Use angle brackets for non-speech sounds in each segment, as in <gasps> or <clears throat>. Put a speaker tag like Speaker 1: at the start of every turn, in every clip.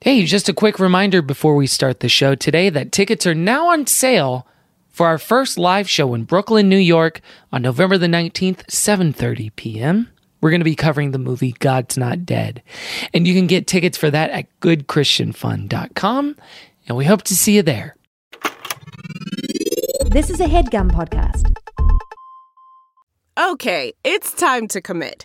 Speaker 1: Hey, just a quick reminder before we start the show today that tickets are now on sale for our first live show in Brooklyn, New York on November the 19th, 7:30 p.m. We're going to be covering the movie God's Not Dead. And you can get tickets for that at goodchristianfun.com and we hope to see you there.
Speaker 2: This is a headgum podcast.
Speaker 3: Okay, it's time to commit.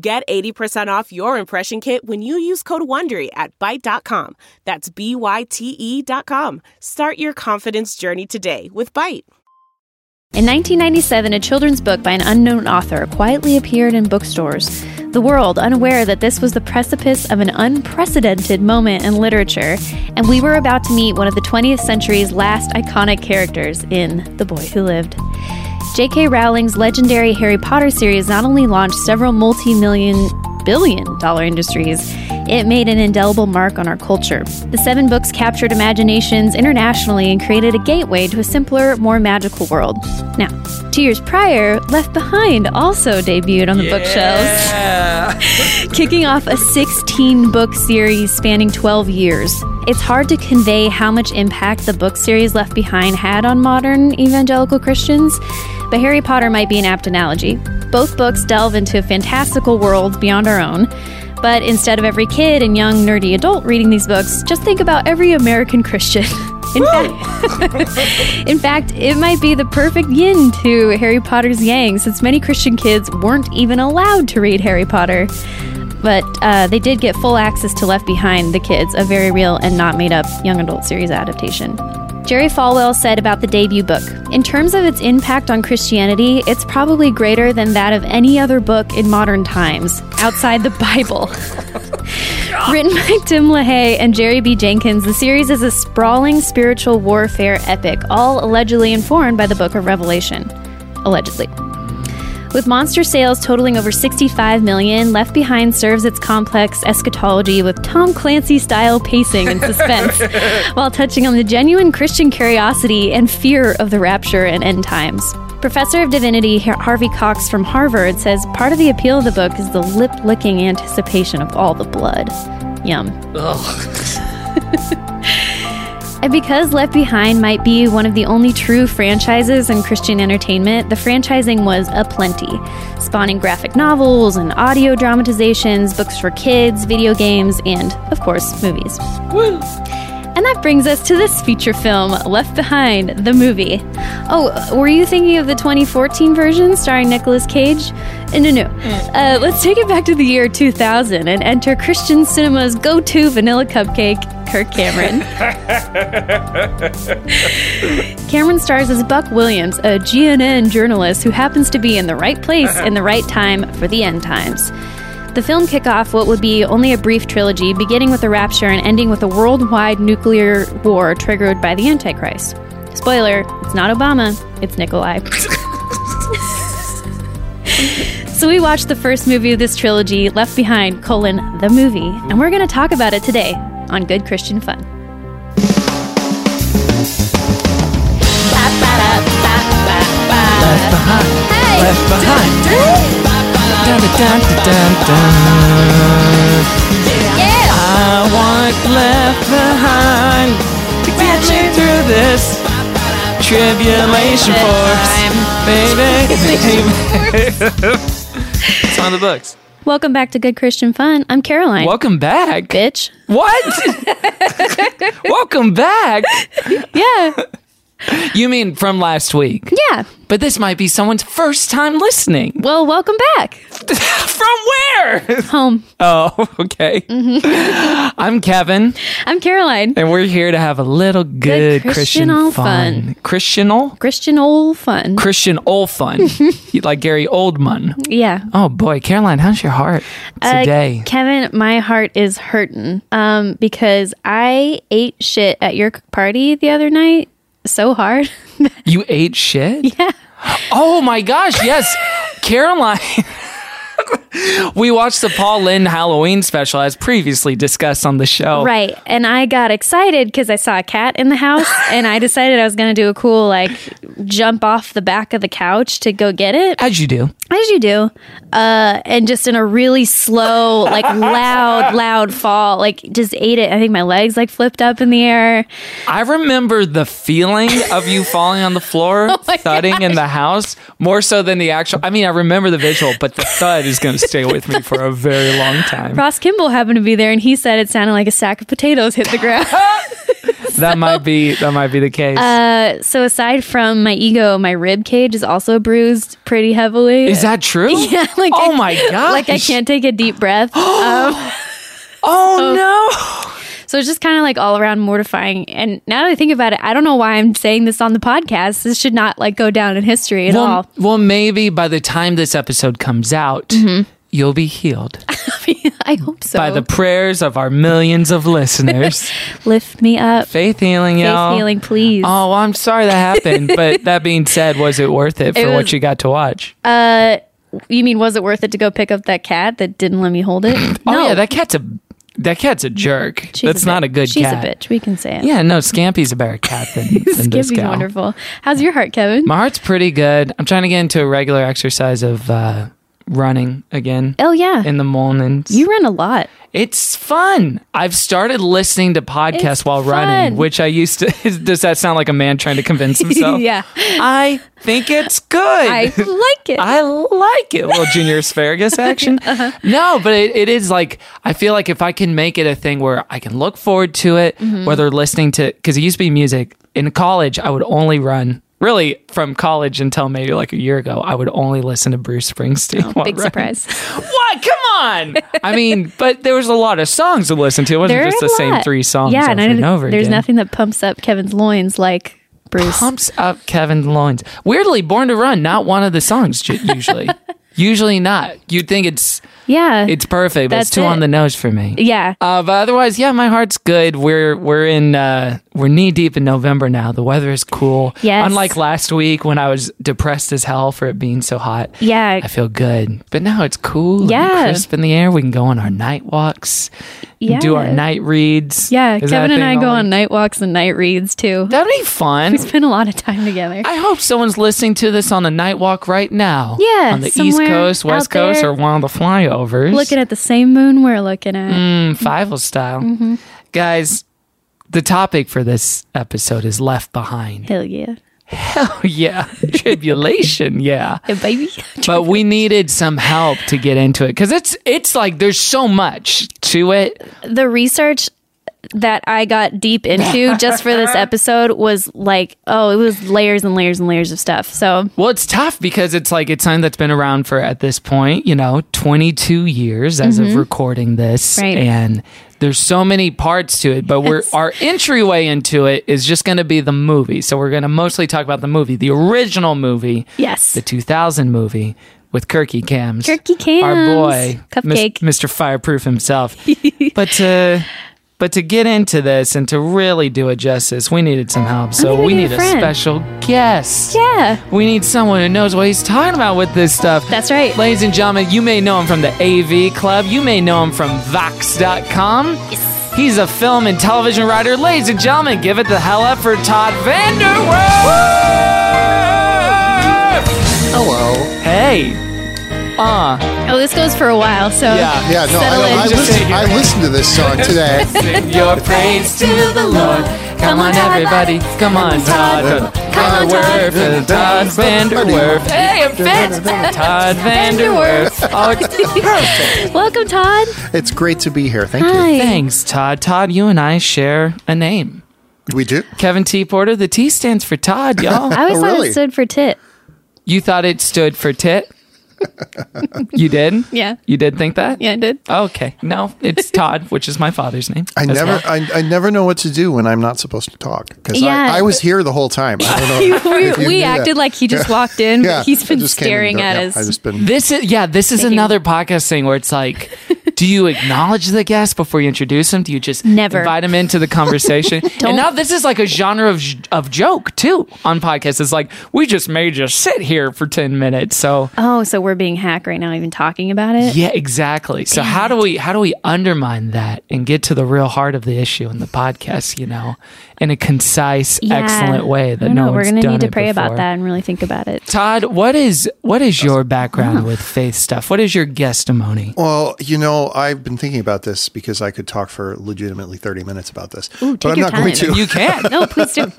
Speaker 3: Get 80% off your impression kit when you use code WONDERY at Byte.com. That's B-Y-T-E E dot com. Start your confidence journey today with Byte.
Speaker 4: In 1997, a children's book by an unknown author quietly appeared in bookstores. The world, unaware that this was the precipice of an unprecedented moment in literature, and we were about to meet one of the 20th century's last iconic characters in The Boy Who Lived. J.K. Rowling's legendary Harry Potter series not only launched several multi million billion dollar industries, it made an indelible mark on our culture. The seven books captured imaginations internationally and created a gateway to a simpler, more magical world. Now, two years prior, Left Behind also debuted on the bookshelves, kicking off a 16 book series spanning 12 years. It's hard to convey how much impact the book series Left Behind had on modern evangelical Christians, but Harry Potter might be an apt analogy. Both books delve into a fantastical world beyond our own. But instead of every kid and young nerdy adult reading these books, just think about every American Christian. <laughs> In fact, <laughs> in fact, it might be the perfect yin to Harry Potter's yang, since many Christian kids weren't even allowed to read Harry Potter. But uh, they did get full access to Left Behind the Kids, a very real and not made up young adult series adaptation. Jerry Falwell said about the debut book In terms of its impact on Christianity, it's probably greater than that of any other book in modern times, outside the Bible. <laughs> Written by Tim LaHaye and Jerry B. Jenkins, the series is a sprawling spiritual warfare epic, all allegedly informed by the Book of Revelation. Allegedly. With monster sales totaling over 65 million, Left Behind serves its complex eschatology with Tom Clancy style pacing and suspense, while touching on the genuine Christian curiosity and fear of the rapture and end times. Professor of Divinity Har- Harvey Cox from Harvard says part of the appeal of the book is the lip licking anticipation of all the blood. Yum. And because Left Behind might be one of the only true franchises in Christian entertainment, the franchising was aplenty, spawning graphic novels and audio dramatizations, books for kids, video games, and, of course, movies. And that brings us to this feature film, Left Behind, the movie. Oh, were you thinking of the 2014 version starring Nicolas Cage? Uh, No, no. Uh, let's take it back to the year 2000 and enter Christian cinema's go to vanilla cupcake, Kirk Cameron. Cameron stars as Buck Williams, a GNN journalist who happens to be in the right place in the right time for the end times. The film kick off what would be only a brief trilogy, beginning with the Rapture and ending with a worldwide nuclear war triggered by the Antichrist. Spoiler, it's not Obama, it's Nikolai. <laughs> so we watched the first movie of this trilogy, Left Behind, colon, the movie, and we're going to talk about it today on Good Christian Fun.
Speaker 1: Left behind. Dun, dun, dun, dun, dun, dun. I want left behind to get me through this tribulation force, baby. it's on the books.
Speaker 4: Welcome back to Good Christian Fun. I'm Caroline.
Speaker 1: Welcome back.
Speaker 4: Bitch.
Speaker 1: What? Welcome back.
Speaker 4: Yeah.
Speaker 1: You mean from last week?
Speaker 4: Yeah.
Speaker 1: But this might be someone's first time listening. <laughs>
Speaker 4: Well, welcome back
Speaker 1: From where?
Speaker 4: home.
Speaker 1: Oh, <laughs> okay. I'm Kevin,
Speaker 4: I'm Caroline.
Speaker 1: and we're here to have a little good, Christian
Speaker 4: Christianal
Speaker 1: fun. Christianal?
Speaker 4: Christian old fun.
Speaker 1: Christian old fun. <laughs> You like Gary Oldman.
Speaker 4: yeah.
Speaker 1: Oh boy, Caroline, how's your heart
Speaker 4: Uh,
Speaker 1: today?
Speaker 4: Kevin, my heart is hurting um, because I ate shit at your party the other night so hard. <laughs>
Speaker 1: you ate shit? Yeah. Oh my gosh, yes. Caroline. <laughs> we watched the Paul Lynn Halloween special as previously discussed on the show.
Speaker 4: Right. And I got excited because I saw a cat in the house and I decided I was going to do a cool, like, jump off the back of the couch to go get it,
Speaker 1: As you do.
Speaker 4: as you do. Uh, and just in a really slow,
Speaker 1: <laughs>
Speaker 4: like, loud, loud fall, like, just ate it. I think my legs, like, flipped up in the air.
Speaker 1: I remember the feeling of you falling on the
Speaker 4: <laughs>
Speaker 1: floor,
Speaker 4: Oh
Speaker 1: thudding in the house, more so than the actual. I mean, I remember the visual, but the thud is going to stay with me for a very long time.
Speaker 4: Ross Kimball happened to be there and he said it sounded like a sack of potatoes hit
Speaker 1: <laughs>
Speaker 4: the ground.
Speaker 1: That might be that might be the case.
Speaker 4: Uh, so aside from my ego, my rib cage is also bruised pretty heavily.
Speaker 1: is that true?
Speaker 4: <laughs> Yeah, like
Speaker 1: oh
Speaker 4: I-
Speaker 1: my god!
Speaker 4: Like I can't take a deep
Speaker 1: <gasps>
Speaker 4: breath. um,
Speaker 1: Oh
Speaker 4: so it's just kind of like all around mortifying. And now that I think about it, I don't know why I'm saying this on the podcast. This should not like go down in history at
Speaker 1: no! Well,
Speaker 4: all. <laughs>
Speaker 1: well, maybe by the time this episode comes out,
Speaker 4: Mm-hmm.
Speaker 1: you'll be healed
Speaker 4: I hope so.
Speaker 1: by the prayers of our millions of
Speaker 4: <laughs>
Speaker 1: listeners.
Speaker 4: Lift me up, faith
Speaker 1: Faith healing, y'all.
Speaker 4: healing, please.
Speaker 1: Oh, well, I'm sorry that happened, but that being said, was it worth it for what
Speaker 4: was-
Speaker 1: you got to watch?
Speaker 4: You mean was it worth it to go pick up that cat that didn't let me hold it?
Speaker 1: <clears throat> Oh
Speaker 4: no,
Speaker 1: yeah, that cat's a that cat's a jerk.
Speaker 4: she's
Speaker 1: That's not a
Speaker 4: bitch.
Speaker 1: good
Speaker 4: She's
Speaker 1: cat.
Speaker 4: a bitch. We can say it.
Speaker 1: Yeah, no, Scampy's a better cat
Speaker 4: <laughs>
Speaker 1: than, than this
Speaker 4: Skippy's
Speaker 1: gal.
Speaker 4: wonderful. How's your heart, Kevin?
Speaker 1: My heart's pretty good. I'm trying to get into a regular exercise of uh, running again
Speaker 4: oh yeah,
Speaker 1: in the mornings.
Speaker 4: you run
Speaker 1: <laughs>
Speaker 4: a lot.
Speaker 1: it's fun. I've started listening to podcasts
Speaker 4: It's
Speaker 1: while running,
Speaker 4: fun.
Speaker 1: which I used to. <laughs> Does that sound like a man trying to
Speaker 4: <laughs>
Speaker 1: convince himself?
Speaker 4: yeah,
Speaker 1: I think it's good. <laughs>
Speaker 4: I like it. Uh-huh.
Speaker 1: I like it. Well, junior asparagus
Speaker 4: <laughs>
Speaker 1: action. No, but it, it is like, I feel like if I can make it a thing where I can look forward to it,
Speaker 4: Mm-hmm.
Speaker 1: whether listening to, because it used to be music. In college, I would only run, really, from college until maybe like a year ago, I would only listen to Bruce Springsteen. while
Speaker 4: Oh,
Speaker 1: <laughs>
Speaker 4: Big
Speaker 1: running.
Speaker 4: surprise.
Speaker 1: What? Come on. I mean, but there was a lot of songs to listen to. It wasn't
Speaker 4: There are
Speaker 1: just
Speaker 4: a
Speaker 1: the same
Speaker 4: lot.
Speaker 1: three songs
Speaker 4: Yeah,
Speaker 1: over
Speaker 4: and
Speaker 1: and,
Speaker 4: I didn't-
Speaker 1: over
Speaker 4: there's
Speaker 1: again.
Speaker 4: nothing that pumps up Kevin's loins like Bruce.
Speaker 1: pumps up Kevin Loins. Weirdly, Born to Run, not one of the songs ju-
Speaker 4: <laughs>
Speaker 1: usually. usually not. You'd think it's
Speaker 4: yeah,
Speaker 1: it's perfect, but
Speaker 4: That's
Speaker 1: it's too
Speaker 4: it.
Speaker 1: on the nose for me.
Speaker 4: yeah.
Speaker 1: Uh, but otherwise, yeah, my heart's good. We're we're in uh, we're knee deep in November now. The weather is cool.
Speaker 4: Yes.
Speaker 1: Unlike last week when I was depressed as hell for it being so hot.
Speaker 4: Yeah.
Speaker 1: I feel good. But now it's cool. and
Speaker 4: Yeah.
Speaker 1: crisp in the air. We can go on our night walks.
Speaker 4: Yeah.
Speaker 1: Do our night reads.
Speaker 4: yeah,
Speaker 1: Is that
Speaker 4: Kevin
Speaker 1: a
Speaker 4: and
Speaker 1: thing
Speaker 4: I go
Speaker 1: only-
Speaker 4: on night walks and night reads too.
Speaker 1: That'd be fun.
Speaker 4: we spend a lot of time together.
Speaker 1: I hope someone's listening to this on a night walk right now.
Speaker 4: Yeah,
Speaker 1: On the East
Speaker 4: somewhere
Speaker 1: Coast,
Speaker 4: out
Speaker 1: West Coast,
Speaker 4: there.
Speaker 1: or one of the flyovers.
Speaker 4: looking at the same moon we're looking at.
Speaker 1: Mm, Fievel style.
Speaker 4: Mm-hmm.
Speaker 1: Guys, the topic for this episode is left
Speaker 4: <laughs>
Speaker 1: behind.
Speaker 4: Hell yeah, Oh,
Speaker 1: Hell yeah. <laughs> Tribulation,
Speaker 4: <laughs>
Speaker 1: yeah.
Speaker 4: yeah baby.
Speaker 1: But we needed some help to get into it because it's it's like there's so much to it.
Speaker 4: the research that I got
Speaker 1: <laughs>
Speaker 4: deep into just for this episode was like, oh, it was layers and layers and layers of stuff. So
Speaker 1: Well, it's tough because it's like it's something that's been around for at this point, you know, 22 years as of recording this,
Speaker 4: Mm-hmm. Right.
Speaker 1: and there's so many parts to it. But we're our entryway into it is just going to be the movie. So we're going to mostly talk about the movie, the original movie,
Speaker 4: yes,
Speaker 1: the 2000 movie with Kirky Cams,
Speaker 4: Kirky Cams,
Speaker 1: our boy, Mis-
Speaker 4: Cupcake.
Speaker 1: Mr. Fireproof
Speaker 4: <laughs>
Speaker 1: himself. but to but to get into this and to really do it justice, we needed some help. So
Speaker 4: think we
Speaker 1: we
Speaker 4: need a
Speaker 1: need a,
Speaker 4: friend.
Speaker 1: special guest.
Speaker 4: yeah,
Speaker 1: We need someone who knows what he's talking about with this stuff.
Speaker 4: That's right.
Speaker 1: Ladies and gentlemen, you may know him from the AV Club. You may know him from Vox.com. Yes. He's a film and television writer. Ladies and gentlemen, give it the hell up for Todd Vanderwerf!
Speaker 5: Hello.
Speaker 1: Hey. Uh,
Speaker 4: oh, this goes for a while. So
Speaker 1: yeah.
Speaker 5: Yeah, no,
Speaker 4: Settle in.
Speaker 5: I, I,
Speaker 4: Just
Speaker 1: take
Speaker 5: listened,
Speaker 1: it.
Speaker 5: I listened to this song today.
Speaker 1: Sing <laughs> your praise to the Lord. Come on, everybody. Come on, Todd. Todd Vanderwerf. Todd Vanderwerf. Hey, it fits. Todd Vanderwerf. <laughs> Oh, it's perfect.
Speaker 4: welcome, Todd.
Speaker 5: it's great to be here. Thank you.
Speaker 4: Hi.
Speaker 1: Thanks, Todd. Todd, you and I share a name.
Speaker 5: We do.
Speaker 1: Kevin T. Porter. The T stands for Todd,
Speaker 4: <laughs>
Speaker 1: y'all.
Speaker 4: I always
Speaker 5: Oh,
Speaker 4: thought
Speaker 5: really?
Speaker 4: it stood for tit.
Speaker 1: You thought it stood for tit? you did?
Speaker 4: Yeah.
Speaker 1: You did think that?
Speaker 4: Yeah, I did.
Speaker 1: Okay. No, it's Todd, which is my father's name.
Speaker 5: I
Speaker 1: as
Speaker 5: never,
Speaker 1: well.
Speaker 5: I, I never know what to do when I'm not supposed to talk because
Speaker 4: Yeah.
Speaker 5: I, I was here the whole time.
Speaker 4: <laughs>
Speaker 5: I don't know. if
Speaker 4: we
Speaker 5: you
Speaker 4: we
Speaker 5: knew
Speaker 4: acted
Speaker 5: that.
Speaker 4: like he just walked in,
Speaker 5: <laughs> Yeah,
Speaker 4: but he's
Speaker 5: I
Speaker 4: been
Speaker 5: just came in
Speaker 4: staring
Speaker 5: the door.
Speaker 4: at
Speaker 5: Yeah,
Speaker 4: us.
Speaker 5: I just been.
Speaker 1: This is yeah. This is
Speaker 4: Thank you.
Speaker 1: another podcast thing where it's like, do you acknowledge the guest before you introduce him? Do you just
Speaker 4: Never.
Speaker 1: invite him into the
Speaker 4: <laughs>
Speaker 1: conversation? and now this is like a genre of of joke too on podcasts. It's like we just made you sit here for ten minutes. So
Speaker 4: oh, so we're being hacked right now, even talking about <laughs> it.
Speaker 1: yeah, exactly. So how do we how do we undermine that and get to the real heart of the issue in the podcast? You know, in a concise,
Speaker 4: Yeah.
Speaker 1: excellent way
Speaker 4: I
Speaker 1: that
Speaker 4: don't
Speaker 1: no
Speaker 4: know. We're
Speaker 1: one's
Speaker 4: gonna
Speaker 1: done
Speaker 4: need to
Speaker 1: it
Speaker 4: pray about
Speaker 1: before.
Speaker 4: that Oh. and really think about it.
Speaker 1: Todd, what is what is your background with faith stuff? What is your guestimony?
Speaker 5: Well, you know, I've been thinking about this because I could talk for legitimately 30 minutes about this, but I'm
Speaker 4: your
Speaker 5: not going
Speaker 4: time.
Speaker 5: to.
Speaker 1: You can.
Speaker 4: No, please
Speaker 5: <laughs>
Speaker 4: do.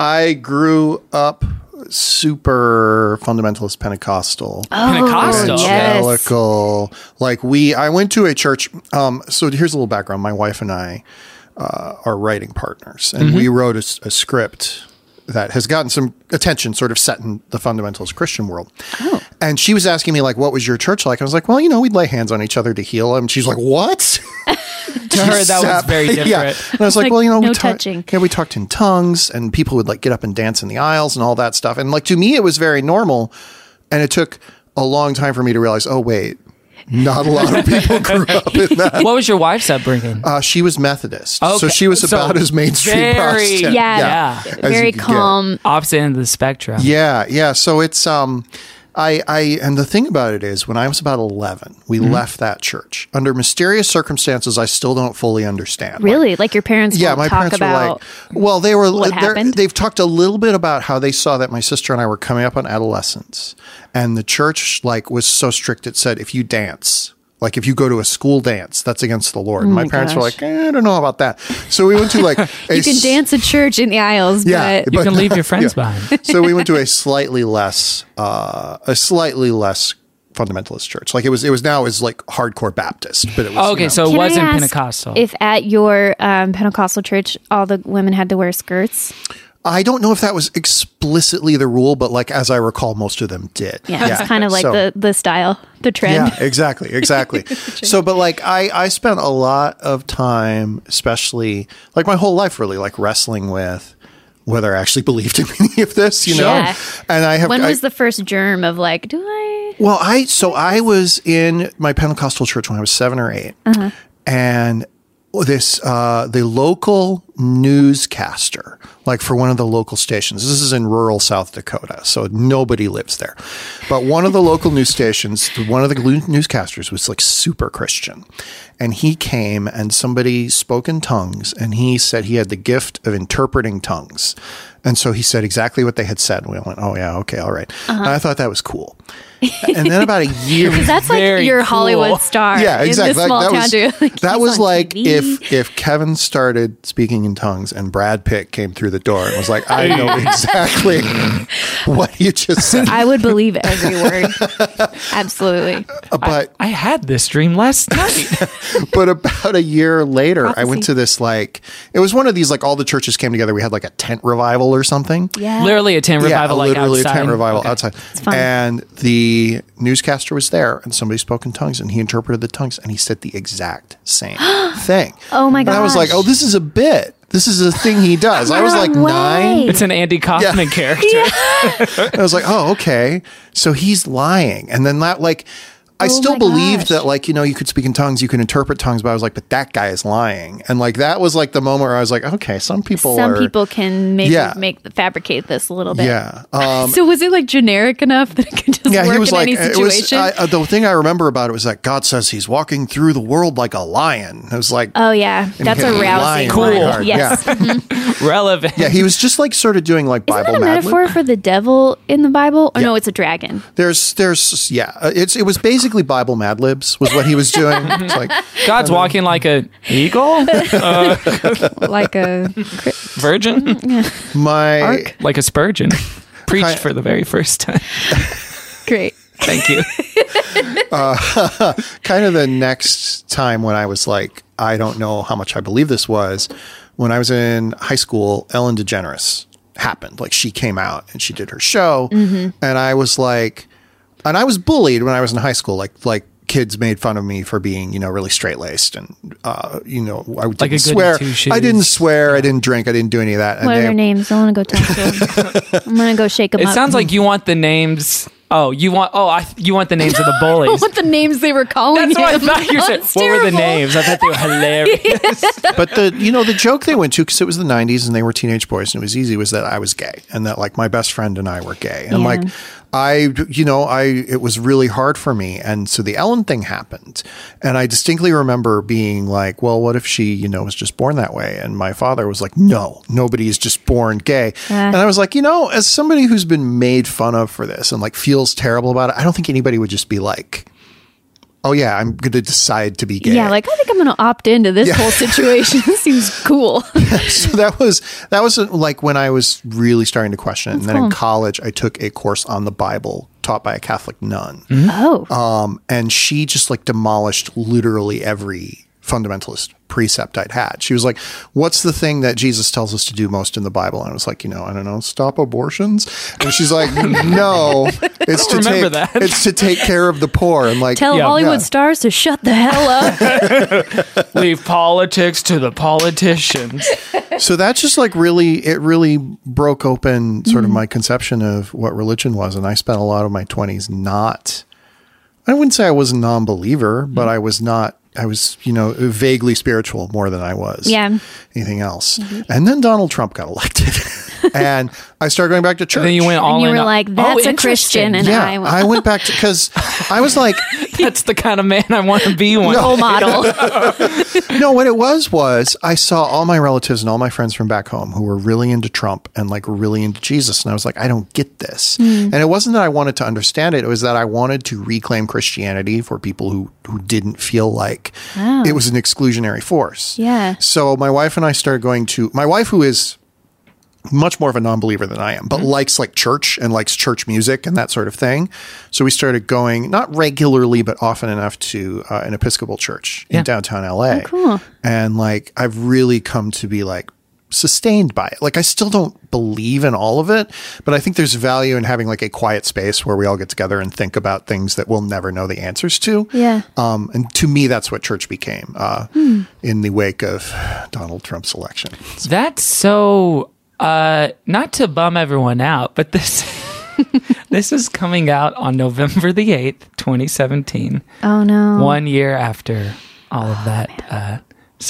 Speaker 5: I grew up super fundamentalist Pentecostal.
Speaker 1: Pentecostal.
Speaker 4: <laughs> Oh, yes.
Speaker 5: evangelical. Like we, I went to a church. Um, so here's a little background. My wife and I uh, are writing partners,
Speaker 1: Mm-hmm.
Speaker 5: and we wrote a, s- a script that has gotten some attention, sort of set in the fundamentalist Christian world.
Speaker 1: Oh.
Speaker 5: And she was asking me like, "What was your church like?" I was like, "Well, you know, we'd lay hands on each other to heal." And she's like, "What?"
Speaker 1: <laughs> to her that was
Speaker 5: sap.
Speaker 1: very different.
Speaker 5: <laughs> yeah. And I was like,
Speaker 4: Like,
Speaker 5: well, you know,
Speaker 4: no
Speaker 5: we talked,
Speaker 4: touching.
Speaker 5: yeah, we talked in tongues, and people would like get up and dance in the aisles and all that stuff. And like to me, it was very normal, and it took a long time for me to realize, oh wait, not a lot of people grew up
Speaker 1: <laughs>
Speaker 5: in that.
Speaker 1: What was your wife's upbringing?
Speaker 5: Uh, she was Methodist, so
Speaker 1: Okay.
Speaker 5: she was
Speaker 1: So
Speaker 5: about as mainstream.
Speaker 1: very-
Speaker 5: Protestant,
Speaker 4: Yeah,
Speaker 1: Yeah.
Speaker 5: as you
Speaker 4: very
Speaker 5: could get.
Speaker 4: calm.
Speaker 1: Opposite end of the spectrum.
Speaker 5: Uh, Yeah, yeah. So it's um, I I and the thing about it is, when I was about eleven, we left that church under mysterious circumstances. I still don't fully understand. Like,
Speaker 4: Really, like your parents
Speaker 5: yeah,
Speaker 4: won't
Speaker 5: my
Speaker 4: talk
Speaker 5: parents
Speaker 4: about.
Speaker 5: were like, well, they were
Speaker 4: what
Speaker 5: they're-
Speaker 4: happened?
Speaker 5: they've talked a little bit about how they saw that my sister and I were coming up on adolescence, and the church like was so strict it said if you dance. Like if you go to a school dance, that's against the Lord. And my, parents were
Speaker 4: Oh gosh.
Speaker 5: like, eh, I don't know about that. So we went to
Speaker 4: <laughs>
Speaker 5: like a
Speaker 4: you can
Speaker 5: s-
Speaker 4: dance at church in the aisles,
Speaker 5: Yeah,
Speaker 4: but
Speaker 1: You can
Speaker 5: <laughs>
Speaker 1: leave your friends behind.
Speaker 5: so we went
Speaker 4: <laughs>
Speaker 5: to a slightly less uh, a slightly less fundamentalist church. Like it was it was now is like hardcore Baptist, but it was you
Speaker 1: Okay,
Speaker 5: know.
Speaker 1: so it
Speaker 4: Can I
Speaker 1: wasn't
Speaker 4: ask
Speaker 1: Pentecostal.
Speaker 4: If at your um, Pentecostal church, all the women had to wear skirts.
Speaker 5: I don't know if that was explicitly the rule, but like as I recall, most of them did.
Speaker 4: Yeah, it's kind of like
Speaker 5: So-
Speaker 4: the the style, the trend.
Speaker 5: Yeah, exactly, exactly. so, but like I, I spent a lot of time, especially like my whole life, really, like wrestling with whether I actually believed in <laughs> any of this, you know.
Speaker 4: Yeah.
Speaker 5: And I have
Speaker 4: <laughs> When
Speaker 5: I-
Speaker 4: was the first germ of like, do I?
Speaker 5: well, I so I was in my Pentecostal church when I was seven or 8
Speaker 4: Uh-huh.
Speaker 5: and this uh, the local newscaster, like for one of the local stations. This is in rural South Dakota, so nobody lives there. But one of the local news stations, one of the glu- newscasters was like super Christian, and he came and somebody spoke in tongues, and he said he had the gift of interpreting tongues, and so he said exactly what they had said. And we all went, "Oh yeah, okay, all right." And I thought that was cool. And then about a year.
Speaker 4: That's
Speaker 1: Very
Speaker 4: like your
Speaker 1: cool. <laughs>
Speaker 4: Hollywood star.
Speaker 5: yeah, exactly.
Speaker 4: In this small
Speaker 5: that
Speaker 4: town,
Speaker 5: was,
Speaker 4: dude. <laughs> Like,
Speaker 5: that
Speaker 4: he's
Speaker 5: was
Speaker 4: on
Speaker 5: like
Speaker 4: TV.
Speaker 5: if if Kevin started speaking in tongues and Brad Pitt came through the door and was like, "I know
Speaker 4: <laughs>
Speaker 5: exactly what you just said,"
Speaker 4: I would believe every
Speaker 5: <laughs>
Speaker 4: word. Absolutely.
Speaker 5: but
Speaker 1: I had this dream
Speaker 4: <laughs>
Speaker 1: last night.
Speaker 5: but about a year later, I went to this like it was one of these like all the churches came together. We had like a tent revival or something.
Speaker 4: Yeah.
Speaker 1: literally a tent revival, like
Speaker 5: literally
Speaker 1: outside.
Speaker 5: a tent revival outside.
Speaker 4: fun.
Speaker 5: And the newscaster was there, and somebody spoke in tongues, and he interpreted the tongues, and he said the exact
Speaker 4: <gasps>
Speaker 5: same thing.
Speaker 4: Oh my
Speaker 5: god! And I was
Speaker 4: gosh.
Speaker 5: like, oh, this is a bit. This is a thing
Speaker 4: <laughs>
Speaker 5: he does. I was like
Speaker 4: No
Speaker 5: nine.
Speaker 4: way.
Speaker 1: It's an Andy Kaufman character.
Speaker 5: I was like, oh, okay. So he's lying. And then that, like, I still
Speaker 4: Oh my
Speaker 5: believed
Speaker 4: gosh.
Speaker 5: that, like, you know, you could speak in tongues, you can interpret tongues, but I was like, but that guy is lying. And, like, that was like the moment where I was like, okay, some people
Speaker 4: Some
Speaker 5: are.
Speaker 4: people can maybe
Speaker 5: Yeah.
Speaker 4: make fabricate this a little bit. <laughs>
Speaker 5: yeah. Um,
Speaker 4: so was it like generic enough that it could just
Speaker 5: yeah,
Speaker 4: work
Speaker 5: he was
Speaker 4: in
Speaker 5: like,
Speaker 4: any
Speaker 5: it was,
Speaker 4: situation?
Speaker 5: I, uh, the thing I remember about it was that God says he's walking through the world like a lion. I was like,
Speaker 4: oh yeah,
Speaker 5: and
Speaker 4: that's
Speaker 5: hit
Speaker 4: a
Speaker 5: the
Speaker 4: rousing.
Speaker 5: lion
Speaker 1: Cool.
Speaker 5: really hard.
Speaker 4: Yes.
Speaker 5: Yeah.
Speaker 1: Relevant.
Speaker 5: yeah, he was just like sort of doing like
Speaker 4: Isn't
Speaker 5: Bible
Speaker 4: that a
Speaker 5: Mad Lib.
Speaker 4: metaphor for the devil in the Bible? Or no, it's a dragon.
Speaker 5: There's, there's, yeah, uh, it's it was basically Bible Mad Libs was what he was doing. It's like,
Speaker 1: <laughs> God's walking like a
Speaker 4: <laughs>
Speaker 1: eagle,
Speaker 4: Like
Speaker 5: <laughs>
Speaker 4: a
Speaker 1: virgin,
Speaker 5: my
Speaker 1: like a Spurgeon. Preached
Speaker 5: Kind-
Speaker 1: for the very first time.
Speaker 4: great.
Speaker 1: Thank you.
Speaker 5: kind of the next time when I was like, I don't know how much I believe this was, when I was in high school, Ellen DeGeneres happened. Like she came out and she did her show,
Speaker 1: Mm-hmm.
Speaker 5: and I was like, and I was bullied when I was in high school. Like like kids made fun of me for being you know really straight laced and uh, you know I didn't
Speaker 1: Like a goody
Speaker 5: swear.
Speaker 1: two-shoes.
Speaker 5: I didn't swear. I didn't drink. I didn't do any of that. And
Speaker 4: What are
Speaker 5: they-
Speaker 4: their names? I want to go talk to
Speaker 5: <laughs>
Speaker 4: them. I'm gonna go shake them
Speaker 1: It
Speaker 4: up.
Speaker 1: sounds like you want the names. Oh, you want? Oh, I, you want the names
Speaker 4: <laughs>
Speaker 1: of the bullies?
Speaker 4: <laughs> what the names they were calling
Speaker 1: That's
Speaker 4: <laughs>
Speaker 1: what I
Speaker 4: him.
Speaker 1: thought you said.
Speaker 4: That's
Speaker 1: What were the
Speaker 4: terrible.
Speaker 1: names? I thought they were
Speaker 4: <laughs>
Speaker 1: hilarious.
Speaker 5: but the you know the joke they went to because it was the 90s and they were teenage boys and it was easy was that I was gay and that like my best friend and I were gay and
Speaker 4: Yeah.
Speaker 5: like I you know I it was really hard for me and so the Ellen thing happened and I distinctly remember being like well what if she you know was just born that way and my father was like no nobody is just born gay and I was like you know as somebody who's been made fun of for this and like feels terrible about it I don't think anybody would just be like oh yeah I'm going to decide to be gay
Speaker 4: Yeah, like I think I'm gonna opt into this whole situation. <laughs> This seems cool.
Speaker 5: <laughs> so that was that was like when I was really starting to question it. and then in college, I took a course on the Bible taught by a Catholic nun,
Speaker 1: Mm-hmm.
Speaker 4: oh,
Speaker 5: um, and she just like demolished literally every fundamentalist precept I'd had. She was like, "What's the thing that Jesus tells us to do most in the Bible?" And I was like, "You know, I don't know, stop abortions." And she's
Speaker 1: <laughs>
Speaker 5: like, "No, it's to
Speaker 1: remember
Speaker 5: take
Speaker 1: that.
Speaker 5: it's to take care of the poor." And like,
Speaker 4: tell
Speaker 1: Yeah.
Speaker 4: Hollywood
Speaker 5: Yeah.
Speaker 4: stars to shut the hell
Speaker 5: <laughs>
Speaker 4: up.
Speaker 1: Leave politics to the
Speaker 4: <laughs>
Speaker 1: politicians.
Speaker 5: so that just like really it really broke open sort
Speaker 4: Mm-hmm.
Speaker 5: of my conception of what religion was and i spent a lot of my 20s not i wouldn't say i was a non-believer
Speaker 4: Mm-hmm.
Speaker 5: but i was not i was you know vaguely spiritual more than i was
Speaker 4: Yeah. Mm-hmm.
Speaker 5: anything else and then donald trump
Speaker 4: <laughs>
Speaker 5: got elected and i started going back to church
Speaker 1: Then you went all
Speaker 4: and you
Speaker 1: in
Speaker 4: were
Speaker 1: on-
Speaker 4: like,
Speaker 1: Oh,
Speaker 4: "That's a
Speaker 1: interesting.
Speaker 4: Christian," and
Speaker 5: yeah,
Speaker 4: I, went,
Speaker 5: I went back to because I was like,
Speaker 1: That's the kind of man I want to be one.
Speaker 4: <laughs> role
Speaker 5: <laughs>
Speaker 4: model. <laughs>
Speaker 5: no, what it was was I saw all my relatives and all my friends from back home who were really into Trump and like really into Jesus. And I was like, I don't get this. And it wasn't that I wanted to understand it, it was that I wanted to reclaim Christianity for people who, who didn't feel like it was an exclusionary force.
Speaker 4: Yeah.
Speaker 5: So my wife and I started going to my wife, who is much more of a non-believer than I am, but likes like church and likes church music and that sort of thing. So we started going not regularly, but often enough to uh, an Episcopal church in
Speaker 1: Yeah.
Speaker 5: downtown LA. cool. And like I've really come to be like sustained by it. Like I still don't believe in all of it, but I think there's value in having like a quiet space where we all get together and think about things that we'll never know the answers to.
Speaker 4: Yeah.
Speaker 5: Um, and to me, that's what church became uh, in the wake of Donald Trump's election.
Speaker 1: That's so uh not to bum everyone out, but this <laughs> this is coming out on November the 8th, 2017,
Speaker 4: oh no,
Speaker 1: 1 year after all of that uh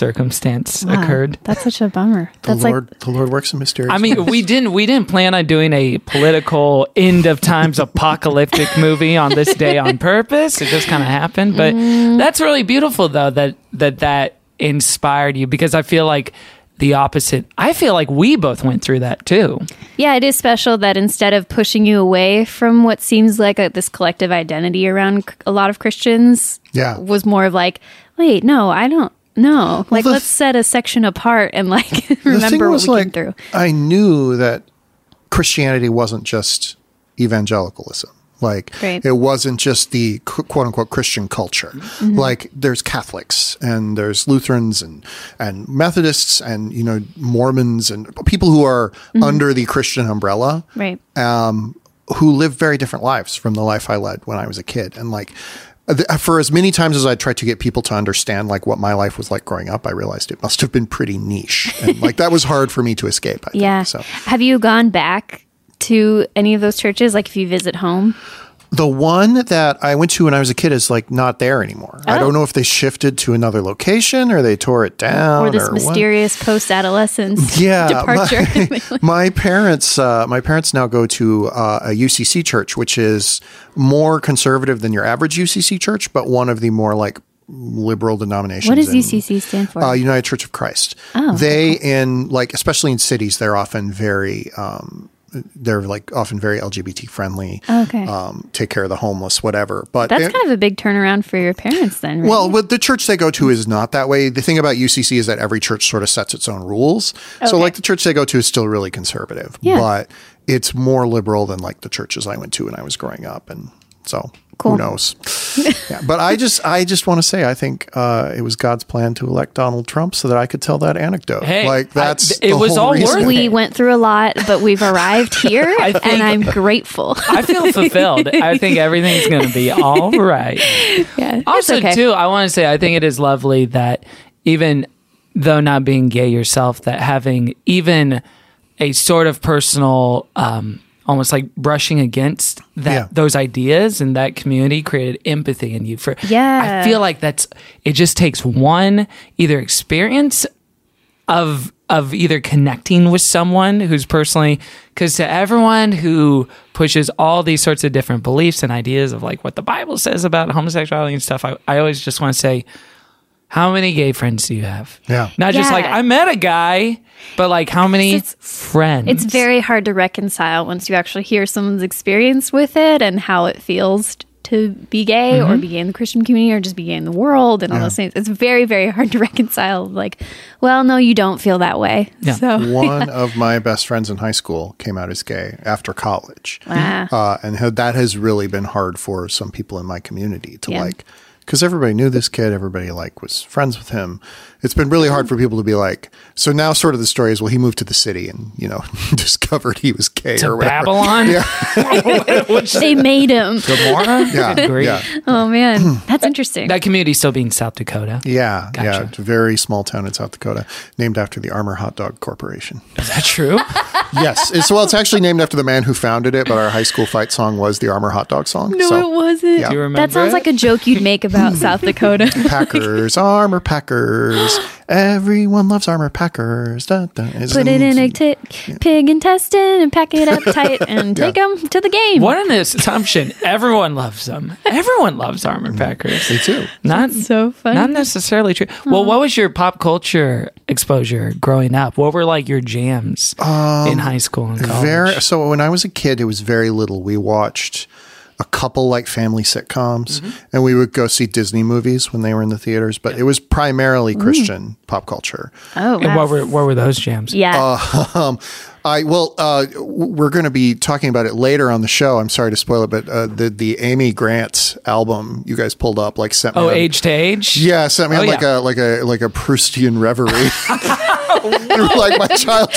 Speaker 1: circumstance
Speaker 4: Wow.
Speaker 1: occurred.
Speaker 4: That's such a bummer.
Speaker 5: The
Speaker 4: That's
Speaker 5: Lord,
Speaker 4: like
Speaker 5: the Lord works in mysterious.
Speaker 1: I mean, we didn't we didn't plan on doing a political end of times apocalyptic movie on this day on purpose. It just kind of happened, but
Speaker 4: Mm.
Speaker 1: that's really beautiful though that that that inspired you because I feel like the opposite. I feel like we both went through that too.
Speaker 4: Yeah, it is special that instead of pushing you away from what seems like a, this collective identity around c- a lot of Christians,
Speaker 5: Yeah.
Speaker 4: was more of like, wait, no, I don't. No, like
Speaker 5: the
Speaker 4: let's
Speaker 5: th-
Speaker 4: set a section apart and like <laughs> remember what we came through.
Speaker 5: I knew that Christianity wasn't just evangelicalism. Like
Speaker 4: Right.
Speaker 5: it wasn't just the qu- quote unquote Christian culture.
Speaker 4: Mm-hmm.
Speaker 5: Like there's Catholics and there's Lutherans and and Methodists and you know Mormons and people who are
Speaker 4: Mm-hmm.
Speaker 5: under the Christian umbrella
Speaker 4: Right.
Speaker 5: uh, who live very different lives from the life I led when I was a kid. And like, th- for as many times as I tried to get people to understand like what my life was like growing up, I realized it must have been pretty niche. And like that was hard for me to escape. I think.
Speaker 4: yeah.
Speaker 5: So
Speaker 4: Have you gone back to any of those churches? Like if you visit home?
Speaker 5: the one that I went to when I was a kid is like not there anymore.
Speaker 4: Oh.
Speaker 5: I don't know if they shifted to another location or they tore it down
Speaker 4: or this
Speaker 5: what.
Speaker 4: mysterious post adolescence
Speaker 5: <laughs> yeah,
Speaker 4: departure. <laughs>
Speaker 5: My, <laughs> my parents, uh, my parents now go to uh, a UCC church, which is more conservative than your average UCC church, but one of the more like liberal denominations.
Speaker 4: what does
Speaker 5: in-
Speaker 4: UCC stand for? Oh,
Speaker 5: uh, United Church of Christ. they in like especially in cities, they're often very um, they're like often very LGBT friendly.
Speaker 4: Okay.
Speaker 5: Um, take care of the homeless, whatever. But
Speaker 4: That's
Speaker 5: it-
Speaker 4: kind of a big turnaround for your parents then, right?
Speaker 5: well, with the church they go to is not that way. The thing about UCC is that every church sort of sets its own rules. So, like the church they go to is still really conservative,
Speaker 4: Yeah.
Speaker 5: but it's more liberal than like the churches I went to when I was growing up, and so
Speaker 4: Cool.
Speaker 5: Who
Speaker 4: <laughs>
Speaker 5: knows? yeah, but I just I just want to say I think uh, it was God's plan to elect Donald Trump so that I could tell that anecdote.
Speaker 1: Hey,
Speaker 5: like
Speaker 1: I-
Speaker 5: that's
Speaker 1: it
Speaker 5: the
Speaker 1: was
Speaker 5: whole
Speaker 1: all
Speaker 5: reason.
Speaker 1: worth
Speaker 4: We went through a lot, but we've
Speaker 5: <laughs>
Speaker 4: arrived here, and I'm grateful.
Speaker 1: I feel fulfilled. I think everything's going to be all right.
Speaker 4: yeah, Oh, it's
Speaker 1: Also,
Speaker 4: okay.
Speaker 1: too, I want to say I think it is lovely that even though not being gay yourself, that having even a sort of personal, um, almost like brushing against that
Speaker 5: Yeah.
Speaker 1: those ideas and that community created empathy in you. For
Speaker 4: Yeah.
Speaker 1: I feel like that's it. Just takes one either experience of of either connecting with someone who's personally because to everyone who pushes all these sorts of different beliefs and ideas of like what the bible says about homosexuality and stuff i, I always just want to say how many gay friends do you have
Speaker 5: Yeah.
Speaker 1: not just like
Speaker 4: Yeah.
Speaker 1: i met a guy but like how many
Speaker 4: It's-
Speaker 1: friends
Speaker 4: It's very hard to reconcile once you actually hear someone's experience with it and how it feels t- to be gay or
Speaker 5: Mm-hmm.
Speaker 4: be gay in the Christian community or just be gay in the world and all those things. It's very, very hard to <laughs> reconcile. Like, well, no, you don't feel that way.
Speaker 1: Yeah.
Speaker 4: <laughs>
Speaker 5: <laughs>
Speaker 4: So,
Speaker 5: One of my best friends in high school came out as gay after college.
Speaker 4: Wow.
Speaker 5: Uh, and ha- that has really been hard for some people in my community to
Speaker 4: Yeah.
Speaker 5: like, because everybody knew this kid, everybody like was friends with him. It's been really hard for people to be like, so now sort of the story is, well, he moved to the city and, you know, <laughs> discovered he was gay
Speaker 1: to
Speaker 5: or whatever.
Speaker 1: babylon
Speaker 5: <laughs>
Speaker 1: <laughs>
Speaker 4: they made him.
Speaker 1: Gomorrah? <laughs> Good
Speaker 5: Yeah,
Speaker 1: grief.
Speaker 5: yeah,
Speaker 4: Oh, man. That's interesting.
Speaker 1: that community still being south dakota
Speaker 5: yeah, yeah.
Speaker 1: Gotcha.
Speaker 5: It's a very small town in South Dakota, named after the Armor Hot Dog Corporation.
Speaker 1: is that true
Speaker 5: yes, it's well, it's actually named after the man who founded it, but our high school fight song was the Armor Hot Dog song.
Speaker 4: no, it wasn't.
Speaker 5: Yeah. Do
Speaker 1: you
Speaker 4: That
Speaker 1: remember
Speaker 4: sounds
Speaker 1: it?
Speaker 4: like a joke you'd make about South Dakota.
Speaker 5: Packers, armor Packers. Everyone loves armor Packers. Da, da. It's
Speaker 4: Put it in a tit- pig intestine and pack it up tight and
Speaker 5: Yeah.
Speaker 4: take them to the game.
Speaker 1: what an assumption everyone loves them everyone loves
Speaker 5: Mm.
Speaker 1: armor packers
Speaker 5: They do.
Speaker 1: not
Speaker 4: So funny.
Speaker 1: Not necessarily true. Well, what was your pop culture exposure growing up? What were like your jams in high school and college?
Speaker 5: Um, Very, so when I was a kid, it was very little. We watched a couple like family sitcoms,
Speaker 4: Mm-hmm.
Speaker 5: and we would go see Disney movies when they were in the theaters. But it was primarily
Speaker 4: Mm.
Speaker 5: Christian pop culture.
Speaker 4: oh,
Speaker 1: and
Speaker 4: wow.
Speaker 1: what were what were those jams?
Speaker 4: yeah.
Speaker 5: Um, I well, uh, w- we're going to be talking about it later on the show. I'm sorry to spoil it, but uh, the the Amy Grant album you guys pulled up like sent me
Speaker 1: Oh,
Speaker 5: on-
Speaker 1: age to age.
Speaker 5: Yeah, so I mean,
Speaker 1: Oh,
Speaker 5: like
Speaker 1: yeah.
Speaker 5: a like a like a
Speaker 1: <laughs>
Speaker 5: Proustian reverie, <laughs> like my childhood.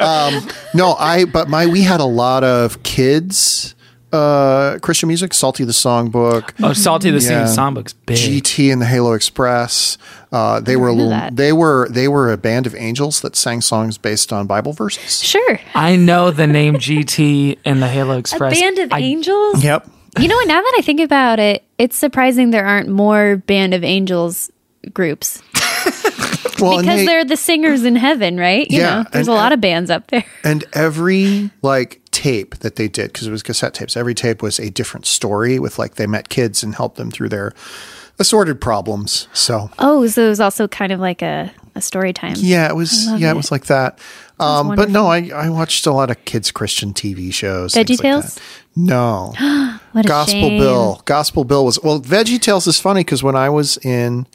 Speaker 5: Um, no, I but my we had a lot of kids uh, Christian music, Salty the Songbook,
Speaker 1: Oh, Salty the Sea
Speaker 5: Yeah.
Speaker 1: and Songbook's big.
Speaker 5: GT and the Halo Express. Uh, they were
Speaker 4: that.
Speaker 5: they were they were a band of angels that sang songs based on Bible verses.
Speaker 4: sure.
Speaker 1: I know the name GT and the Halo Express.
Speaker 4: A band of
Speaker 1: I-
Speaker 4: angels?
Speaker 5: Yep.
Speaker 4: You know what? Now that I think about it, it's surprising there aren't more band of angels groups because
Speaker 5: Well, and, they-
Speaker 4: they're the singers in heaven, right? You
Speaker 5: Yeah,
Speaker 4: know, there's
Speaker 5: and-
Speaker 4: a lot of bands up there. <laughs>
Speaker 5: and every like tape that they did because it was cassette tapes. Every tape was a different story with like they met kids and helped them through their assorted problems. So
Speaker 4: Oh, so it was also kind of like a, a story time.
Speaker 5: Yeah, it was. Yeah, it. was like that. Um, but no, I, I watched a lot of kids Christian TV shows. things like
Speaker 4: VeggieTales?
Speaker 5: that.
Speaker 4: <gasps>
Speaker 5: no,
Speaker 4: What a
Speaker 5: Gospel
Speaker 4: shame.
Speaker 5: Bill. Gospel Bill was well. Veggie Tales is funny because when I was in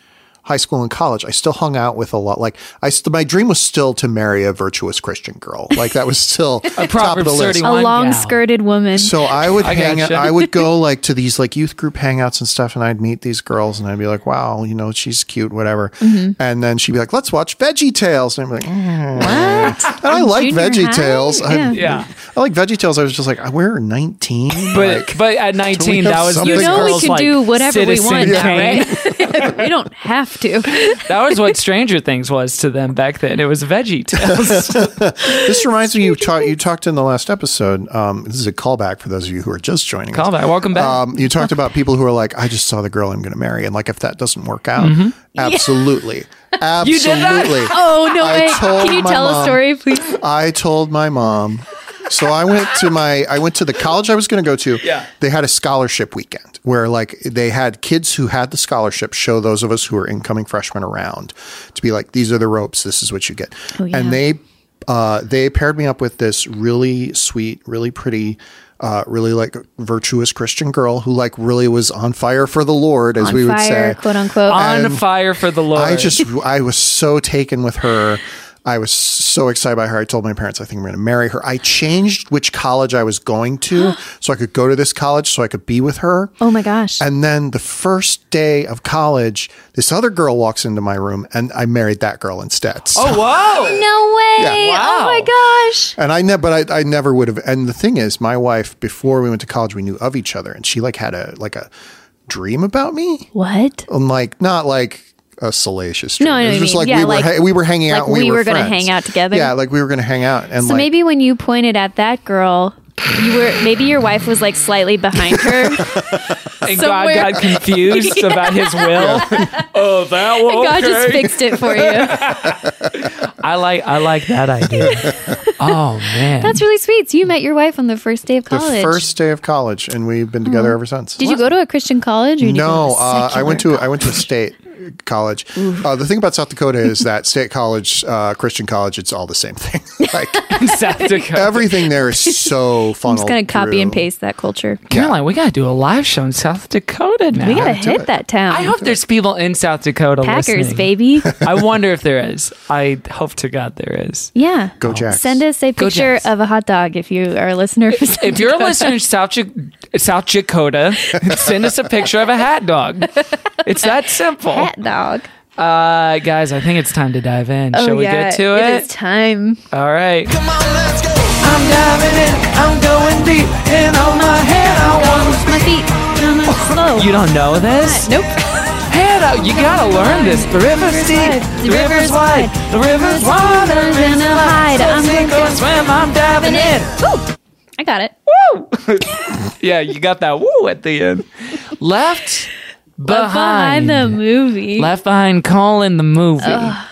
Speaker 5: high school and college, I still hung out with a lot. Like I, st- my dream was still to marry a virtuous Christian girl. Like that was still top of
Speaker 1: Proverbs
Speaker 5: the list.
Speaker 1: 31.
Speaker 4: A
Speaker 1: One
Speaker 4: long
Speaker 1: gal.
Speaker 4: skirted woman.
Speaker 5: So I would
Speaker 1: <laughs> I
Speaker 5: hang out,
Speaker 1: gotcha.
Speaker 5: I would go like to these like youth group hangouts and stuff, and I'd meet these girls, and I'd be like, "Wow, you know, she's cute, whatever."
Speaker 1: Mm-hmm.
Speaker 5: And then she'd be like, "Let's watch Veggie Tales," and I'm like, "Mm." And I like
Speaker 4: junior
Speaker 5: Veggie
Speaker 4: high?
Speaker 5: Tales. I,
Speaker 1: Yeah.
Speaker 5: I like Veggie Tales. I was just like, "I- "We're 19."
Speaker 1: But <laughs> but at nineteen,
Speaker 5: have
Speaker 1: that was
Speaker 5: something
Speaker 4: you
Speaker 1: the
Speaker 4: know we
Speaker 1: girls,
Speaker 4: can
Speaker 1: like,
Speaker 4: do whatever we
Speaker 1: Citizen
Speaker 4: want now,
Speaker 1: Kane.
Speaker 4: right? <laughs> we don't have
Speaker 5: <laughs>
Speaker 4: to.
Speaker 1: That was what Stranger Things was to them back then. It was Veggie Tales.
Speaker 5: this reminds me, you talked you talked in the last episode. Um, this is a callback for those of you who are just joining. us.
Speaker 1: Call that. Welcome back.
Speaker 5: Um, you talked about people who are like, I just saw the girl I'm going to marry, and like if that doesn't work out, absolutely, absolutely.
Speaker 1: Mm-hmm. <laughs> You did that?
Speaker 4: Oh, no
Speaker 5: I
Speaker 4: way.
Speaker 5: told
Speaker 4: Can you
Speaker 5: my
Speaker 4: tell a
Speaker 5: mom-
Speaker 4: story, please?
Speaker 5: I told my mom. So I went to my I went to the college I was going to go to.
Speaker 1: Yeah.
Speaker 5: They had a scholarship weekend where like they had kids who had the scholarship show those of us who were incoming freshmen around to be like these are the ropes this is what you get.
Speaker 4: Oh,
Speaker 5: And they uh, they paired me up with this really sweet, really pretty uh, really like virtuous Christian girl who like really was on fire for the Lord as
Speaker 4: On
Speaker 5: we would
Speaker 4: fire,
Speaker 5: say. Uh,
Speaker 4: quote unquote.
Speaker 1: On fire for the Lord.
Speaker 5: I just I was so taken with her. I was so excited by her. I told my parents, I think I'm going to marry her. I changed which college I was going to so I could go to this college so I could be with her.
Speaker 4: Oh my gosh.
Speaker 5: And then the first day of college, this other girl walks into my room and I married that girl instead. So-
Speaker 1: Oh, whoa.
Speaker 4: no way.
Speaker 1: Yeah.
Speaker 4: Oh
Speaker 1: Wow.
Speaker 4: my gosh.
Speaker 5: And I never, but I, I never would have. And the thing is, my wife, before we went to college, we knew of each other and she like had a, like a dream about me.
Speaker 4: What?
Speaker 5: And like, not like, a salacious dream.
Speaker 4: No, I know
Speaker 5: it was
Speaker 4: what you mean.
Speaker 5: just like
Speaker 4: Yeah,
Speaker 5: we were
Speaker 4: like-
Speaker 5: ha- we were hanging
Speaker 4: like
Speaker 5: out. And we,
Speaker 4: we were
Speaker 5: going
Speaker 4: gonna
Speaker 5: to
Speaker 4: hang out together.
Speaker 5: Yeah, like we were going to hang out. And
Speaker 4: So
Speaker 5: like,
Speaker 4: maybe when you pointed at that girl, you were maybe your wife was like slightly behind her.
Speaker 1: And
Speaker 4: Somewhere-
Speaker 1: God got confused
Speaker 4: <laughs>
Speaker 1: about his will. <laughs> Oh, that one.
Speaker 4: God just fixed it for you.
Speaker 1: I like I like that idea.
Speaker 4: <laughs>
Speaker 1: oh man.
Speaker 4: That's really sweet. So you met your wife on the first day of college. Mm-hmm.
Speaker 5: the first day of college, and we've been together ever since.
Speaker 4: Did you go to a Christian college? Or did
Speaker 5: no,
Speaker 4: you go to a
Speaker 5: uh, I went to
Speaker 4: secular
Speaker 5: I went to a state
Speaker 4: <laughs>
Speaker 5: college. Uh, the thing about South Dakota is that state college, uh, Christian college, it's all the same thing. <laughs> like
Speaker 1: South Dakota.
Speaker 5: everything there is so funneled.
Speaker 4: <laughs> I'm just gonna copy
Speaker 5: through.
Speaker 4: and paste that culture.
Speaker 1: Caroline, we gotta do a live show in South Dakota now.
Speaker 4: We gotta
Speaker 5: do
Speaker 4: hit
Speaker 5: it.
Speaker 4: that town.
Speaker 1: I hope there's people in South Dakota
Speaker 4: Packers,
Speaker 1: listening.
Speaker 5: <laughs>
Speaker 4: baby.
Speaker 1: I wonder if there is. I hope to God there is.
Speaker 4: Yeah.
Speaker 5: Go Jacks.
Speaker 4: Send us a
Speaker 1: Go
Speaker 4: picture
Speaker 1: Jacks.
Speaker 4: of a hot dog if you are a listener. For South <laughs>
Speaker 1: If you're a
Speaker 4: Dakota.
Speaker 1: listener in South, Ja- South Dakota, <laughs> send us a picture of a hat dog. It's that simple.
Speaker 4: hot dog. Oh,
Speaker 1: Uh, guys, I think it's time to dive in. Shall we get to Oh, it?
Speaker 4: It is
Speaker 1: <laughs>
Speaker 4: time.
Speaker 1: All right.
Speaker 6: Come on, let's go.
Speaker 1: I'm diving in. I'm going deep. And on my head, I want
Speaker 4: My feet down on the slope.
Speaker 1: You don't know this?
Speaker 4: Nope.
Speaker 1: Head out. You gotta learn this. The river's deep. The river's wide. The river's wider than a hide.
Speaker 4: I'm
Speaker 1: I'm
Speaker 4: gonna
Speaker 1: gonna swim. I'm diving in.
Speaker 4: I got it.
Speaker 1: <laughs> Yeah, you got that woo at the end. Left behind.
Speaker 4: Behind the movie.
Speaker 1: Left behind Colin the movie.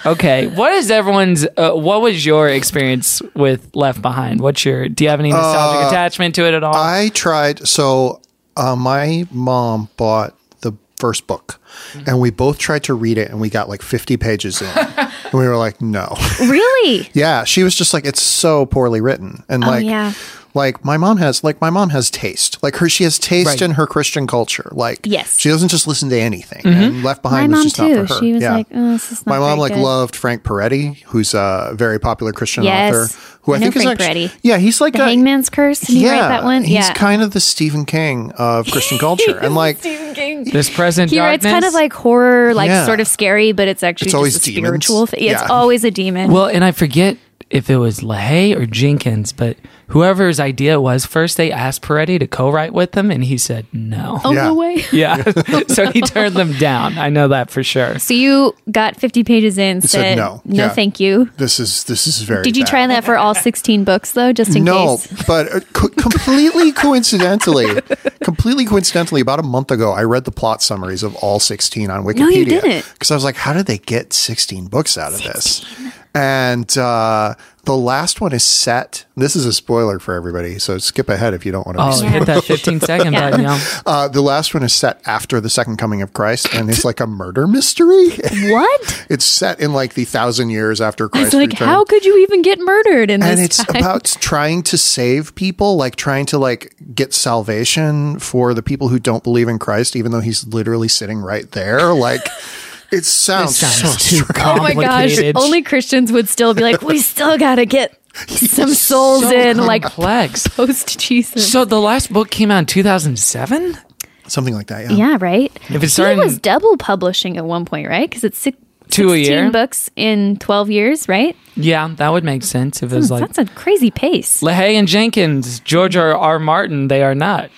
Speaker 1: Okay, what is everyone's? Uh, what was your experience with Left Behind? What's your? Do you have any nostalgic attachment to it at all?
Speaker 5: I tried. So uh, my mom bought the first book,
Speaker 4: Mm-hmm.
Speaker 5: and we both tried to read it, and we got like 50 pages in,
Speaker 4: <laughs>
Speaker 5: and we were like, no.
Speaker 4: Really?
Speaker 5: Yeah, she was just like it's so poorly written, and like,
Speaker 4: Oh, yeah.
Speaker 5: like my mom has like my mom has taste. Like her, she has taste
Speaker 1: Right.
Speaker 5: in her Christian culture. Like,
Speaker 4: Yes. Mm-hmm.
Speaker 5: she doesn't just listen to anything. And Left
Speaker 4: My
Speaker 5: Behind was
Speaker 4: mom
Speaker 5: just
Speaker 4: too.
Speaker 5: not for her.
Speaker 4: She was
Speaker 5: Yeah.
Speaker 4: like, "Oh, this is not."
Speaker 5: my mom
Speaker 4: very
Speaker 5: like
Speaker 4: good."
Speaker 5: loved Frank Peretti, who's a very popular Christian
Speaker 4: Yes.
Speaker 5: author. Who
Speaker 4: I
Speaker 5: I,
Speaker 4: know
Speaker 5: think is
Speaker 4: Frank
Speaker 5: actually
Speaker 4: Peretti.
Speaker 5: yeah, he's like
Speaker 4: the
Speaker 5: a,
Speaker 4: Hangman's Curse. Did you write that one?
Speaker 5: he's
Speaker 4: yeah.
Speaker 5: kind of the Stephen King
Speaker 4: <laughs>
Speaker 5: of Christian culture, and like
Speaker 4: Stephen King.
Speaker 1: this present
Speaker 4: He writes
Speaker 1: darkness.
Speaker 4: kind of like horror, like
Speaker 5: Yeah.
Speaker 4: sort of scary, but it's actually
Speaker 5: It's
Speaker 4: just
Speaker 5: always
Speaker 4: a
Speaker 5: demons.
Speaker 4: spiritual thing. It's
Speaker 5: Yeah.
Speaker 4: always a demon.
Speaker 1: Well, and I forget if it was LaHaye or Jenkins, but whoever's idea it was first, they asked Peretti to co-write with them, and he said no.
Speaker 4: oh
Speaker 5: yeah.
Speaker 4: no way!
Speaker 1: Yeah, <laughs> so he turned them down. I know that for sure.
Speaker 4: So you got fifty pages in, said,
Speaker 5: said no.
Speaker 4: no,
Speaker 5: Yeah.
Speaker 4: thank you.
Speaker 5: this is this is very.
Speaker 4: Did you
Speaker 5: bad.
Speaker 4: try that for all sixteen books though, just in
Speaker 5: no,
Speaker 4: case?
Speaker 5: but uh,
Speaker 4: <laughs>
Speaker 5: co- completely coincidentally, completely coincidentally, about a month ago, I read the plot summaries of all 16 on Wikipedia.
Speaker 4: you didn't.
Speaker 5: Because I was like, how did they get 16 books out of this? And uh, the last one is set. This is a spoiler for everybody, so skip ahead if you don't want to.
Speaker 1: Oh, hit that 15 second
Speaker 4: Yeah.
Speaker 1: button, y'all.
Speaker 5: Uh, the last one is set after the second coming of Christ,
Speaker 4: <laughs>
Speaker 5: and it's like a murder mystery.
Speaker 4: What?
Speaker 5: it's set in like the thousand years after
Speaker 4: I
Speaker 5: Christ.
Speaker 4: was like,
Speaker 5: returned
Speaker 4: how could you even get murdered in this
Speaker 5: and it's
Speaker 4: time? <laughs>
Speaker 5: about trying to save people like trying to like get salvation for the people who don't believe in christ even though he's literally sitting right there like
Speaker 4: <laughs>
Speaker 5: it sounds, so
Speaker 1: Sounds too
Speaker 5: strange.
Speaker 4: Oh my gosh!
Speaker 1: complicated.
Speaker 4: Only Christians would still be like, we still gotta
Speaker 5: <laughs>
Speaker 4: get some souls
Speaker 1: So
Speaker 4: in, like <laughs>
Speaker 1: complex.
Speaker 4: post Jesus.
Speaker 1: So the last book came out in 2007?
Speaker 5: something like that yeah,
Speaker 4: yeah, right.
Speaker 1: If it's
Speaker 4: He
Speaker 1: starting
Speaker 4: was double publishing at one point, right? Because it's six,
Speaker 1: Two a
Speaker 4: 16
Speaker 1: year?
Speaker 4: books in 12 years, right? Hmm,
Speaker 1: Yeah, that would make sense if it was like
Speaker 4: That's a crazy pace.
Speaker 1: LaHaye and Jenkins, George R. R. Martin, they are not.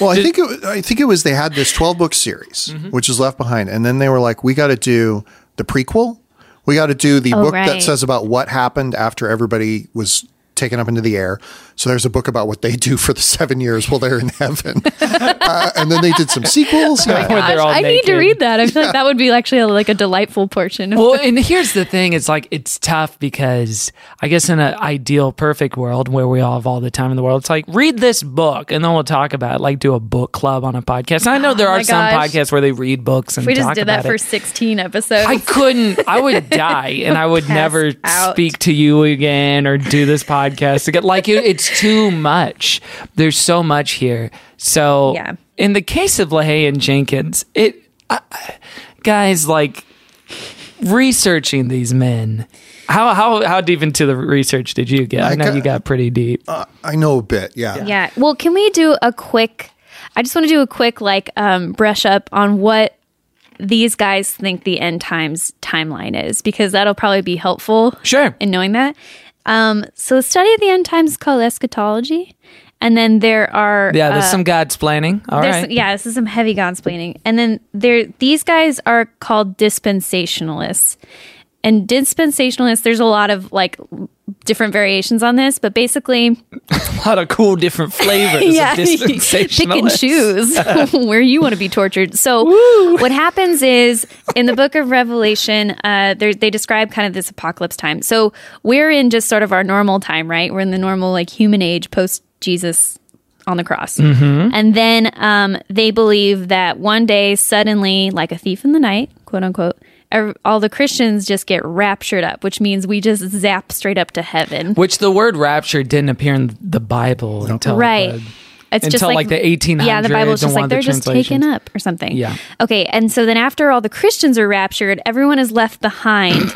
Speaker 5: well i think it, wa- i think it was they had this 12 book series which is left behind and then they were like we got to do the prequel we got to do the
Speaker 4: Oh,
Speaker 5: book
Speaker 4: right.
Speaker 5: that says about what happened after everybody was taken up into the air so there's a book about what they do for the seven years while they're in heaven <laughs> uh, and then they did some
Speaker 4: Oh,
Speaker 5: sequels Uh, Yeah.
Speaker 1: Where they're all
Speaker 4: I need to
Speaker 1: naked.
Speaker 4: read that. I feel
Speaker 1: <laughs>
Speaker 4: like that would be actually a, like a delightful portion. Of
Speaker 1: Well, and here's the thing: it's like it's tough because I guess in an ideal, perfect world where we all have all the time in the world, it's like read this book and then we'll talk about it, like do a book club on a podcast. And I know there
Speaker 4: Oh my
Speaker 1: are some
Speaker 4: gosh.
Speaker 1: podcasts where they read books and
Speaker 4: we just
Speaker 1: talk
Speaker 4: did that
Speaker 1: about
Speaker 4: for
Speaker 1: it.
Speaker 4: 16 episodes.
Speaker 1: I couldn't. I
Speaker 4: <laughs>
Speaker 1: would die, and I would never
Speaker 4: out.
Speaker 1: speak to you again or do this podcast again. Like it, it's too much. There's so much here. So
Speaker 4: Yeah.
Speaker 1: in the case of LaHaye and Jenkins, it I- I- guys like researching these men How how how deep into the research did you get? I,
Speaker 5: I
Speaker 1: know
Speaker 5: got-
Speaker 1: you got pretty deep.
Speaker 5: Uh, I know a bit. Yeah.
Speaker 4: Yeah. Well, can we do a quick? I just want to do a quick like um, brush up on what these guys think the end times timeline is because that'll probably be helpful
Speaker 1: Sure.
Speaker 4: in knowing that. Um, so the study of the end times is called eschatology, and then there are
Speaker 1: Yeah,
Speaker 4: uh,
Speaker 1: there's some God's planning. All
Speaker 4: there's
Speaker 1: right.
Speaker 4: some- yeah, this is some heavy godsplaining. And then there, these guys are called dispensationalists. And dispensationalists, there's a lot of like different variations on this, but basically,
Speaker 1: a lot of cool different flavors
Speaker 4: <laughs> yeah,
Speaker 1: of
Speaker 4: pick and
Speaker 1: dispensationalists. <laughs>
Speaker 4: choose <laughs> where you want to be tortured. So, what happens is in the book of Revelation, uh, there- they describe kind of this apocalypse time. So, we're in just sort of our normal time, right? We're in the normal, like, human age post Jesus on the cross.
Speaker 1: Mm-hmm.
Speaker 4: And then um, they believe that one day, suddenly, like a thief in the night, quote unquote, ev- all the Christians just get raptured up, which means we just zap straight up to heaven.
Speaker 1: Which the word rapture didn't appear in the Bible until
Speaker 4: right. <laughs>
Speaker 1: the-
Speaker 4: it's just
Speaker 1: until, like,
Speaker 4: like,
Speaker 1: the 1800s
Speaker 4: Yeah, the Bible is
Speaker 1: and one
Speaker 4: just like
Speaker 1: of the
Speaker 4: they're just taken
Speaker 1: translations.
Speaker 4: up or something.
Speaker 1: Yeah.
Speaker 4: Okay, and so then after all the Christians are raptured, everyone is left behind.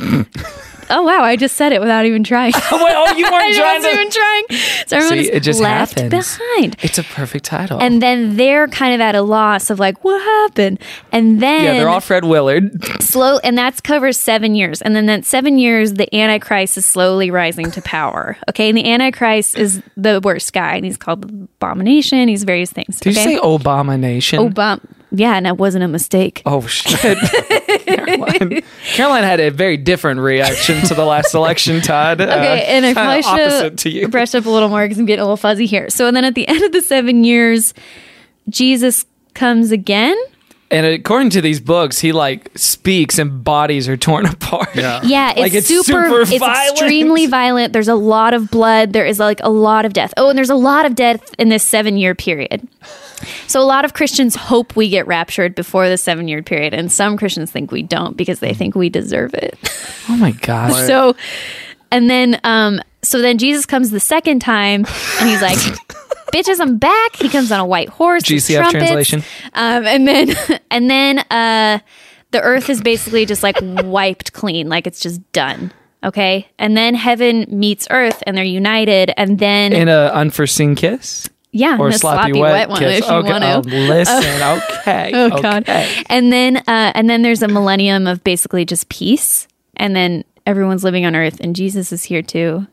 Speaker 1: <coughs>
Speaker 4: oh wow, I just said it without
Speaker 1: <laughs>
Speaker 4: even trying.
Speaker 1: Oh, wait, oh, you
Speaker 4: <laughs> I
Speaker 1: weren't trying
Speaker 4: wasn't
Speaker 1: to.
Speaker 4: even trying. So everyone
Speaker 1: See,
Speaker 4: is
Speaker 1: it just
Speaker 4: left
Speaker 1: happens.
Speaker 4: behind.
Speaker 1: It's a perfect title.
Speaker 4: And then they're kind of at a loss of like, what happened? And then
Speaker 1: yeah, they're all Fred Willard.
Speaker 4: slow and that's covers seven years and then that seven years the antichrist is slowly rising to power okay and the antichrist is the worst guy and he's called abomination he's various things
Speaker 1: Did
Speaker 4: okay?
Speaker 1: you say Obomination?
Speaker 4: Obam- yeah and that wasn't a mistake
Speaker 1: oh
Speaker 4: <laughs>
Speaker 1: shit! Caroline. Caroline had a very different reaction to the last election, Todd.
Speaker 4: <laughs>
Speaker 1: Uh,
Speaker 4: Okay, and I probably should
Speaker 1: Oh, opposite
Speaker 4: have
Speaker 1: to you.
Speaker 4: brushed up a little more because I'm getting a little fuzzy here. So, and then at the end of the seven years, Jesus comes again.
Speaker 1: And according to these books, he like speaks and bodies are torn <laughs> apart. Yeah,
Speaker 4: Yeah, it's,
Speaker 1: Like, it's
Speaker 4: super,
Speaker 1: super
Speaker 4: it's
Speaker 1: violent.
Speaker 4: extremely violent. There's a lot of blood. There is like a lot of death. Oh, and there's a lot of death in this seven year period. So a lot of Christians hope we get raptured before the seven year period, and some Christians think we don't because they think we deserve it.
Speaker 1: <laughs>
Speaker 4: <laughs>
Speaker 1: Oh my gosh.
Speaker 4: So, and then, um, so then Jesus comes the second time, and he's
Speaker 1: <laughs>
Speaker 4: like, "Bitches, I'm back." He comes on a white horse. with
Speaker 1: GCF
Speaker 4: trumpets.
Speaker 1: translation.
Speaker 4: Um, and then, <laughs> and then, uh, the earth is basically just like wiped clean, like it's just done. Okay, and then heaven meets earth, and they're united, and then
Speaker 1: in a unforeseen kiss
Speaker 4: yeah, <laughs>
Speaker 1: or
Speaker 4: and a
Speaker 1: sloppy, wet,
Speaker 4: one
Speaker 1: kiss.
Speaker 4: if you
Speaker 1: okay.
Speaker 4: want to.
Speaker 1: oh, listen, okay.
Speaker 4: <laughs> Oh
Speaker 1: okay.
Speaker 4: God! And then, uh, and then there's a millennium of basically just peace, and then everyone's living on Earth, and Jesus is here too.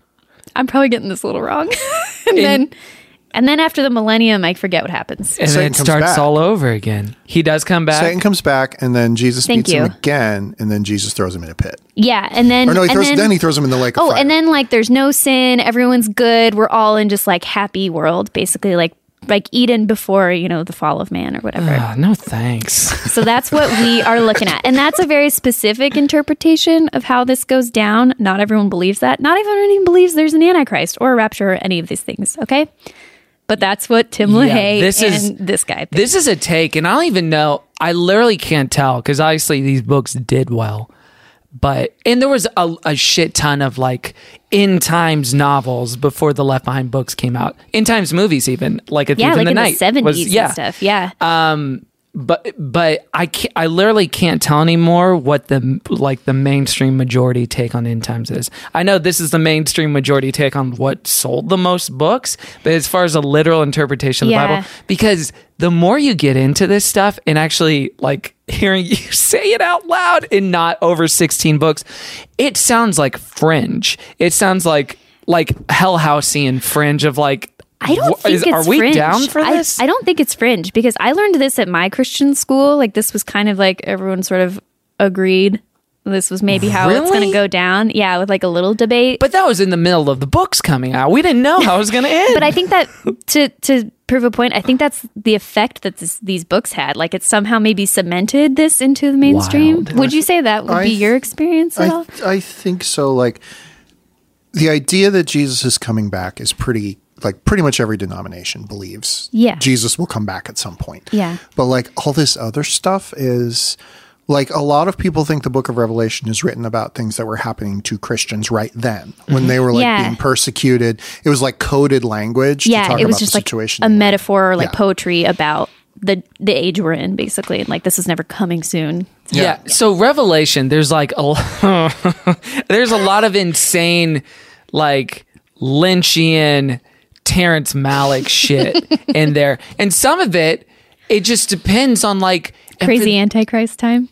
Speaker 4: I'm probably getting this a little wrong. <laughs> and then, and then after the millennium, I forget what happens.
Speaker 1: And
Speaker 5: Satan
Speaker 1: then it
Speaker 5: comes
Speaker 1: starts
Speaker 5: back.
Speaker 1: all over again. He does come back.
Speaker 5: Satan comes back, and then Jesus
Speaker 4: Thank
Speaker 5: beats him
Speaker 4: you.
Speaker 5: again, and then Jesus throws him in a pit.
Speaker 4: Yeah, and then
Speaker 5: Or no, he
Speaker 4: and
Speaker 5: throws, then, he throws him in the lake. Of
Speaker 4: Oh,
Speaker 5: fire.
Speaker 4: and then like there's no sin, everyone's good, we're all in just like happy world, basically like like Eden before you know the fall of man or whatever.
Speaker 1: Ah, no
Speaker 4: <laughs>
Speaker 1: thanks.
Speaker 4: So that's what we are looking at. And that's a very specific interpretation of how this goes down. Not everyone believes that. Not everyone even believes there's an Antichrist or a rapture or any of these things, okay? But that's what Tim
Speaker 1: Yeah,
Speaker 4: LaHaye
Speaker 1: this
Speaker 4: and
Speaker 1: is-
Speaker 4: this guy think.
Speaker 1: this is a take, and I don't even know. I literally can't tell because obviously these books did well. But and there was a, a shit ton of like end times novels before the Left Behind books came out. End times movies, even like a Thief
Speaker 4: yeah,
Speaker 1: in
Speaker 4: like
Speaker 1: the
Speaker 4: in
Speaker 1: Night
Speaker 4: the 70s
Speaker 1: was- Uh,
Speaker 4: and stuff. Yeah.
Speaker 1: but but I can't, I literally can't tell anymore what the like the mainstream majority take on end times is. I know this is the mainstream majority take on what sold the most books, but as far as a literal interpretation of the
Speaker 4: Yeah.
Speaker 1: Bible, because the more you get into this stuff and actually like hearing <laughs> you say it out loud in not over 16 books, it sounds like fringe. It sounds like like Hellhouseian fringe of like
Speaker 4: I don't
Speaker 1: wh-
Speaker 4: think
Speaker 1: is-
Speaker 4: it's
Speaker 1: are we
Speaker 4: fringe.
Speaker 1: down for
Speaker 4: I-
Speaker 1: this?
Speaker 4: I, don't think it's fringe because I learned this at my Christian school. Like this was kind of like everyone sort of agreed this was maybe how it's going
Speaker 1: Really?
Speaker 4: to go down. Yeah, with like a little debate.
Speaker 1: But that was in the middle of the books coming out. We didn't know how it was going to end.
Speaker 4: <laughs> but I
Speaker 1: <laughs>
Speaker 4: think that to to prove a point, I think that's the effect that this, these books had. Like it somehow maybe cemented this into the mainstream.
Speaker 1: Wild.
Speaker 4: Would you say that would
Speaker 5: I
Speaker 4: be
Speaker 5: th-
Speaker 4: your experience at
Speaker 5: I,
Speaker 4: all?
Speaker 5: I think so. Like the idea that Jesus is coming back is pretty like pretty much every denomination believes
Speaker 4: Yeah.
Speaker 5: Jesus will come back at some point.
Speaker 4: Yeah.
Speaker 5: But like all this other stuff is like a lot of people think the book of Revelation is written about things that were happening to Christians right then when they were like
Speaker 4: Mm-hmm. Yeah.
Speaker 5: being persecuted. It was like coded language to
Speaker 4: Yeah,
Speaker 5: talk
Speaker 4: it was
Speaker 5: about
Speaker 4: just
Speaker 5: the
Speaker 4: like
Speaker 5: situation.
Speaker 4: a
Speaker 5: they were in.
Speaker 4: metaphor or like
Speaker 5: Yeah.
Speaker 4: poetry about the the age we're in, basically. And like this is never coming soon.
Speaker 1: Yeah. So Revelation, there's like a <laughs> there's a lot of insane like Lynchian Terrence Malick shit
Speaker 4: <laughs>
Speaker 1: in there. And some of it it just depends on like if
Speaker 4: Crazy
Speaker 1: it-
Speaker 4: Antichrist time.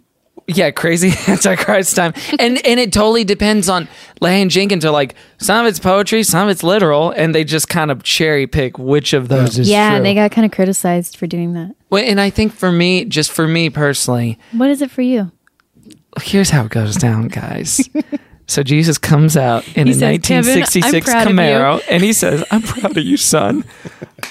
Speaker 1: yeah, crazy <laughs> Antichrist time. And and it totally depends on Lane Jenkins are like some of it's poetry, some of it's literal, and they just kind of cherry pick which of those is
Speaker 4: yeah,
Speaker 1: true.
Speaker 4: they got kind of criticized for doing that.
Speaker 1: Well, and I think for me, just for me personally,
Speaker 4: What is it for you?
Speaker 1: here's how it goes down,
Speaker 4: <laughs>
Speaker 1: guys. so Jesus comes out in
Speaker 4: He
Speaker 1: a
Speaker 4: says, "Kevin, <laughs> I'm
Speaker 1: 1966
Speaker 4: proud of
Speaker 1: Camaro, and he says, "I'm proud of you, son.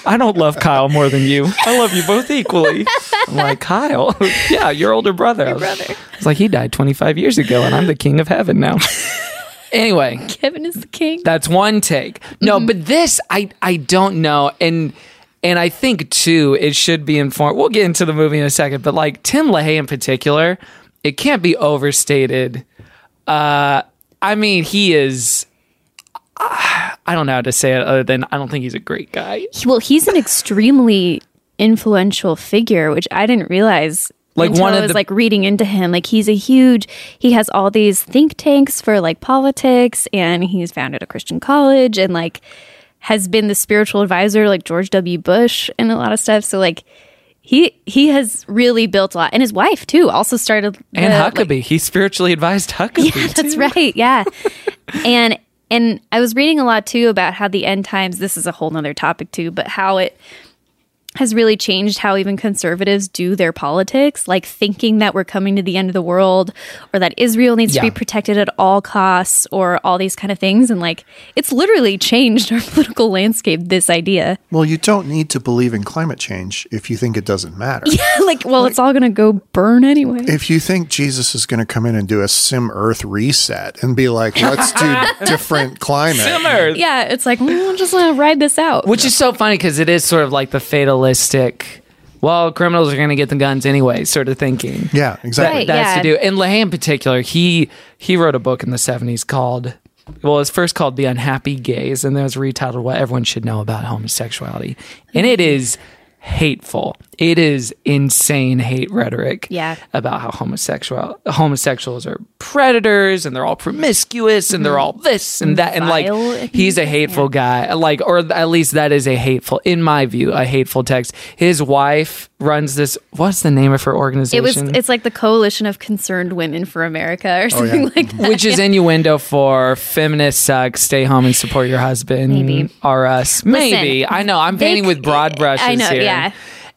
Speaker 1: I don't love Kyle more than you. I love you both equally." I'm like, "Kyle, <laughs> yeah, your older brother." Your brother. It's like he died 25 years ago, and I'm the king of heaven
Speaker 4: <laughs>
Speaker 1: now. anyway,
Speaker 4: Kevin is the king.
Speaker 1: that's one take. No,
Speaker 4: Mm-hmm.
Speaker 1: but this I I don't know and and I think too it should be informed. We'll get into the movie in a second, but like Tim LaHaye in particular, it can't be overstated. Uh I mean, he is uh, I don't know how to say it other than I don't think he's a great guy.
Speaker 4: He- well, he's an extremely influential figure, which I didn't realize.
Speaker 1: Like,
Speaker 4: until
Speaker 1: one
Speaker 4: I
Speaker 1: of
Speaker 4: was
Speaker 1: the-
Speaker 4: like reading into him. Like he's a huge. He has all these think tanks for like politics, and he's founded a Christian college, and like has been the spiritual advisor to, like George W. Bush and a lot of stuff. So like. He he has really built a lot, and his wife too. Also started
Speaker 1: And
Speaker 4: the, like,
Speaker 1: Huckabee, he spiritually advised Huckabee.
Speaker 4: yeah, <laughs> that's
Speaker 1: too.
Speaker 4: right. Yeah. and and I was reading a lot too about how the end times, this is a whole nother topic too, but how it has really changed how even conservatives do their politics, like thinking that we're coming to the end of the world or that Israel needs to
Speaker 1: Yeah.
Speaker 4: be protected at all costs or all these kind of things. And like it's literally changed <laughs> our political landscape, this idea.
Speaker 5: Well, you don't need to believe in climate change if you think it
Speaker 4: <laughs>
Speaker 5: doesn't matter.
Speaker 4: like, well, it's all gonna go burn anyway.
Speaker 5: If you think Jesus is going to come in and do a sim Earth reset and be like, let's do different climate,
Speaker 1: Earth.
Speaker 4: yeah, it's like, mm, I'm just gonna ride this out.
Speaker 1: Which is so funny because it is sort of like the fatalistic, well, criminals are going to get the guns anyway sort of thinking.
Speaker 5: yeah, exactly.
Speaker 4: Right.
Speaker 1: that's to
Speaker 4: yeah.
Speaker 1: do. And LaHaye in particular, he he wrote a book in the seventies called well, it's first called The Unhappy Gays, and then it was retitled What Everyone Should Know About Homosexuality. And it is hateful. It is insane hate rhetoric
Speaker 4: Yeah.
Speaker 1: about how homosexual homosexuals are predators and they're all promiscuous and they're all this and that and like
Speaker 4: Mm-hmm. Vile, I think
Speaker 1: he's a hateful guy like or at least that is a hateful in my view a hateful text his wife runs this what's the name of her
Speaker 4: It was.
Speaker 1: organization
Speaker 4: It's like the Coalition of Concerned Women for America, or something like that.
Speaker 1: <laughs> which is innuendo for feminists suck, stay home and support your husband,
Speaker 4: Maybe.
Speaker 1: or us. Maybe I know I'm
Speaker 4: they
Speaker 1: painting
Speaker 4: c-
Speaker 1: with broad brushes
Speaker 4: I know,
Speaker 1: here.
Speaker 4: yeah.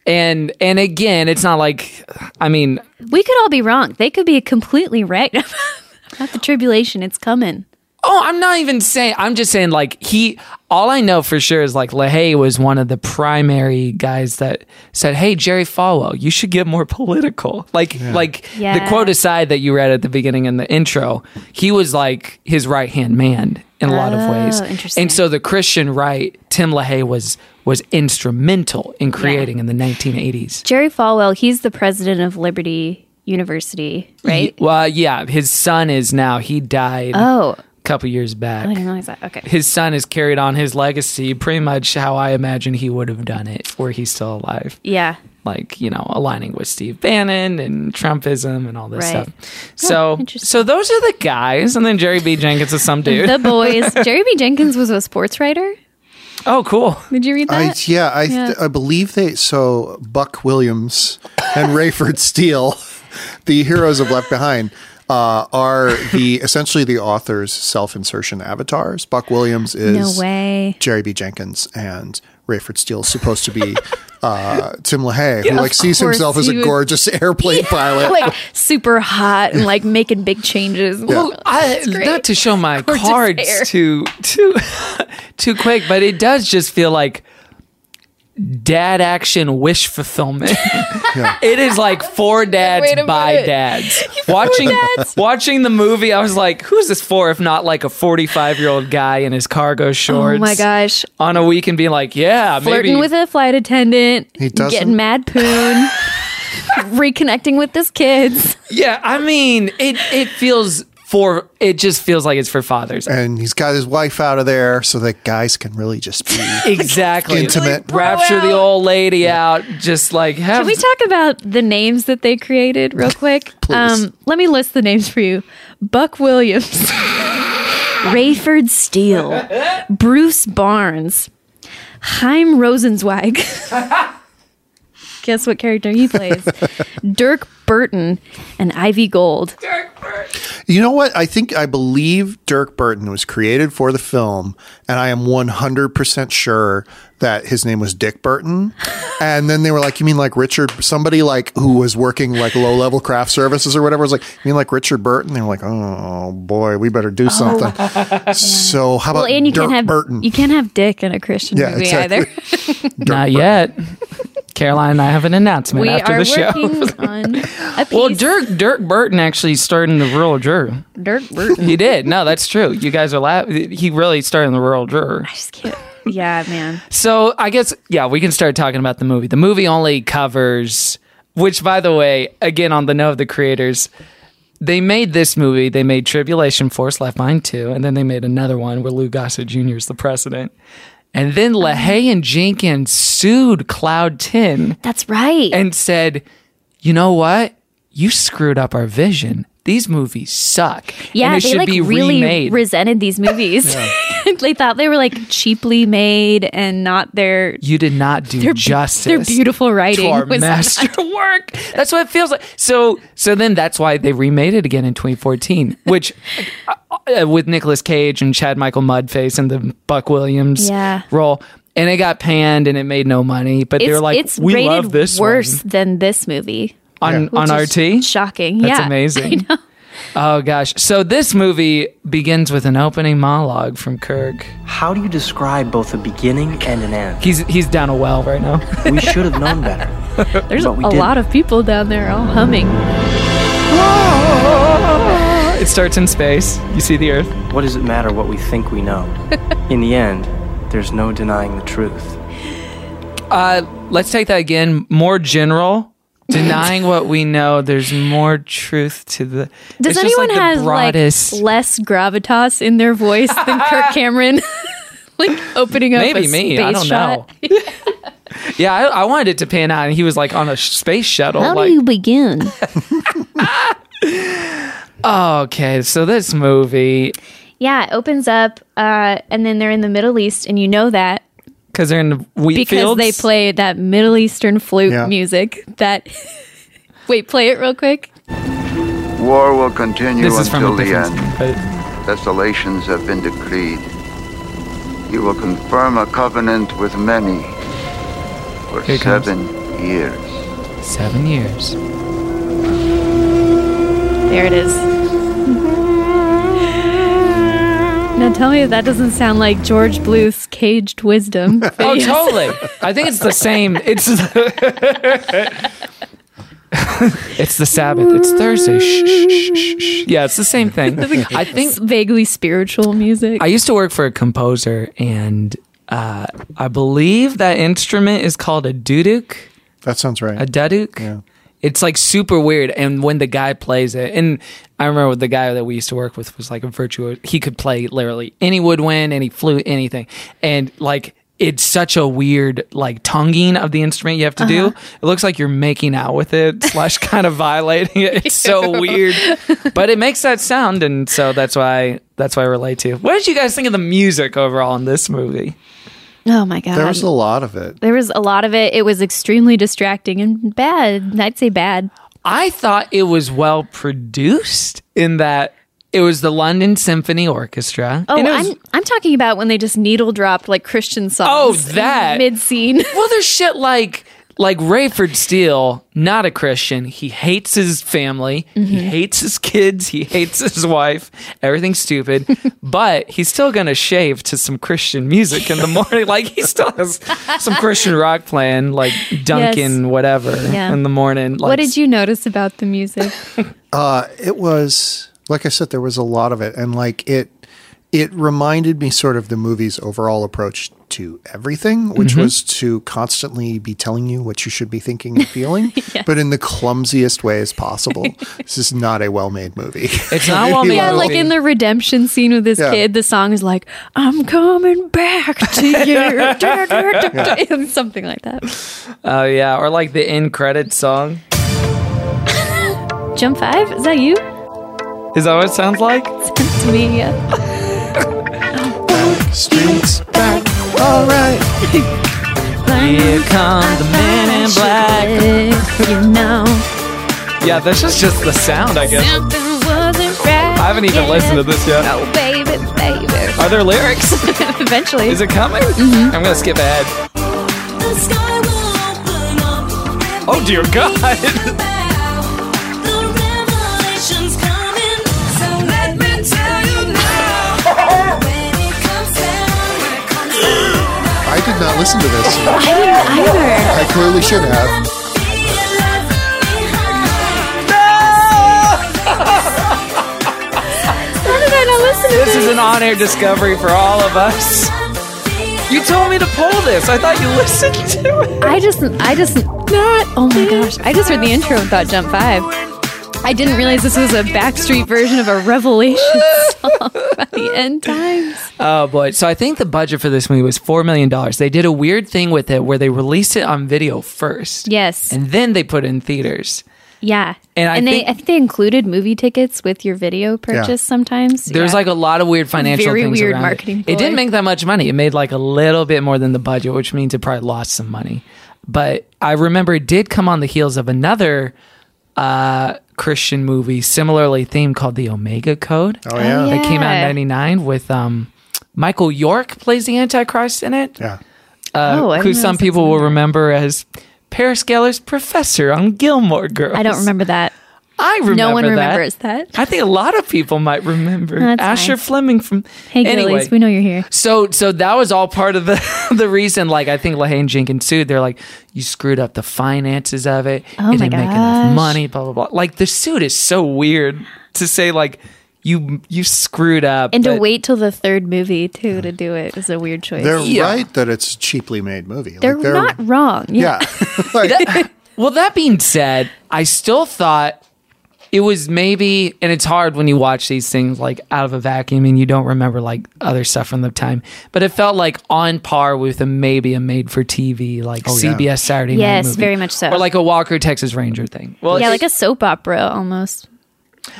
Speaker 1: And and again, it's not like I mean
Speaker 4: We could all be wrong. They could be completely right <laughs> about the tribulation. It's coming.
Speaker 1: Oh, I'm not even saying. I'm just saying, like he. All I know for sure is like LaHaye was one of the primary guys that said, "Hey, Jerry Falwell, you should get more <laughs> political." Like, like the
Speaker 4: Yeah.
Speaker 1: quote aside that you read at the beginning in the intro, he was like his right hand man in a lot of ways.
Speaker 4: Oh, interesting.
Speaker 1: And so the Christian right, Tim LaHaye was was instrumental in creating in the 1980s.
Speaker 4: Jerry Falwell. He's the president of Liberty University, right?
Speaker 1: Well, yeah, his son is now. He died
Speaker 4: Oh,
Speaker 1: a couple years back.
Speaker 4: I didn't realize that. Okay.
Speaker 1: his son has carried on his legacy pretty much how I imagine he would have done it were he still alive.
Speaker 4: Yeah.
Speaker 1: Like, you know, aligning with Steve Bannon and Trumpism and all this
Speaker 4: Right.
Speaker 1: stuff. So
Speaker 4: interesting.
Speaker 1: so those are the guys. And then Jerry B. Jenkins is some dude.
Speaker 4: <laughs> The boys. Jerry B. Jenkins was a sports writer.
Speaker 1: oh, cool.
Speaker 4: Did you read
Speaker 5: I,
Speaker 4: that?
Speaker 5: yeah, I,
Speaker 4: Yeah.
Speaker 5: I believe they. So Buck Williams and Rayford Steele, <laughs> the heroes of Left Behind, uh, are the essentially the author's self-insertion avatars. Buck Williams
Speaker 4: no
Speaker 5: is <laughs>
Speaker 4: way.
Speaker 5: Jerry B. Jenkins and Rayford Steele supposed to be uh, Tim LaHaye, who like sees
Speaker 4: course
Speaker 5: himself as
Speaker 4: he
Speaker 5: a
Speaker 4: was-
Speaker 5: gorgeous
Speaker 4: <laughs>
Speaker 5: airplane pilot.
Speaker 4: Like super hot and like making big changes.
Speaker 1: Well,
Speaker 4: <laughs>
Speaker 1: I, not to show my
Speaker 4: Gorgeous
Speaker 1: cards
Speaker 4: hair.
Speaker 1: too too <laughs> too quick, but it does just feel like dad action wish fulfillment. It is like for dads
Speaker 4: Wait a
Speaker 1: by
Speaker 4: minute. <laughs>
Speaker 1: dads. Watching watching the movie, I was like, who's this for if not like a 45-year-old guy in his cargo shorts?
Speaker 4: Oh my gosh.
Speaker 1: On a weekend being like, yeah,
Speaker 4: flirting
Speaker 1: maybe
Speaker 4: with a flight attendant,
Speaker 5: He doesn't-
Speaker 4: getting mad poon, <laughs> reconnecting with his kids.
Speaker 1: Yeah, I mean, it it feels for it just feels like it's for fathers.
Speaker 5: and he's got his wife out of there so that guys can really just be <laughs>
Speaker 1: Exactly.
Speaker 5: Intimate.
Speaker 1: Like, rapture the
Speaker 4: Wow.
Speaker 1: old lady out. Just like have
Speaker 4: Can we talk about the names that they created real quick?
Speaker 5: <laughs>
Speaker 4: Um,
Speaker 5: Please.
Speaker 4: let me list the names for you Buck
Speaker 5: <laughs>
Speaker 4: Williams, Rayford Steele, Bruce Barnes, Heim
Speaker 5: <laughs>
Speaker 4: Rosenzweig. Guess what character he
Speaker 5: <laughs>
Speaker 4: plays? Dirk Burton and Ivy Gold.
Speaker 5: Uh, You know what? I think I believe Dirk Burton was created for the film, and I am 100% sure that his name was
Speaker 4: <laughs>
Speaker 5: Dick Burton. And then they were like, You mean like Richard, somebody like who was working like low level craft services or whatever was like, You mean like Richard Burton? They were like, Oh boy, we better do something.
Speaker 4: <laughs>
Speaker 5: so, how about
Speaker 4: Well, and you
Speaker 5: Dirk
Speaker 4: can't have
Speaker 5: Burton?
Speaker 4: you can't have Dick in a Christian
Speaker 5: Yeah,
Speaker 4: movie
Speaker 5: exactly.
Speaker 4: either.
Speaker 1: Not yet. <laughs> Caroline and I have an announcement
Speaker 4: we
Speaker 1: after
Speaker 4: are
Speaker 1: the show.
Speaker 4: <laughs> working on a
Speaker 1: <laughs>
Speaker 4: piece.
Speaker 1: Well, Dirk Dirk Burton actually starred in the Rural Juror.
Speaker 4: Dirk <laughs> Burton.
Speaker 1: He did. No, that's true. You guys are laughing. He really starred in the Rural Juror.
Speaker 4: I just can't. Yeah, man.
Speaker 1: So I guess yeah, we can start talking about the movie. The movie only covers, which by the way, again on the note of the creators, they made this movie. They made Tribulation Force Left Behind two, and then they made another one where Lou Gossett Jr. is the president. And then
Speaker 4: Mm-hmm.
Speaker 1: LaHaye and Jenkins sued Cloud Ten
Speaker 4: <laughs> That's right.
Speaker 1: and said, "You know what? You screwed up our vision. These movies suck.
Speaker 4: Yeah,
Speaker 1: and it
Speaker 4: they
Speaker 1: should
Speaker 4: like
Speaker 1: be
Speaker 4: really
Speaker 1: remade."
Speaker 4: resented these movies. <laughs> they thought they were like cheaply made and not their
Speaker 1: you did not do
Speaker 4: their
Speaker 1: justice.
Speaker 4: Their beautiful writing
Speaker 1: to our
Speaker 4: <laughs> was
Speaker 1: masterwork. That's what it feels like. So, so then that's why they remade it again in 2014, which uh, uh, with Nicolas Cage and Chad Michael Mudface and the Buck Williams
Speaker 4: Yeah.
Speaker 1: role, and it got panned and it made no money. But
Speaker 4: It's,
Speaker 1: they're like,
Speaker 4: it's
Speaker 1: we
Speaker 4: rated
Speaker 1: love this
Speaker 4: worse
Speaker 1: one.
Speaker 4: than this movie.
Speaker 1: on on
Speaker 4: which
Speaker 1: RT.
Speaker 4: is Shocking.
Speaker 1: That's
Speaker 4: yeah. <laughs>
Speaker 1: amazing. Oh gosh! So this movie begins with an opening monologue from Kirk.
Speaker 6: How do you describe both a beginning and an end?
Speaker 1: He's he's down a well right now. <laughs>
Speaker 6: We should have known better.
Speaker 4: There's a
Speaker 6: But we didn't.
Speaker 4: lot of people down there all humming.
Speaker 1: it starts in space. You see the Earth.
Speaker 6: What does it matter what we think we know? In the end, there's no denying the truth.
Speaker 1: Uh, let's take that again. More general, denying what we know. There's more truth to the.
Speaker 4: Does
Speaker 1: it's just
Speaker 4: anyone
Speaker 1: like the
Speaker 4: have
Speaker 1: broadest,
Speaker 4: like less gravitas in their voice
Speaker 1: <laughs>
Speaker 4: than Kirk Cameron? <laughs> like opening up
Speaker 1: maybe
Speaker 4: a
Speaker 1: me?
Speaker 4: space
Speaker 1: I don't
Speaker 4: shot.
Speaker 1: know. yeah, I, I wanted it to pan out, and he was like on a sh- space shuttle.
Speaker 4: How
Speaker 1: like,
Speaker 4: do you begin?
Speaker 1: okay, so this movie
Speaker 4: yeah, it opens up, uh, and then they're in the Middle East, and you know that
Speaker 1: because they're in the wheat
Speaker 4: because
Speaker 1: fields.
Speaker 4: they play that Middle Eastern flute
Speaker 5: Yeah.
Speaker 4: music. That <laughs> wait, play it real quick.
Speaker 7: War will continue
Speaker 1: This is from
Speaker 7: until
Speaker 1: a
Speaker 7: the
Speaker 1: different.
Speaker 7: end.
Speaker 1: but-
Speaker 7: Desolations have been decreed. You will confirm a covenant with many for
Speaker 1: Here it comes.
Speaker 7: seven years.
Speaker 1: seven years.
Speaker 4: There it is. Now tell me if that doesn't sound like George Bluth's Caged Wisdom.
Speaker 1: <laughs> Oh,
Speaker 4: videos.
Speaker 1: totally. I think it's the same. It's <laughs> it's the Sabbath. It's Thursday. Shh, shh, shh, shh, shh. Yeah, it's the same thing. <laughs> I think
Speaker 4: Vaguely spiritual music.
Speaker 1: I used to work for a composer, and uh, I believe that instrument is called a duduk,
Speaker 5: That sounds right.
Speaker 1: a duduk.
Speaker 5: Yeah.
Speaker 1: It's like super weird. And when the guy plays it, and I remember the guy that we used to work with was like a virtuoso. He could play literally any woodwind, any flute, anything. And like, it's such a weird like tonguing of the instrument you have to do. It looks like you're making out with it slash kind of violating it. It's so weird, but it makes that sound, and so that's why that's why I relate to. What did you guys think of the music overall in this movie?
Speaker 4: oh my god.
Speaker 5: there was a lot of it.
Speaker 4: there was a lot of it. It was extremely distracting and bad. I'd say bad.
Speaker 1: I thought it was well produced in that it was the London Symphony Orchestra.
Speaker 4: Oh,
Speaker 1: And it was-
Speaker 4: I'm I'm talking about when they just needle dropped like Christian songs.
Speaker 1: Oh, that.
Speaker 4: mid scene.
Speaker 1: well, there's shit like like Rayford Steele, not a Christian. He hates his family.
Speaker 4: Mm-hmm.
Speaker 1: He hates his kids. He hates his wife. Everything's
Speaker 4: <laughs>
Speaker 1: stupid. but he's still gonna shave to some Christian music in the morning. like he still has some Christian rock playing, like Duncan, whatever,
Speaker 4: Yeah.
Speaker 1: in the morning. Like,
Speaker 4: <laughs> what did you notice about the
Speaker 1: <laughs>
Speaker 4: music?
Speaker 5: it was like I said, there was a lot of it, and like it, it reminded me sort of the movie's overall approach to everything, which
Speaker 4: Mm-hmm.
Speaker 5: was to constantly be telling you what you should be thinking
Speaker 4: <laughs>
Speaker 5: and feeling, but in the clumsiest ways possible. this is not a well made movie.
Speaker 1: It's
Speaker 5: <laughs>
Speaker 1: not well made.
Speaker 4: <laughs> Yeah, like in the redemption scene with this
Speaker 5: Yeah.
Speaker 4: kid, the song is like, I'm coming back to
Speaker 1: <laughs>
Speaker 4: <laughs> you. Something like that.
Speaker 1: Oh yeah, or like the end credit song.
Speaker 4: Jump five? Is that you?
Speaker 1: Is that what it sounds like?
Speaker 4: That's me. yeah.
Speaker 5: Streets back, all right.
Speaker 1: Here come the men in black.
Speaker 4: You know.
Speaker 1: Yeah, this is just the sound, I guess.
Speaker 4: Something wasn't right.
Speaker 1: I haven't even listened to this yet.
Speaker 4: Oh, baby, baby. <laughs>
Speaker 1: Are there lyrics?
Speaker 4: Eventually.
Speaker 1: Is it coming? I'm gonna skip ahead. Oh dear God!
Speaker 5: I did not listen to this.
Speaker 4: I didn't either.
Speaker 5: I clearly should have.
Speaker 4: How did I not listen to
Speaker 1: This is an on-air discovery for all of us. You told me to pull this. I thought you listened to it.
Speaker 4: I just, I just, not. Oh my gosh! I just heard the intro and thought Jump Five. I didn't realize this was a Backstreet version of a Revelation <laughs> song by the End Times.
Speaker 1: Oh boy! So I think the budget for this movie was four million dollars. They did a weird thing with it where they released it on video first,
Speaker 4: Yes,
Speaker 1: and then they put it in theaters.
Speaker 4: yeah,
Speaker 1: And
Speaker 4: and,
Speaker 1: I
Speaker 4: they,
Speaker 1: think-
Speaker 4: I think they included movie tickets with your video purchase sometimes.
Speaker 1: There's
Speaker 4: Yeah.
Speaker 1: like a lot of weird financial
Speaker 4: Very
Speaker 1: things
Speaker 4: weird
Speaker 1: around
Speaker 4: marketing
Speaker 1: It. it didn't
Speaker 4: ploy.
Speaker 1: make that much money. It made like a little bit more than the budget, which means it probably lost some money. But I remember it did come on the heels of another uh, Christian movie, similarly themed, called The Omega Code.
Speaker 5: Oh, yeah.
Speaker 4: yeah.
Speaker 1: That came out in '99 with um, Michael York plays the Antichrist in it,
Speaker 5: Yeah.
Speaker 1: uh,
Speaker 4: Oh, I didn't
Speaker 1: who
Speaker 4: realize
Speaker 1: some
Speaker 4: that's
Speaker 1: people will remember as Paris Geller's professor on Gilmore Girls.
Speaker 4: I don't
Speaker 1: <laughs>
Speaker 4: remember that.
Speaker 1: I remember.
Speaker 4: no one
Speaker 1: that.
Speaker 4: remembers that.
Speaker 1: I think a lot of people might remember
Speaker 4: Oh, That's
Speaker 1: Asher
Speaker 4: fine.
Speaker 1: Fleming from.
Speaker 4: Hey,
Speaker 1: anyway,
Speaker 4: Gillies, we know you're here.
Speaker 1: So, so that was all part of the <laughs> the reason. Like, I think Lahane Jenkins sued. They're like, you screwed up the finances of it.
Speaker 4: Oh
Speaker 1: you
Speaker 4: my
Speaker 1: didn't make enough
Speaker 4: gosh.
Speaker 1: money. Blah blah blah. Like, the suit is so weird to say. Like, you you screwed up.
Speaker 4: And to
Speaker 1: but-
Speaker 4: wait till the third movie too to do it is a weird choice.
Speaker 5: They're
Speaker 4: They're,
Speaker 5: right that it's a cheaply made movie. Like,
Speaker 4: not wrong. Yeah. <laughs>
Speaker 5: Yeah. <laughs> like,
Speaker 1: Well, that being said, I still thought it was maybe, and it's hard when you watch these things like out of a vacuum and you don't remember like other stuff from the time, but it felt like on par with a maybe a made for TV, like
Speaker 5: yeah.
Speaker 1: CBS Saturday night.
Speaker 4: Yes,
Speaker 1: movie.
Speaker 4: very much so.
Speaker 1: Or like a Walker Texas Ranger thing. Well,
Speaker 4: yeah,
Speaker 1: it-
Speaker 4: like a soap opera almost.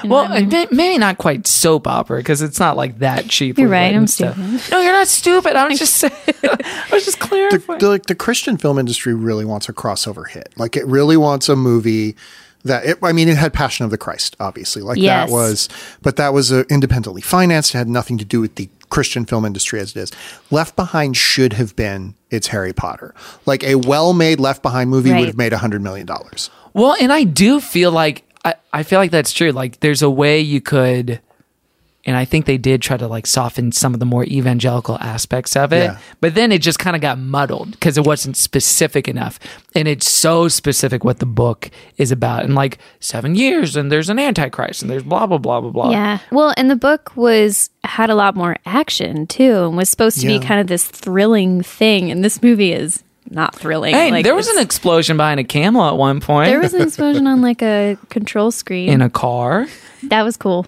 Speaker 1: well, and may- maybe not quite soap opera because it's not like that cheap.
Speaker 4: You're right, I'm
Speaker 1: No, you're not stupid.
Speaker 4: <laughs>
Speaker 1: I was just saying. <laughs> I was just clarifying.
Speaker 5: the, like the Christian film industry really wants a crossover hit. Like it really wants a movie that it, I mean, it had Passion of the Christ, obviously. Like
Speaker 4: Yes.
Speaker 5: that was, but that was uh, independently financed. It had nothing to do with the Christian film industry as it is. Left Behind should have been its Harry Potter. Like a well-made Left Behind movie
Speaker 4: Right.
Speaker 5: would have made a hundred million dollars.
Speaker 1: Well, and I do feel like I, I feel like that's true. Like there's a way you could and I think they did try to like soften some of the more evangelical aspects of it.
Speaker 5: Yeah.
Speaker 1: But then it just kind of got muddled because it wasn't specific enough. And it's so specific what the book is about. And like seven years and there's an antichrist and there's blah blah blah blah blah.
Speaker 4: Yeah. Well, and the book was had a lot more action too, and was supposed to
Speaker 5: Yeah.
Speaker 4: be kind of this thrilling thing. And this movie is not thrilling.
Speaker 1: Hey, there was
Speaker 4: it's-
Speaker 1: an explosion behind a camel at one point.
Speaker 4: there was an explosion on like a control screen.
Speaker 1: in a car.
Speaker 4: that was cool.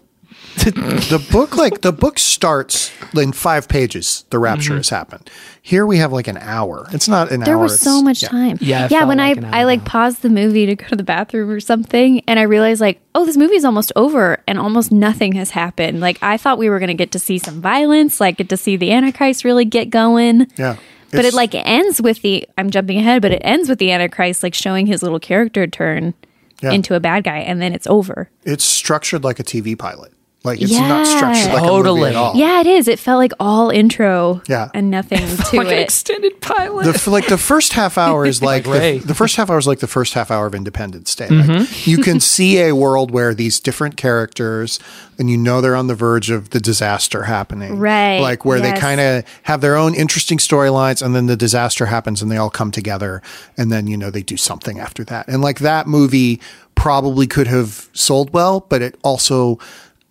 Speaker 5: The book, like the book starts in five pages. The rapture has happened. Here we have like an hour. It's not an
Speaker 4: Mm-hmm. There
Speaker 5: hour.
Speaker 4: was
Speaker 5: it's-
Speaker 4: so much
Speaker 5: yeah.
Speaker 4: time.
Speaker 1: Yeah, it
Speaker 4: yeah.
Speaker 1: felt
Speaker 4: When
Speaker 1: like an hour
Speaker 4: I I like paused the movie to go to the bathroom or something, and I realized like, oh, this movie's almost over, and almost nothing has happened. Like I thought we were gonna get to see some violence, like get to see the Antichrist really get going.
Speaker 5: Yeah.
Speaker 4: But
Speaker 5: It's-
Speaker 4: it like ends with the I'm jumping ahead, but it ends with the Antichrist like showing his little character turn
Speaker 5: Yeah.
Speaker 4: into a bad guy, and then it's over.
Speaker 5: it's structured like a TV pilot. Like it's not
Speaker 4: Yeah.
Speaker 5: structured like a movie
Speaker 1: Totally.
Speaker 5: at all.
Speaker 4: Yeah, it is. It felt like all intro,
Speaker 5: Oh. Yeah.
Speaker 4: and
Speaker 5: <laughs>
Speaker 4: nothing to
Speaker 1: Like an
Speaker 4: it.
Speaker 1: extended pilot. <laughs>
Speaker 5: The f- like the first half
Speaker 4: <laughs>
Speaker 5: hour is like,
Speaker 1: Like Ray.
Speaker 5: the, the first half hour is like the first half hour of Independence Day. Like,
Speaker 4: Mm-hmm.
Speaker 5: you can see a world where these different characters, and you know they're on the verge of the disaster happening.
Speaker 4: Right.
Speaker 5: like where they
Speaker 4: Yes.
Speaker 5: kind of have their own interesting storylines, and then the disaster happens, and they all come together, and then you know they do something after that. And like that movie probably could have sold well, but it also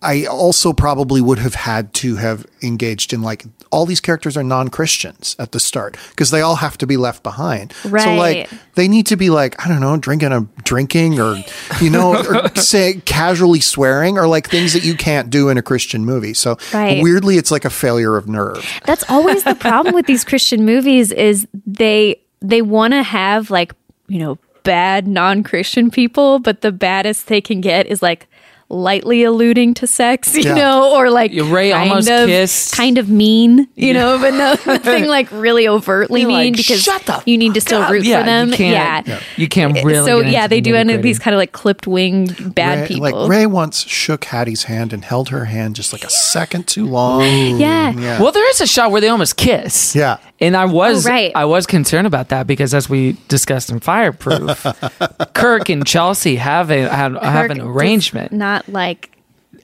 Speaker 5: I also probably would have had to have engaged in like all these characters are non-Christians at the start because they all have to be left behind. So
Speaker 4: Right.
Speaker 5: like they need to be like I don't know, drinking a drinking or you
Speaker 4: <laughs>
Speaker 5: know, or say casually swearing or like things that you can't do in a Christian movie. So
Speaker 4: Right.
Speaker 5: weirdly, it's like a failure of nerve.
Speaker 4: That's always the problem with these Christian movies is they they want to have like, you know, bad non-Christian people, but the baddest they can get is like lightly alluding to sex, you
Speaker 5: Yeah.
Speaker 4: know, or like
Speaker 1: Yeah, Ray
Speaker 4: kind
Speaker 1: almost
Speaker 4: of,
Speaker 1: kissed.
Speaker 4: kind of mean, you know,
Speaker 1: <laughs>
Speaker 4: but no, nothing like really overtly
Speaker 1: You're
Speaker 4: mean
Speaker 1: like,
Speaker 4: because
Speaker 1: "Shut the
Speaker 4: you need to still
Speaker 1: God,
Speaker 4: root
Speaker 1: yeah,
Speaker 4: for them.
Speaker 1: You can't,
Speaker 4: yeah. Uh,
Speaker 1: You can't really.
Speaker 4: so
Speaker 1: get
Speaker 4: yeah,
Speaker 1: into the
Speaker 4: they do end up
Speaker 1: nitty-gritty.
Speaker 4: these kind of like clipped winged bad
Speaker 5: Ray-
Speaker 4: people.
Speaker 5: Like Ray once shook Hattie's hand and held her hand just like a second too long.
Speaker 4: yeah.
Speaker 1: Well, there is a shot where they almost kiss.
Speaker 5: Yeah.
Speaker 1: And I was
Speaker 4: Oh, right.
Speaker 1: I was concerned about that because as we discussed in
Speaker 5: <laughs>
Speaker 1: Fireproof, Kirk and Chelsea have a have, have
Speaker 4: Kirk
Speaker 1: an
Speaker 4: does
Speaker 1: arrangement.
Speaker 4: Not like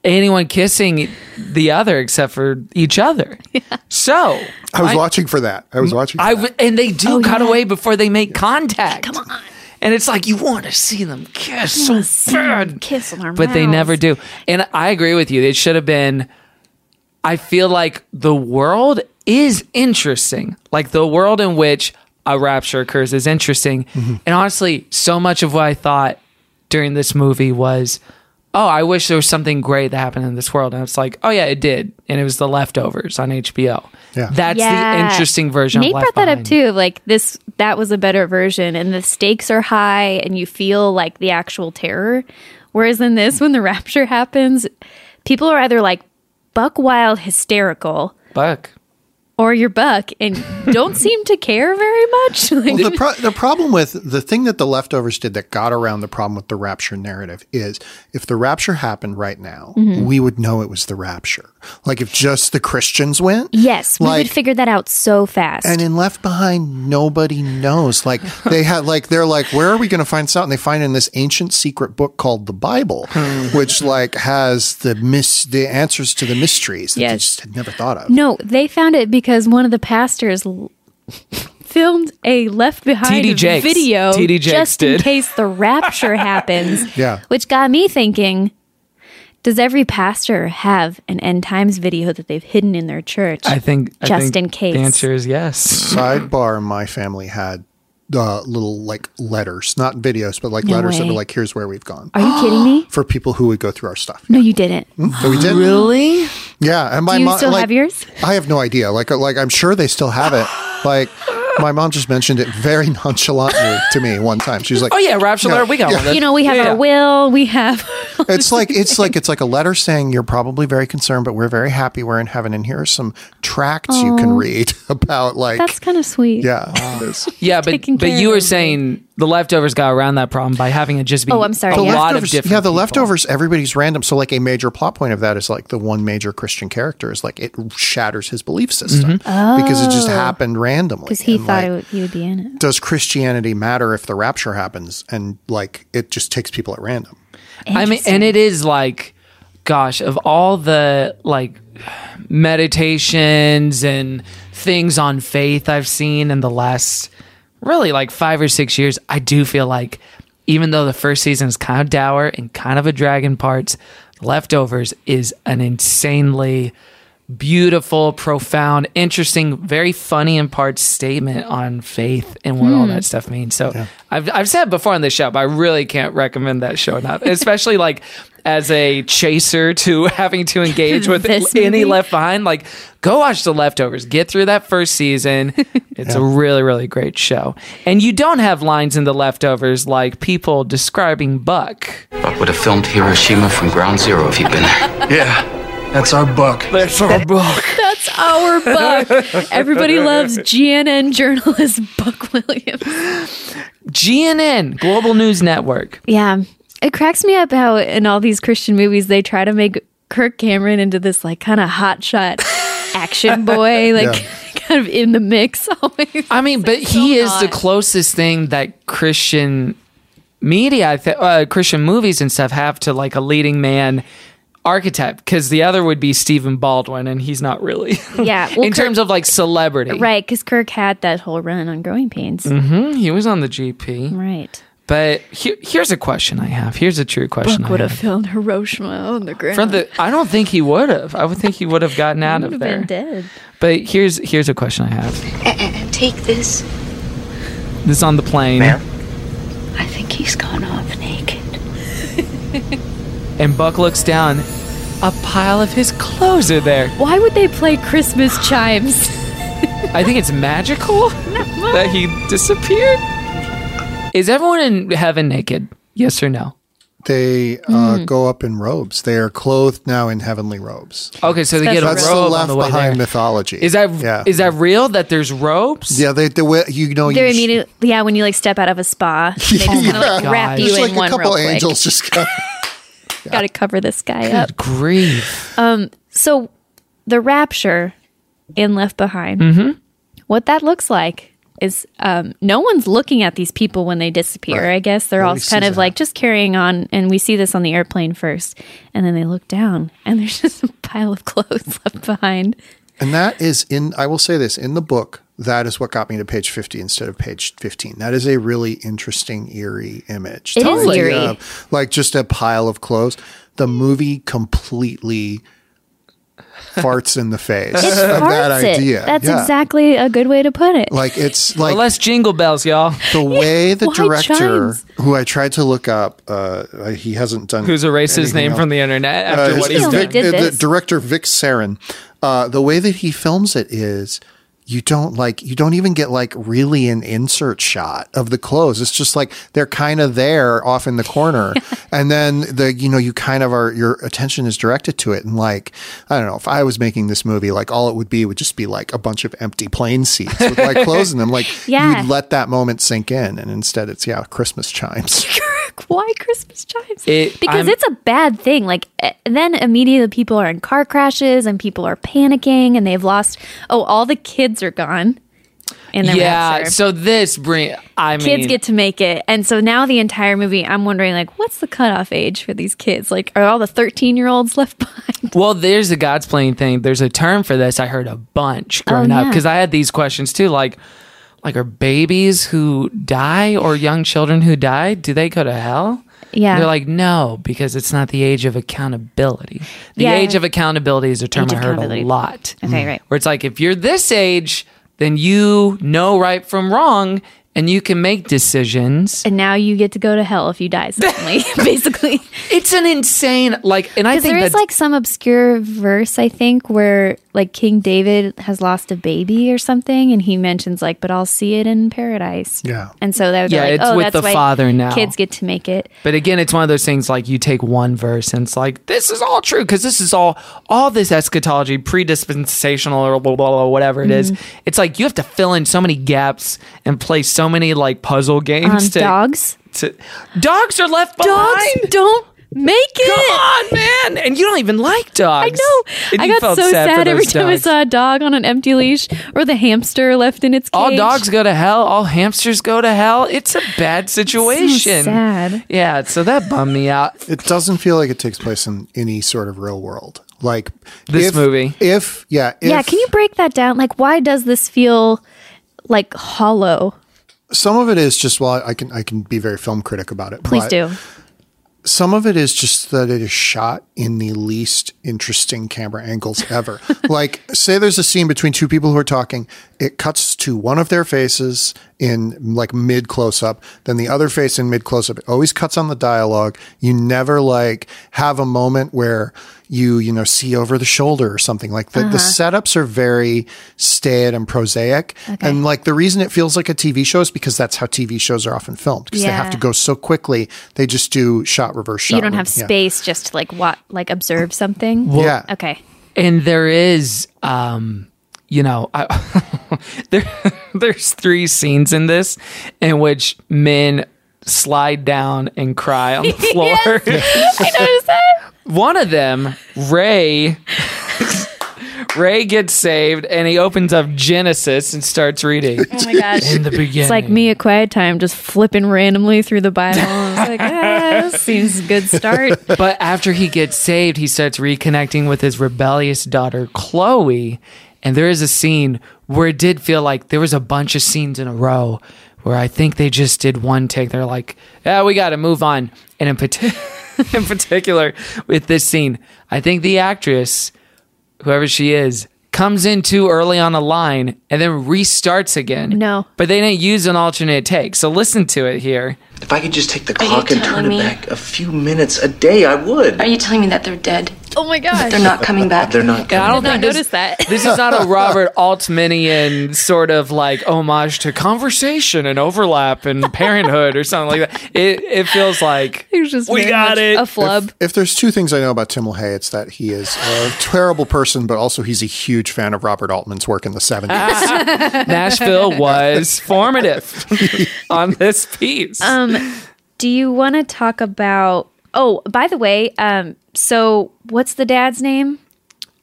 Speaker 1: Anyone kissing the other except for each other. So
Speaker 5: I was watching for that. I was watching. For
Speaker 1: I
Speaker 5: that.
Speaker 1: w- and they
Speaker 4: Oh,
Speaker 1: do cut away before they make contact. Come on. And it's like you want to see them kiss so bad,
Speaker 4: kiss on our
Speaker 1: but they
Speaker 4: mouths.
Speaker 1: never do. And I agree with you. It should have been. I feel like the world is interesting. Like the world in which a rapture occurs is interesting. And honestly, so much of what I thought during this movie was, oh, I wish there was something great that happened in this world. And it's like, oh yeah, it did. And it was the leftovers on HBO.
Speaker 5: Yeah.
Speaker 1: That's the interesting version
Speaker 4: Nate
Speaker 1: of Left
Speaker 4: brought that
Speaker 1: Behind.
Speaker 4: up too. of, Like this, that was a better version, and the stakes are high, and you feel like the actual terror. Whereas in this, when the <laughs> rapture happens, people are either like buck wild, hysterical,
Speaker 1: Buck.
Speaker 4: or you're buck and don't seem to care very much. <laughs> Like,
Speaker 5: Well, the, pro- the problem with the thing that the leftovers did that got around the problem with the rapture narrative is if the rapture happened right now,
Speaker 4: Mm-hmm.
Speaker 5: we would know it was the rapture. Like if just the Christians went.
Speaker 4: yes, we
Speaker 5: like-
Speaker 4: would figure that out so fast.
Speaker 5: And in Left Behind, nobody
Speaker 4: <laughs>
Speaker 5: knows. Like they had, like they're like, where are we going to find this out? And they find in this ancient secret book called the Bible,
Speaker 4: Hmm.
Speaker 5: which like has the mis- the answers to the mysteries that they
Speaker 4: Yes.
Speaker 5: just had never thought of.
Speaker 4: no, they found it because one of the pastors. l- <laughs> Filmed a left behind
Speaker 1: T.D. Jakes.
Speaker 4: video
Speaker 1: T.D. Jakes
Speaker 4: just in
Speaker 1: did.
Speaker 4: case the rapture <laughs> happens.
Speaker 5: Yeah.
Speaker 4: Which got me thinking Does every pastor have an end times video that they've hidden in their church?
Speaker 1: I think I
Speaker 4: Just
Speaker 1: think
Speaker 4: in case.
Speaker 1: The answer is yes.
Speaker 5: Sidebar: My family had uh, little like letters, not videos, but like letters that
Speaker 4: way.
Speaker 5: were like, "Here's where we've gone."
Speaker 4: Are you kidding me?
Speaker 5: for people who would go through
Speaker 4: <gasps>
Speaker 5: our stuff.
Speaker 4: No, you didn't.
Speaker 5: So we did.
Speaker 1: Really?
Speaker 5: Yeah. And Mm-hmm. my
Speaker 4: Do you
Speaker 5: mom
Speaker 4: still
Speaker 5: like,
Speaker 4: have yours?
Speaker 5: I have no idea. Like like I'm sure they still have it. Like my mom just mentioned it very <laughs> nonchalantly to me one time. She was like,
Speaker 1: Oh yeah, rapture alert, We got one.
Speaker 4: You know, we have
Speaker 1: Yeah.
Speaker 4: our will, we
Speaker 5: <laughs>
Speaker 4: have.
Speaker 5: It's like it's
Speaker 1: <laughs>
Speaker 5: like it's like a letter saying you're probably very concerned, but we're very happy we're in heaven, and here are some tracts you can read <laughs> about like
Speaker 4: That's kind of sweet.
Speaker 5: yeah. This-
Speaker 1: yeah, but
Speaker 4: taking
Speaker 1: but
Speaker 4: care
Speaker 1: you
Speaker 4: of
Speaker 1: were
Speaker 4: it.
Speaker 1: saying the leftovers got around that problem by having it just be.
Speaker 4: Oh, I'm sorry,
Speaker 1: <laughs> A
Speaker 4: yeah.
Speaker 1: lot of
Speaker 5: leftovers-
Speaker 1: different.
Speaker 5: yeah, the
Speaker 1: people.
Speaker 5: leftovers. Everybody's random. So, like a major plot point of that is like the one major Christian character is like it shatters his belief system
Speaker 1: Mm-hmm.
Speaker 5: because it
Speaker 1: Oh.
Speaker 5: just happened randomly.
Speaker 4: Because he
Speaker 5: And,
Speaker 4: thought
Speaker 5: like,
Speaker 4: it would, he would be in it.
Speaker 5: does Christianity matter if the rapture happens? And like, it just takes people at random.
Speaker 1: I mean, and it is like, gosh, of all the like meditations and things on faith I've seen in the last really like five or six years, I do feel like even though the first season is kind of dour and kind of a drag in parts, Leftovers is an insanely beautiful, profound, interesting, very funny in parts statement on faith and what
Speaker 4: Hmm.
Speaker 1: all that stuff means. So I've, I've said before on this show, but I really can't recommend that show enough, especially like as a chaser to <laughs> having to
Speaker 4: <laughs>
Speaker 1: engage with
Speaker 4: This
Speaker 1: any
Speaker 4: movie?
Speaker 1: left behind. Like, go watch The Leftovers, get through that first
Speaker 4: <laughs>
Speaker 1: season. It's a really, really great show. And you don't have lines in The Leftovers like people describing Buck.
Speaker 8: Buck would have filmed Hiroshima from ground zero if he'd been there.
Speaker 6: Yeah, that's our buck.
Speaker 1: That's our Buck.
Speaker 4: That's our
Speaker 5: <laughs>
Speaker 4: buck. Everybody loves GNN journalist Buck Williams.
Speaker 1: GNN, Global News Network.
Speaker 4: Yeah. It cracks me up how in all these Christian movies they try to make Kirk Cameron into this like kind of
Speaker 1: <laughs>
Speaker 4: hotshot action boy, like <laughs> kind of in the mix <laughs> always.
Speaker 1: I mean, but
Speaker 4: so
Speaker 1: he is the
Speaker 4: not.
Speaker 1: closest thing that Christian media, I thi- uh, Christian movies and stuff have to like a leading man archetype because the other would be Stephen Baldwin, and he's not really. <laughs>
Speaker 4: Yeah, well,
Speaker 1: in
Speaker 4: Kirk-
Speaker 1: terms of like celebrity,
Speaker 5: Mm-hmm.
Speaker 1: Mm-hmm.
Speaker 4: Right, because Kirk had that whole run on Growing Pains.
Speaker 1: He was on the GP,
Speaker 4: Right.
Speaker 1: But he- here's a question I have. Here's a true question. I
Speaker 4: would have
Speaker 1: have.
Speaker 4: found Hiroshima on the ground.
Speaker 1: From the, I don't think he would have. I would think he would have gotten out of there. But here's here's a question I have.
Speaker 9: Uh, Take this.
Speaker 1: This on the plane,
Speaker 9: I think he's gone off naked.
Speaker 1: <laughs> and Buck looks down. A pile of his clothes are there.
Speaker 4: Why would they play Christmas chimes?
Speaker 1: I think it's magical <laughs> that he disappeared. Is everyone in heaven naked? Yes or no?
Speaker 5: They
Speaker 1: Hmm.
Speaker 5: uh, go up in robes. They are clothed now in heavenly robes.
Speaker 1: Okay, so they get a
Speaker 4: Special
Speaker 5: That's
Speaker 1: robe
Speaker 5: the
Speaker 1: on
Speaker 5: left
Speaker 1: the way
Speaker 5: behind
Speaker 1: there.
Speaker 5: mythology.
Speaker 1: Is that is
Speaker 5: yeah?
Speaker 1: that real that there's robes?
Speaker 5: yeah? They, they, we- you know,
Speaker 4: They're
Speaker 5: you sh-
Speaker 4: immediately, yeah, when you like step out of a
Speaker 5: <laughs>
Speaker 4: spa, they just kind of like
Speaker 1: God.
Speaker 4: wrap you
Speaker 5: There's
Speaker 4: in
Speaker 5: like
Speaker 4: one
Speaker 5: a couple
Speaker 4: real quick.
Speaker 5: angels just go,
Speaker 4: Got to cover this guy up.
Speaker 1: Good grief.
Speaker 4: So, the rapture in Left Behind,
Speaker 5: Mm-hmm.
Speaker 4: what that looks like is um, no one's looking at these people when they disappear. I guess they're all
Speaker 5: Nobody
Speaker 4: kind
Speaker 5: sees
Speaker 4: of
Speaker 5: that.
Speaker 4: like just carrying on, and we see this on the airplane first, and then they look down, and there's <laughs> just a pile of clothes <laughs> left behind.
Speaker 5: and that is in. I will say this in the book. That is what got me to page fifty instead of page fifteen. That is a really interesting, eerie image.
Speaker 4: It
Speaker 5: The
Speaker 4: is
Speaker 5: idea
Speaker 4: eerie.
Speaker 5: of, like just a pile of clothes. The movie completely farts in
Speaker 4: <laughs>
Speaker 5: the face <laughs> of that
Speaker 4: Farts it.
Speaker 5: idea.
Speaker 4: That's
Speaker 5: Yeah.
Speaker 4: exactly a good way to put it.
Speaker 5: like it's like
Speaker 1: Less jingle bells, y'all.
Speaker 5: the way the
Speaker 4: why
Speaker 5: director,
Speaker 4: chimes?
Speaker 5: who I tried to look up, uh, uh, he hasn't done.
Speaker 1: Who's erased his
Speaker 5: anything
Speaker 1: name
Speaker 5: else.
Speaker 1: from the internet after
Speaker 5: Uh,
Speaker 1: what
Speaker 5: his-
Speaker 1: he's
Speaker 4: Still,
Speaker 5: Vic-
Speaker 1: done?
Speaker 4: they did
Speaker 5: uh, the
Speaker 4: this.
Speaker 5: director Vic Saren, uh, the way that he films it is you don't like you don't even get like really an insert shot of the clothes. It's just like they're kind of there off in
Speaker 4: <laughs>
Speaker 5: the corner, and then the you know you kind of are your attention is directed to it. And like I don't know if I was making this movie, like all it would be would just be like a bunch of empty plane seats
Speaker 4: <laughs>
Speaker 5: with like clothes in them. Like
Speaker 4: Yeah.
Speaker 5: you'd let that moment sink in, and instead it's yeah Christmas chimes.
Speaker 4: why Christmas chimes?
Speaker 1: It-
Speaker 4: because
Speaker 1: I'm-
Speaker 4: it's a bad thing. Like eh, then immediately people are in car crashes and people are panicking and they've lost. Oh, all the kids are gone. In the
Speaker 1: Yeah.
Speaker 4: rapture.
Speaker 1: So this bring. I mean,
Speaker 4: kids get to make it, and so now the entire movie. I'm wondering, like, what's the cutoff age for these kids? Like, are all the 13 year olds left <laughs> behind?
Speaker 1: Well, there's the God's playing thing. There's a term for this. I heard a bunch growing up
Speaker 4: Oh, yeah.
Speaker 1: because I had these questions too, like like are babies who die or young children who die do they go to hell?
Speaker 4: Yeah.
Speaker 1: They're like no because it's not the age of accountability. The
Speaker 4: Yeah.
Speaker 1: age of accountability is a term
Speaker 4: Age
Speaker 1: I
Speaker 4: of
Speaker 1: heard a
Speaker 4: accountability.
Speaker 1: lot. Mm.
Speaker 4: Okay, right.
Speaker 1: Where it's like if you're this age, then you know right from wrong and you can make decisions.
Speaker 4: And now you get to go to hell if you die suddenly, <laughs> basically.
Speaker 1: It's an insane like and I
Speaker 4: Because
Speaker 1: think
Speaker 4: there
Speaker 1: that's
Speaker 4: is like some obscure verse, I think, where like King David has lost a baby or something, and he mentions like, "But I'll see it in paradise."
Speaker 5: Yeah.
Speaker 4: and so that was
Speaker 1: Yeah,
Speaker 4: like,
Speaker 1: it's
Speaker 4: oh,
Speaker 1: with
Speaker 4: that's
Speaker 1: the
Speaker 4: why
Speaker 1: Father now.
Speaker 4: Kids get to make it.
Speaker 1: But again, it's one of those things like you take one verse and it's like, this is all true because this is all, all this eschatology, predispensational or blah, blah, blah, whatever it
Speaker 4: Mm-hmm.
Speaker 1: is. It's like you have to fill in so many gaps and play so many like puzzle
Speaker 4: Um,
Speaker 1: games. to,
Speaker 4: dogs,
Speaker 1: to- dogs are left
Speaker 4: dogs
Speaker 1: behind.
Speaker 4: don't make it.
Speaker 1: Come on, man. And you don't even like
Speaker 4: I
Speaker 1: dogs.
Speaker 4: know.
Speaker 1: And
Speaker 4: I
Speaker 1: you
Speaker 4: got
Speaker 1: felt
Speaker 4: so
Speaker 1: for
Speaker 4: sad every
Speaker 1: those
Speaker 4: time I
Speaker 1: dogs.
Speaker 4: saw a dog on an empty leash or the hamster left in its cage.
Speaker 1: All dogs go to hell. All hamsters go to hell. It's a bad situation.
Speaker 4: sad.
Speaker 1: Yeah. So that bummed me out.
Speaker 5: It doesn't feel like it takes place in any sort of real world. Like
Speaker 1: This
Speaker 5: if-
Speaker 1: movie.
Speaker 5: If yeah, if
Speaker 4: Yeah, can you break that down? Like, why does this feel like hollow?
Speaker 5: Some of it is just well, I can I can be very film critic about it.
Speaker 4: Please
Speaker 5: but
Speaker 4: do.
Speaker 5: Some of it is just that it is shot in the least interesting camera angles ever. like say there's a scene between two people who are talking, it cuts to one of their faces in like mid close up, then the other face in mid close up. It always cuts on the dialogue. You never like have a moment where you you know see over the shoulder or something like the, the setups are very staid and prosaic and like the reason it feels like a tv show is because that's how tv shows are often filmed because they have
Speaker 4: Yeah.
Speaker 5: to go so quickly they just do shot reverse shot
Speaker 4: you don't have
Speaker 5: reverse- yeah.
Speaker 4: space just to like what like observe something
Speaker 5: yeah
Speaker 4: okay
Speaker 1: and there is um you know I, <laughs> there there's three scenes in this in which men slide down and cry
Speaker 4: <laughs>
Speaker 1: on the floor
Speaker 4: i noticed that
Speaker 1: one of them ray ray gets saved and he opens up genesis and starts reading
Speaker 4: oh my gosh
Speaker 1: in the beginning
Speaker 4: it's like me at quiet time just flipping randomly through the bible I was like ah, this seems a good start
Speaker 1: but after he gets saved, he starts reconnecting with his rebellious daughter, Chloe. And there is a scene where it did feel like there was a bunch of scenes in a row where I think they just did one take. They're like, yeah, we got to move on. And in, parti- <laughs> in particular, with this scene, I think the actress, whoever she is, comes in too early on a line and then restarts again.
Speaker 4: No.
Speaker 1: But they didn't use an alternate take. So listen to it here.
Speaker 10: If I could just take the
Speaker 9: you
Speaker 10: clock and
Speaker 9: telling
Speaker 10: turn it
Speaker 9: me-
Speaker 10: back a few minutes a day, I would.
Speaker 9: Are you telling me that they're dead?
Speaker 4: <laughs> Oh my gosh.
Speaker 9: They're not coming back?
Speaker 10: They're not.
Speaker 1: And I don't think
Speaker 4: not
Speaker 1: this-
Speaker 4: notice that. <laughs>
Speaker 1: This is not a Robert Altmanian sort of like homage to conversation and overlap and parenthood or something like that. It it feels like
Speaker 4: It was just
Speaker 1: We
Speaker 4: very
Speaker 1: got
Speaker 4: much
Speaker 1: it.
Speaker 4: A flub.
Speaker 5: If there's two things I know about Tim LaHaye, it's that he is a terrible person, but also he's a huge fan of Robert Altman's work in the 70s.
Speaker 1: Nashville was formative on this piece.
Speaker 4: Um, Do you want to talk about? Oh, by the way, um, so what's the dad's name?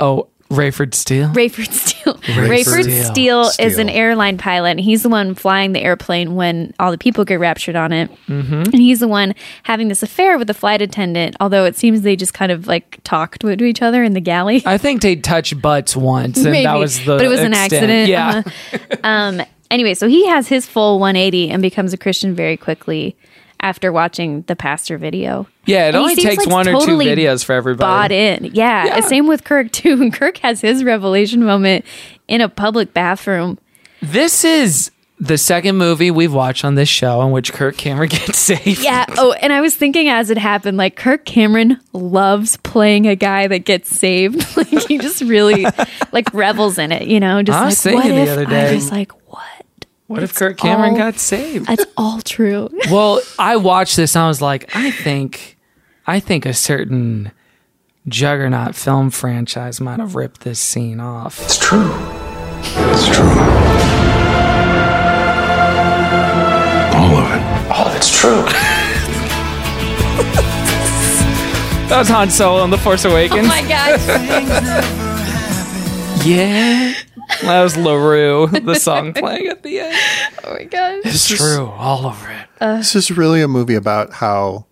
Speaker 1: oh, Rayford Steele.
Speaker 4: Rayford <laughs> Steele.
Speaker 1: Rayford
Speaker 4: Rayford
Speaker 1: Steele.
Speaker 4: Steele, is an
Speaker 5: Steele.
Speaker 4: airline pilot. And he's the one flying the airplane when all the people get raptured on it. Mm-hmm. And he's the one having this affair with the flight attendant. Although it seems they just kind of like talked to to each other in the galley.
Speaker 1: <laughs> I think they touched butts once, and that was the.
Speaker 4: but it was an
Speaker 1: extent.
Speaker 4: accident.
Speaker 1: Yeah,
Speaker 4: Uh-huh. um. Anyway, so he has his full 180 and becomes a Christian very quickly after watching the pastor video.
Speaker 1: yeah. It
Speaker 4: And he
Speaker 1: only
Speaker 4: seems
Speaker 1: takes
Speaker 4: like
Speaker 1: one
Speaker 4: totally
Speaker 1: or two videos for
Speaker 4: Bought
Speaker 1: everybody.
Speaker 4: in, yeah.
Speaker 1: Yeah.
Speaker 4: Same with Kirk too. <laughs> And Kirk has his revelation moment in a public bathroom.
Speaker 1: This is the second movie we've watched on this show in which Kirk Cameron <laughs> gets saved.
Speaker 4: Yeah. Oh, and I was thinking as it happened, like Kirk Cameron loves playing a guy that gets saved. <laughs> like he just really like revels in it. You know, just
Speaker 1: I
Speaker 4: like
Speaker 1: was thinking
Speaker 4: what
Speaker 1: the
Speaker 4: if
Speaker 1: other
Speaker 4: I
Speaker 1: day-
Speaker 4: was like, what?
Speaker 1: What if Kirk Cameron
Speaker 4: all-
Speaker 1: got saved?
Speaker 4: That's all true. <laughs>
Speaker 1: Well, I watched this and I was like, I think, I think a certain juggernaut film franchise might have ripped this scene off.
Speaker 10: It's true.
Speaker 8: It's true.
Speaker 10: All of it. All of it's <laughs> true.
Speaker 1: That was Han Solo in The Force Awakens.
Speaker 4: my gosh.
Speaker 1: <laughs> yeah, that was Larue, the song <laughs> playing at the end.
Speaker 4: <laughs> Oh my gosh.
Speaker 1: It's true, all over it.
Speaker 5: this is really a movie about how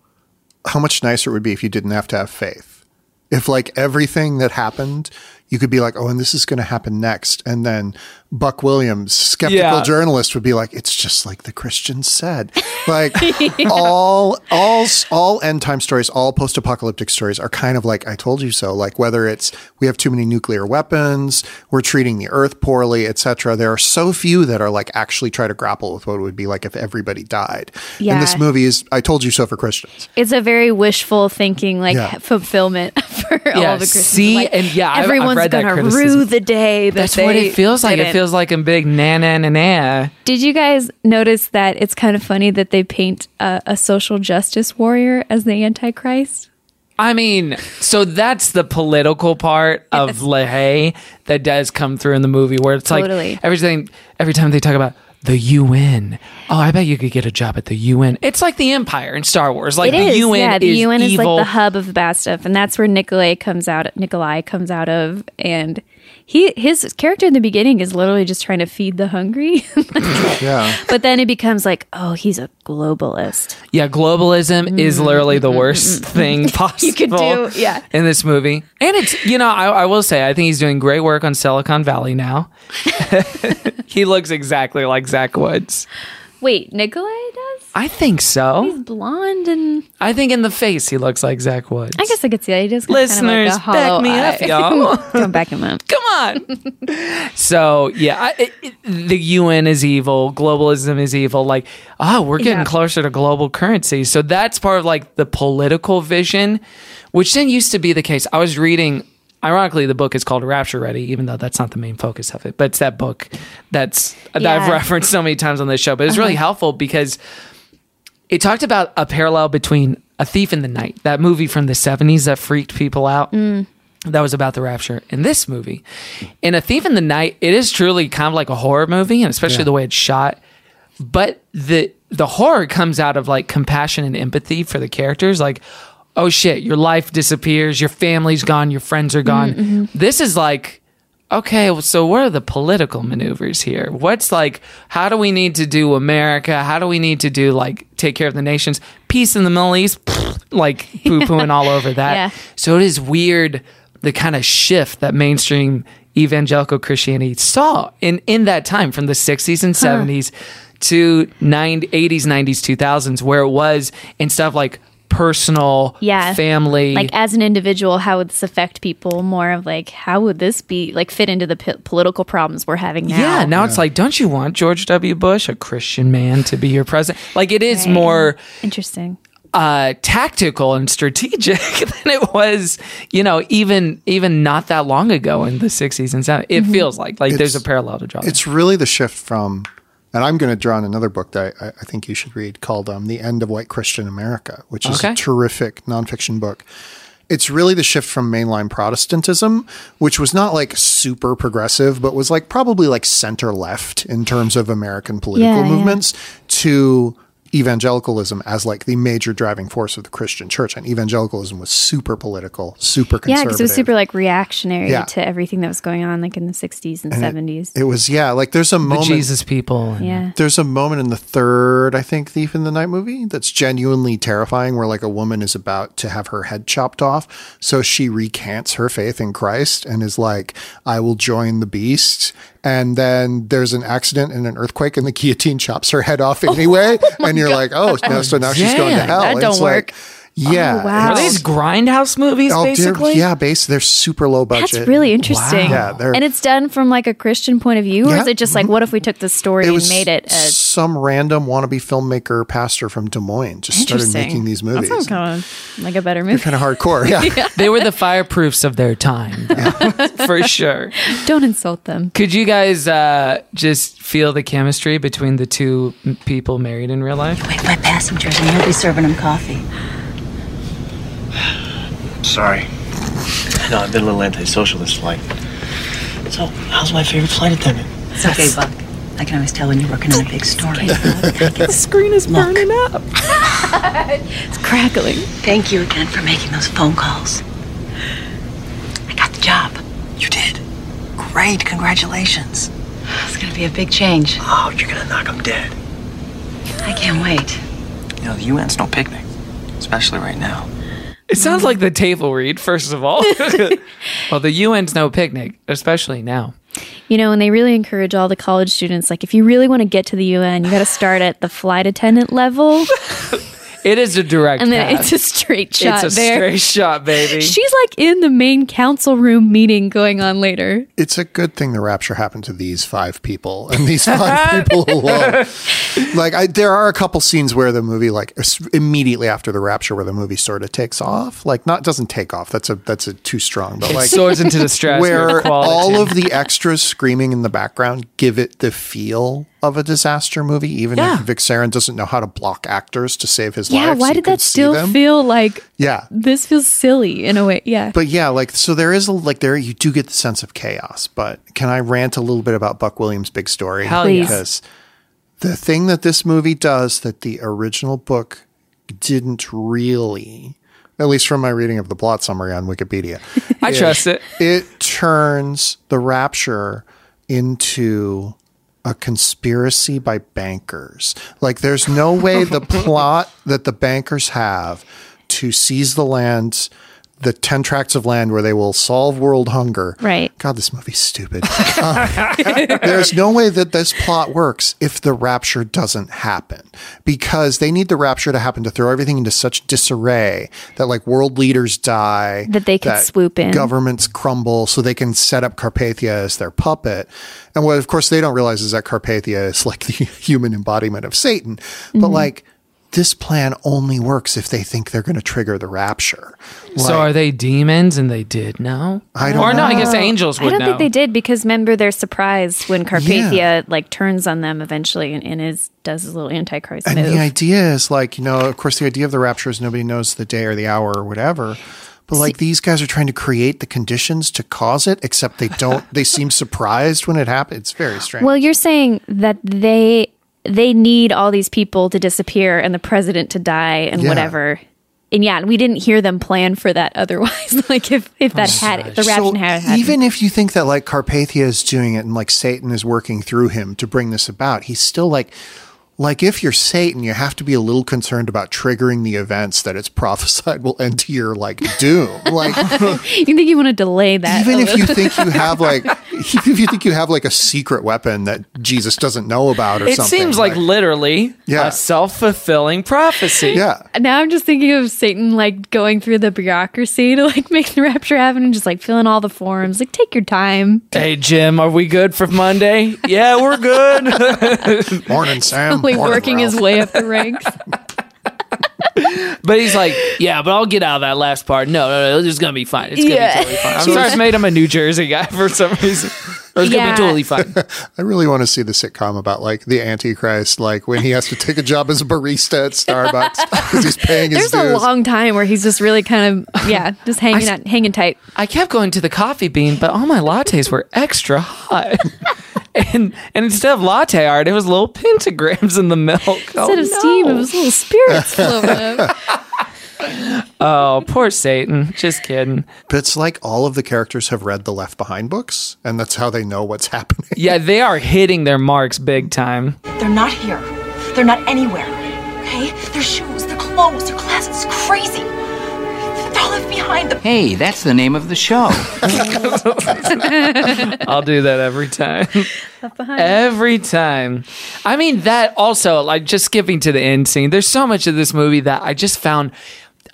Speaker 5: how much nicer it would be if you didn't have to have faith. If like everything that happened, you could be like, "Oh, and this is going to happen next," and then Buck Williams, skeptical
Speaker 1: Yeah.
Speaker 5: journalist, would be like, "It's just like the Christians said." Like <laughs> all all all end time stories, all post apocalyptic stories are kind of like, "I told you so." Like whether it's we have too many nuclear weapons, we're treating the Earth poorly, etc. There are so few that are like actually try to grapple with what it would be like if everybody died. And this
Speaker 4: Yeah.
Speaker 5: movie is, "I told you so" for Christians.
Speaker 4: It's a very wishful thinking, like
Speaker 5: Yeah.
Speaker 4: fulfillment <laughs> for
Speaker 1: Yeah,
Speaker 4: all the Christians.
Speaker 1: see,
Speaker 4: Like,
Speaker 1: and yeah, I- I've
Speaker 4: everyone's
Speaker 1: read that
Speaker 4: gonna
Speaker 1: criticism.
Speaker 4: rue the day. That
Speaker 1: That's what
Speaker 4: they
Speaker 1: it feels like. It
Speaker 4: didn't.
Speaker 1: feels like a big na na na na.
Speaker 4: Did you guys notice that it's kind of funny that they paint uh, a social justice warrior as the Antichrist?
Speaker 1: I mean, so that's the political part of LaHaye that does come through in the movie, where it's
Speaker 4: Totally.
Speaker 1: like everything. Every time they talk about the UN, oh, I bet you could get a job at the UN. It's like the Empire in Star Wars. Like
Speaker 4: It
Speaker 1: the
Speaker 4: is,
Speaker 1: UN,
Speaker 4: yeah. The
Speaker 1: is
Speaker 4: UN is
Speaker 1: evil.
Speaker 4: like the hub of bad stuff, and that's where Nikolai comes out. Nikolai comes out of, and he his character in the beginning is literally just trying to feed the hungry, <laughs>
Speaker 5: Yeah.
Speaker 4: but then it becomes like, oh, he's a globalist.
Speaker 1: yeah, globalism
Speaker 4: Mm-hmm,
Speaker 1: is literally the worst
Speaker 4: <laughs>
Speaker 1: thing possible.
Speaker 4: could do- yeah.
Speaker 1: in this movie, and it's you know I, I will say I think he's doing great work on Silicon Valley
Speaker 4: <laughs>
Speaker 1: now. <laughs> he looks exactly like Zach Woods.
Speaker 4: Wait, Nikolai does?
Speaker 1: I think so.
Speaker 4: He's blonde, and
Speaker 1: I think in the face he looks like Zach Woods.
Speaker 4: I guess I could see that he does.
Speaker 1: Listeners,
Speaker 4: kind of like a hollow
Speaker 1: back me up,
Speaker 4: eye.
Speaker 1: y'all.
Speaker 4: <laughs> Don't back him up.
Speaker 1: Come on.
Speaker 4: <laughs>
Speaker 1: so yeah, I, it, it- the UN is evil. Globalism is evil. Like, oh, we're getting
Speaker 4: Yeah.
Speaker 1: closer to global currency. So that's part of like the political vision, which then used to be the case. I was reading. Ironically, the book is called Rapture Ready, even though that's not the main focus of it. But it's that book that's that I've
Speaker 4: Yeah. Uh-huh.
Speaker 1: referenced so many times on this show. But it's really helpful because it talked about a parallel between A Thief in the Night, that movie from the 70s that freaked people out. That was about the rapture in this movie. In A Thief in the Night, it is truly kind of like a horror movie, and especially the way it's shot. But the the horror comes out of like compassion and empathy for the characters. Like, oh shit, your life disappears, your family's gone, your friends are gone. This is like okay, well, so what are the political maneuvers here? What's like, how do we need to do America? How do we need to do like take care of the nations? Peace in the Middle East, <laughs> pfft, like poo pooing all
Speaker 4: <laughs>
Speaker 1: over that.
Speaker 4: Yeah.
Speaker 1: So it is weird the kind of shift that mainstream evangelical Christianity saw in, in that time from the 60s and 70s to 90s, 80s, 90s, 2000s, where it was and stuff like personal,
Speaker 4: Yeah.
Speaker 1: family.
Speaker 4: like as an individual how would this affect people more of like how would this be like fit into the p- political problems we're having now
Speaker 1: yeah, now it's like, don't you want George W. Bush, a Christian man, to be your president? Like, it is more
Speaker 4: interesting
Speaker 1: uh, tactical and strategic <laughs> than it was, you know, even even not that long ago in the 60s and 70s. It feels like like there's a
Speaker 5: It's-
Speaker 1: parallel to draw. there.
Speaker 5: It's really the shift from, and I'm going to draw on another book that I, I think you should read called um, The End of White Christian America, which is
Speaker 1: Okay.
Speaker 5: a terrific nonfiction book. It's really the shift from mainline Protestantism, which was not like super progressive, but was like probably like center left in terms of American political
Speaker 4: Yeah, yeah.
Speaker 5: movements, to evangelicalism as like the major driving force of the Christian church. And evangelicalism was super political, super conservative.
Speaker 4: yeah because it was super like reactionary
Speaker 5: Yeah.
Speaker 4: to everything that was going on like in the 60s and, 70s
Speaker 5: It was, yeah, like there's a
Speaker 1: the
Speaker 5: moment.
Speaker 1: Jesus people. and-
Speaker 4: yeah
Speaker 5: There's a moment in the third, I think, Thief in the Night movie that's genuinely terrifying where like a woman is about to have her head chopped off. So she recants her faith in Christ and is like, I will join the beast. And then there's an accident and an earthquake and the guillotine chops her head
Speaker 4: <laughs>
Speaker 5: off anyway. and you're like, oh, no, so now she's going to
Speaker 1: Damn,
Speaker 5: hell.
Speaker 4: Oh that
Speaker 5: It's
Speaker 4: don't
Speaker 5: like,
Speaker 4: work.
Speaker 5: yeah.
Speaker 4: Oh, wow.
Speaker 5: it's-
Speaker 1: Are these grindhouse movies
Speaker 5: oh, they're-
Speaker 1: basically?
Speaker 5: yeah, base. They're super low budget.
Speaker 4: that's really interesting
Speaker 5: Yeah, they're-
Speaker 4: and it's done from like a christian point of view or is
Speaker 5: Yeah.
Speaker 4: it just like what if we took this story and made it a
Speaker 5: some random wannabe filmmaker pastor from Des Moines just started
Speaker 4: interesting
Speaker 5: making these movies.
Speaker 4: that sounds kind of like a better movie <laughs>
Speaker 5: kind of hardcore. Yeah.
Speaker 1: They were the fireproofs of their
Speaker 5: <laughs>
Speaker 1: time, though, <laughs> for sure.
Speaker 4: don't insult them
Speaker 1: Could you guys uh, just feel the chemistry between the two m- people married in real life?
Speaker 9: Wait my passengers and you'll be serving them coffee.
Speaker 10: Sorry. No, I've been a little antisocial this flight. So, how's my favorite flight attendant?
Speaker 9: It's okay, Buck. I can always tell when you're working on a big story. <laughs> the
Speaker 1: Screen is burning
Speaker 9: <laughs>
Speaker 1: up.
Speaker 4: it's crackling
Speaker 9: Thank you again for making those phone calls. I got the job.
Speaker 10: You did. Great, congratulations.
Speaker 9: It's gonna be a big change.
Speaker 10: Oh, you're gonna knock them dead.
Speaker 9: I can't wait.
Speaker 6: You know, the UN's no picnic, especially right now.
Speaker 1: It sounds like the table read, first of
Speaker 4: <laughs>
Speaker 1: all. well, the UN's no picnic, especially now.
Speaker 4: You know, and they really encourage all the college students, like, if you really want to get to the UN, you got to start at the flight attendant level,
Speaker 1: It is a direct
Speaker 4: and then
Speaker 1: path.
Speaker 4: it's a straight
Speaker 1: It's
Speaker 4: shot
Speaker 1: a
Speaker 4: there.
Speaker 1: straight shot, baby.
Speaker 4: She's like in the main council room meeting going on later.
Speaker 5: It's a good thing the rapture happened to these five people and
Speaker 4: <laughs>
Speaker 5: these five people alone. Like, I, there are a couple scenes where the movie, like, s- immediately after the rapture, where the movie sort of takes off. Like, not doesn't take off. That's a that's a too strong. But like,
Speaker 1: soars into the stratosphere.
Speaker 5: where
Speaker 1: of quality.
Speaker 5: all of the extras screaming in the background give it the feel of a disaster movie, even
Speaker 1: Yeah.
Speaker 5: if Vic Saren doesn't know how to block actors to save his life.
Speaker 4: yeah, why
Speaker 5: so you
Speaker 4: did
Speaker 5: can
Speaker 4: that
Speaker 5: see
Speaker 4: still
Speaker 5: them.
Speaker 4: feel like
Speaker 5: Yeah,
Speaker 4: this feels silly in a way? Yeah.
Speaker 5: But yeah, like so there is a, like there you do get the sense of chaos. But can I rant a little bit about Buck Williams' big story?
Speaker 1: Hell yeah. Please.
Speaker 5: Because the thing that this movie does that the original book didn't really, at least from my reading of the plot summary on
Speaker 4: <laughs>
Speaker 5: Wikipedia,
Speaker 1: I trust it.
Speaker 5: it turns the rapture into a conspiracy by bankers. Like there's no
Speaker 4: <laughs>
Speaker 5: way the plot that the bankers have to seize the lands, the 10 tracts of land where they will solve world hunger.
Speaker 4: Right.
Speaker 5: God, this
Speaker 4: <laughs>
Speaker 5: movie's stupid. Um, there's no way that this plot works if the rapture doesn't happen because they need the rapture to happen to throw everything into such disarray that like world leaders die
Speaker 4: That they could swoop in.
Speaker 5: governments crumble so they can set up Carpathia as their puppet. And what, of course, they don't realize is that Carpathia is like the <laughs> human embodiment of Satan. But like, this plan only works if they think they're going to trigger the rapture.
Speaker 1: So are they demons? And they did know?
Speaker 5: I don't
Speaker 1: or no, I guess
Speaker 5: know.
Speaker 1: angels
Speaker 4: I
Speaker 1: would
Speaker 4: don't
Speaker 1: know.
Speaker 4: think they did because remember they're surprised when Carpathia like turns on them eventually and, and is does his little antichrist
Speaker 5: And
Speaker 4: move.
Speaker 5: the idea is like, you know, of course, the idea of the rapture is nobody knows the day or the hour or whatever. But like these guys are trying to create the conditions to cause it, except they don't. they seem surprised when it happens. It's very strange.
Speaker 4: Well, you're saying that they they need all these people to disappear and the president to die and
Speaker 5: Yeah.
Speaker 4: whatever. And yeah, we didn't hear them plan for that otherwise. <laughs> like if if that had if the rapture had happened.
Speaker 5: even if you think that like Carpathia is doing it and like Satan is working through him to bring this about, he's still like, Like if you're Satan, you have to be a little concerned about triggering the events that it's <laughs> prophesied will end to your like doom. Like
Speaker 4: you think you want to delay <laughs> that?
Speaker 5: even
Speaker 4: a
Speaker 5: if you
Speaker 4: little. <laughs>
Speaker 5: think you have like <laughs> if you think you have like a secret weapon that Jesus doesn't know about or
Speaker 1: It
Speaker 5: something.
Speaker 1: seems like literally
Speaker 5: Yeah.
Speaker 1: a self fulfilling prophecy.
Speaker 5: yeah.
Speaker 4: now I'm just thinking of Satan like going through the bureaucracy to like make the rapture happen and just like filling all the forms. Like, take your time.
Speaker 1: Hey, Jim, are we good for Monday? yeah, we're
Speaker 5: <laughs>
Speaker 1: good.
Speaker 5: Morning Sam.
Speaker 4: Like
Speaker 5: Morning,
Speaker 4: working
Speaker 5: Ralph.
Speaker 4: his way up
Speaker 5: <laughs>
Speaker 4: the ranks.
Speaker 1: but he's like, yeah, but I'll get out of that last part. No, no, no, it's going to be fine. It's going to
Speaker 4: Yeah.
Speaker 1: be totally fine. I'm sorry I made him a New Jersey guy for some reason. It's going to
Speaker 4: Yeah.
Speaker 1: be totally fine.
Speaker 5: I really want to see the sitcom about like the Antichrist, like when he has to take a job as a barista
Speaker 1: <laughs>
Speaker 5: at Starbucks because he's paying his
Speaker 4: There's a
Speaker 5: dues.
Speaker 4: long time where he's just really kind of yeah, just hanging out, hanging tight.
Speaker 1: <laughs> I kept going to the coffee bean, but all my lattes were extra hot. <laughs> and and instead of latte art, it was little pentagrams in the <laughs> milk.
Speaker 4: Instead
Speaker 1: oh,
Speaker 4: of steam, it
Speaker 1: no.
Speaker 4: was little
Speaker 5: <laughs>
Speaker 4: spirits flowing up.
Speaker 1: Oh, poor Satan. Just kidding.
Speaker 5: but it's like all of the characters have read the Left Behind books, and that's how they know what's <laughs> happening.
Speaker 1: Yeah, they are hitting their marks big time.
Speaker 9: They're not here. They're not anywhere. Okay? Their shoes, their clothes, their glasses. It's crazy. They're all left behind. The
Speaker 8: Hey, that's the name of the show.
Speaker 1: I'll do that every
Speaker 4: <laughs>
Speaker 1: time. every time. I mean, that also, like, just skipping to the end scene, there's so much of this movie that I just found.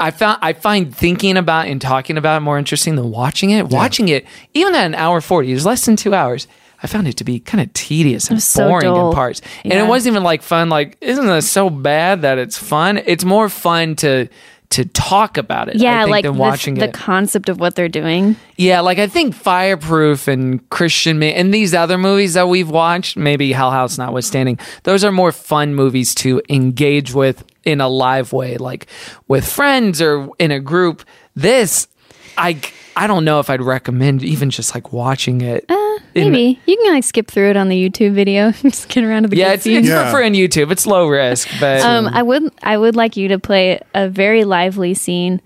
Speaker 1: I found I find thinking about and talking about it more interesting than watching it. Watching it, even at an hour forty, it's less than two hours. I found it to be kind of tedious and
Speaker 4: was so
Speaker 1: boring
Speaker 4: dull.
Speaker 1: in parts, and
Speaker 4: Yeah.
Speaker 1: it wasn't even like fun. Like, isn't this so bad that it's fun? It's more fun to to talk about it. I
Speaker 4: Yeah,
Speaker 1: think,
Speaker 4: like
Speaker 1: than
Speaker 4: the,
Speaker 1: watching
Speaker 4: the
Speaker 1: it.
Speaker 4: concept of what they're doing.
Speaker 1: Yeah, like I think Fireproof and Christian Ma- and these other movies that we've watched, maybe Hell House notwithstanding, those are more fun movies to engage with in a live way, like with friends or in a group. This, I I don't know if I'd recommend even just like watching it. in-
Speaker 4: Uh, Maybe you can like skip through it on the YouTube video. <laughs> just get around to the
Speaker 1: yeah,
Speaker 4: good
Speaker 1: it's, it's
Speaker 4: scenes.
Speaker 5: Yeah.
Speaker 1: for in YouTube. It's low risk,
Speaker 4: <laughs>
Speaker 1: but
Speaker 4: Um, I would I would like you to play a very lively scene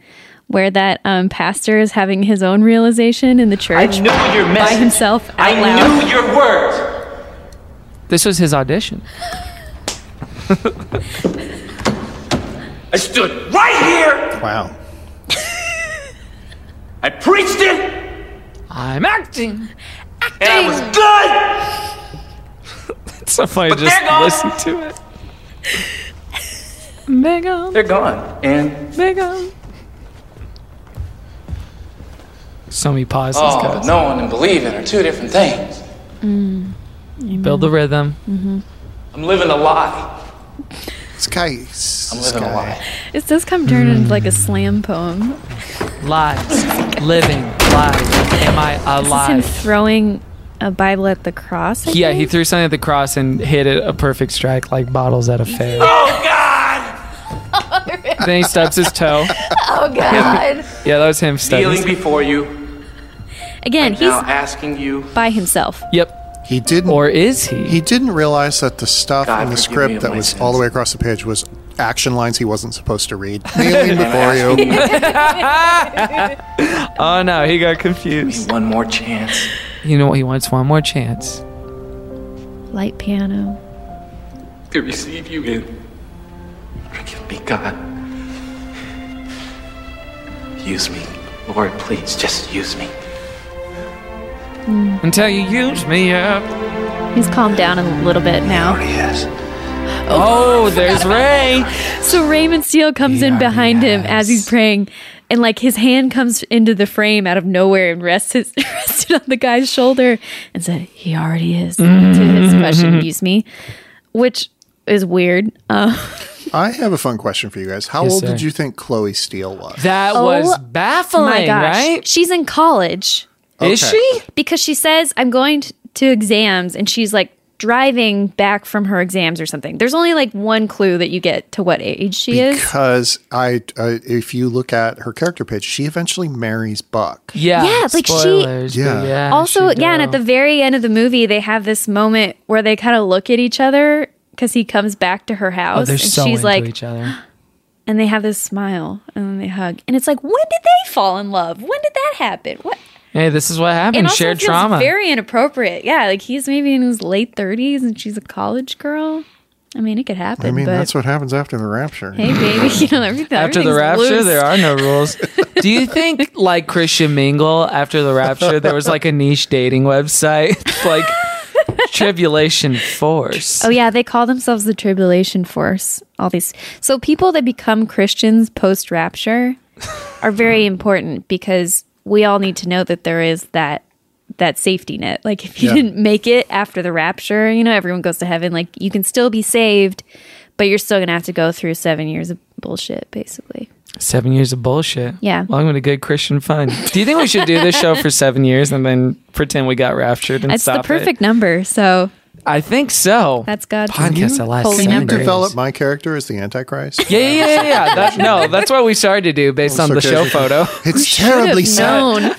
Speaker 4: where that um, pastor is having his own realization in the church
Speaker 10: your
Speaker 4: by himself out loud.
Speaker 10: your words.
Speaker 1: this was his audition.
Speaker 10: I stood right here.
Speaker 5: Wow.
Speaker 10: I preached it,
Speaker 1: I'm acting.
Speaker 10: and I was good.
Speaker 1: It's so funny to
Speaker 10: they're
Speaker 1: just
Speaker 10: gone.
Speaker 1: listen to it. Megan,
Speaker 10: They're gone, and
Speaker 1: Megan. So many pauses.
Speaker 6: Oh,
Speaker 1: guys.
Speaker 6: knowing and believing are two different things.
Speaker 1: Build the rhythm.
Speaker 6: I'm living a lie.
Speaker 5: This guy. This
Speaker 6: I'm living a
Speaker 5: guy.
Speaker 6: lie.
Speaker 4: It does come turn into like a
Speaker 1: Mm.
Speaker 4: slam poem.
Speaker 1: Lives. Living. Live. Am I
Speaker 4: It's him
Speaker 1: alive?
Speaker 4: throwing a Bible at the cross. I
Speaker 1: Yeah, he
Speaker 4: think?
Speaker 1: threw something at the cross and hit it a perfect strike like bottles at a fair.
Speaker 10: Oh God!
Speaker 1: then he stubs his toe. <laughs>
Speaker 4: oh God!
Speaker 1: Yeah, that was him stubbing.
Speaker 6: Kneeling before you,
Speaker 4: Again, he's
Speaker 6: now asking you.
Speaker 4: by himself.
Speaker 1: Yep.
Speaker 5: He didn't.
Speaker 1: Or is he?
Speaker 5: he didn't realize that the stuff
Speaker 6: God
Speaker 5: in the
Speaker 6: forgive me
Speaker 5: script
Speaker 6: of
Speaker 5: that
Speaker 6: my
Speaker 5: was
Speaker 6: sins.
Speaker 5: all the way across the page was action lines he wasn't supposed
Speaker 6: <laughs>
Speaker 5: to read. Kneeling before
Speaker 6: asking
Speaker 1: <laughs>
Speaker 5: you.
Speaker 1: Oh no, he got confused.
Speaker 6: One more chance.
Speaker 1: You know what? He wants one more chance.
Speaker 4: Light piano.
Speaker 6: to receive you in. Forgive me, God. Use me. Lord, please, just use me.
Speaker 1: Until you use me up.
Speaker 4: He's calmed down a little bit now.
Speaker 6: Yes.
Speaker 1: Oh, there's
Speaker 4: <laughs>
Speaker 1: Ray.
Speaker 4: So Raymond Steele comes in behind him as he's praying, and like his hand comes into the frame out of nowhere and rests his <laughs> rested on the guy's shoulder and said, "He already is." To his question, use me, which is weird. Uh,
Speaker 5: I have a fun question for you guys. How
Speaker 1: Yes,
Speaker 5: old
Speaker 1: sir.
Speaker 5: did you think Chloe Steele was?
Speaker 1: That was baffling,
Speaker 4: Oh my gosh,
Speaker 1: right?
Speaker 4: she's in college.
Speaker 1: Is
Speaker 5: Okay.
Speaker 1: she?
Speaker 4: because she says I'm going t- to exams and she's like driving back from her exams or something. There's only like one clue that you get to what age she is.
Speaker 5: Because I, I, if you look at her character page, she eventually marries Buck.
Speaker 1: Yeah.
Speaker 4: Yeah, like she-
Speaker 1: Spoilers, but
Speaker 5: Yeah.
Speaker 1: yeah
Speaker 4: Also,
Speaker 1: she
Speaker 4: yeah, and at
Speaker 1: does.
Speaker 4: the very end of the movie, they have this moment where they kind of look at each other because he comes back to her house
Speaker 1: Oh, They're
Speaker 4: and
Speaker 1: so
Speaker 4: she's
Speaker 1: into
Speaker 4: like,
Speaker 1: each other.
Speaker 4: and they have this smile and then they hug, and it's like, when did they fall in love? When did that happen? What?
Speaker 1: Hey, this is what happened.
Speaker 4: And also,
Speaker 1: Shared
Speaker 4: it feels
Speaker 1: trauma.
Speaker 4: very inappropriate. Yeah, like he's maybe in his late 30s and she's a college girl. I mean, it could happen.
Speaker 5: I mean,
Speaker 4: but
Speaker 5: that's what happens after the rapture.
Speaker 4: hey, baby, <laughs> you know
Speaker 1: <laughs>
Speaker 4: everything.
Speaker 1: After the
Speaker 4: everything's
Speaker 1: rapture,
Speaker 4: loose.
Speaker 1: there are no
Speaker 4: <laughs>
Speaker 1: rules. Do you think, like Christian Mingle, after the rapture, there was like a niche dating website, <laughs> like Tribulation Force?
Speaker 4: Oh yeah, they call themselves the Tribulation Force. All these so people that become Christians post rapture are very
Speaker 1: Uh-huh.
Speaker 4: important because we all need to know that there is that that safety net. Like if you
Speaker 5: Yeah.
Speaker 4: didn't make it after the rapture, you know, everyone goes to heaven. Like you can still be saved, but you're still gonna have to go through seven years of bullshit, basically.
Speaker 1: Seven years of bullshit.
Speaker 4: Yeah.
Speaker 1: Welcome to Good Christian Fun. Do you think we should do this show for seven years and then pretend we got raptured and
Speaker 4: It's the
Speaker 1: stop
Speaker 4: perfect number, so
Speaker 1: it? I think so.
Speaker 4: that's God's
Speaker 1: Podcast that lasts seven
Speaker 4: holy
Speaker 5: Can you
Speaker 4: number.
Speaker 1: days.
Speaker 5: develop my character as the Antichrist?
Speaker 1: Yeah, yeah, yeah, yeah. yeah. That, no, that's what we started to do based on the show photo.
Speaker 5: <laughs> It's
Speaker 4: Should
Speaker 5: terribly
Speaker 4: have
Speaker 5: sad.
Speaker 4: known.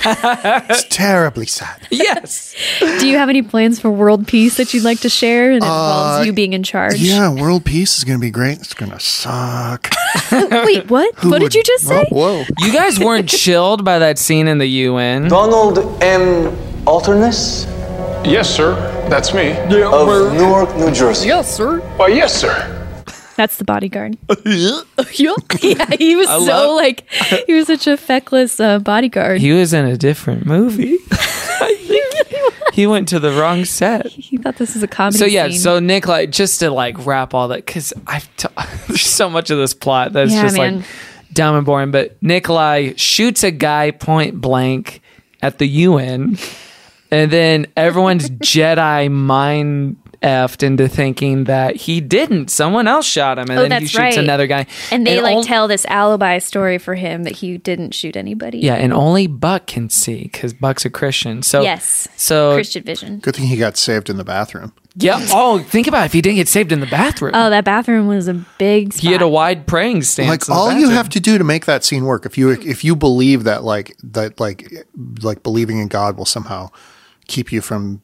Speaker 5: It's terribly sad.
Speaker 1: yes.
Speaker 4: Do you have any plans for world peace that you'd like to share? And it involves you being in charge.
Speaker 5: Uh, Yeah, world peace is going to be great. It's going to suck.
Speaker 1: <laughs>
Speaker 4: Wait, what?
Speaker 5: Who
Speaker 4: what
Speaker 5: would-
Speaker 4: did you just say?
Speaker 5: Oh, whoa.
Speaker 1: You guys weren't chilled by that scene in the UN.
Speaker 6: Donald M. Alternus
Speaker 11: Yes, sir. That's me.
Speaker 6: of Newark, New Jersey.
Speaker 11: Why, yes, sir.
Speaker 4: That's
Speaker 1: <laughs>
Speaker 4: the bodyguard. <laughs> yeah, he was so like he was such a feckless uh, bodyguard. <laughs> He,
Speaker 1: He was in a different movie. he went to the wrong
Speaker 4: <laughs>
Speaker 1: set.
Speaker 4: thought this was a comedy.
Speaker 1: So yeah,
Speaker 4: scene.
Speaker 1: so Nick, like, just to like wrap all that, because I've t- <laughs> there's so much of this plot that's
Speaker 4: Yeah,
Speaker 1: just
Speaker 4: man.
Speaker 1: like dumb and boring. But Nikolai shoots a guy point blank at the UN, and then
Speaker 4: <laughs>
Speaker 1: everyone's Jedi mind effed into thinking that he didn't. Someone else shot him, and
Speaker 4: Oh,
Speaker 1: then he
Speaker 4: that's
Speaker 1: shoots
Speaker 4: right.
Speaker 1: another guy.
Speaker 4: and they like
Speaker 1: on-
Speaker 4: tell this alibi story for him that he didn't shoot anybody.
Speaker 1: yeah, and only Buck can see because Buck's a Christian. So
Speaker 4: Yes.
Speaker 1: so
Speaker 4: Christian Vision.
Speaker 5: Good thing he got saved in the bathroom.
Speaker 1: yeah. Oh, think about it, if he didn't get saved in the bathroom.
Speaker 4: Oh, that bathroom was a big. Spot.
Speaker 1: he had a wide praying stance.
Speaker 5: like
Speaker 1: in the
Speaker 5: all you
Speaker 1: bathroom.
Speaker 5: have to do to make that scene work if you if you believe that like that like like believing in god will somehow keep you from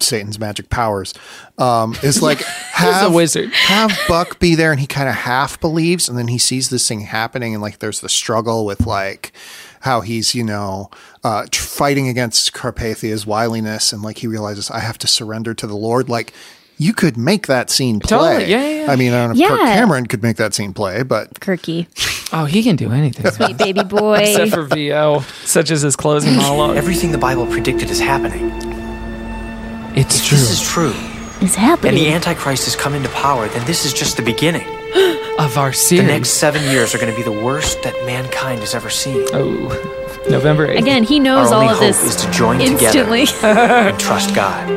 Speaker 5: satan's magic powers um
Speaker 1: <laughs>
Speaker 5: is like have
Speaker 1: wizard.
Speaker 5: have buck be there and he kind of half believes and then he sees this thing happening and like there's the struggle with like how he's you know uh tr- fighting against carpathia's wiliness and like he realizes i have to surrender to the lord like you could make that scene play.
Speaker 1: Totally. Yeah, yeah, yeah.
Speaker 5: I mean, I don't know if Kirk
Speaker 4: Yeah.
Speaker 5: Cameron could make that scene play, but
Speaker 4: Kirky,
Speaker 1: Oh, he can do
Speaker 5: <laughs>
Speaker 1: anything.
Speaker 4: sweet baby
Speaker 1: <laughs>
Speaker 4: boy.
Speaker 1: Except for VO, such as his closing monologue.
Speaker 6: Everything the Bible predicted is happening.
Speaker 1: It's
Speaker 6: If this is true,
Speaker 4: it's
Speaker 6: and the
Speaker 4: happening.
Speaker 6: Antichrist has come into power, then this is just the beginning.
Speaker 1: Of our
Speaker 6: The
Speaker 1: series.
Speaker 12: Hmm.
Speaker 6: next seven years are going to be the worst that mankind has ever seen.
Speaker 1: oh, November 8th.
Speaker 4: Again, he
Speaker 6: Our
Speaker 4: knows
Speaker 6: only
Speaker 4: all of
Speaker 6: hope
Speaker 4: this
Speaker 6: is to join
Speaker 1: <laughs>
Speaker 4: instantly.
Speaker 6: together and trust God.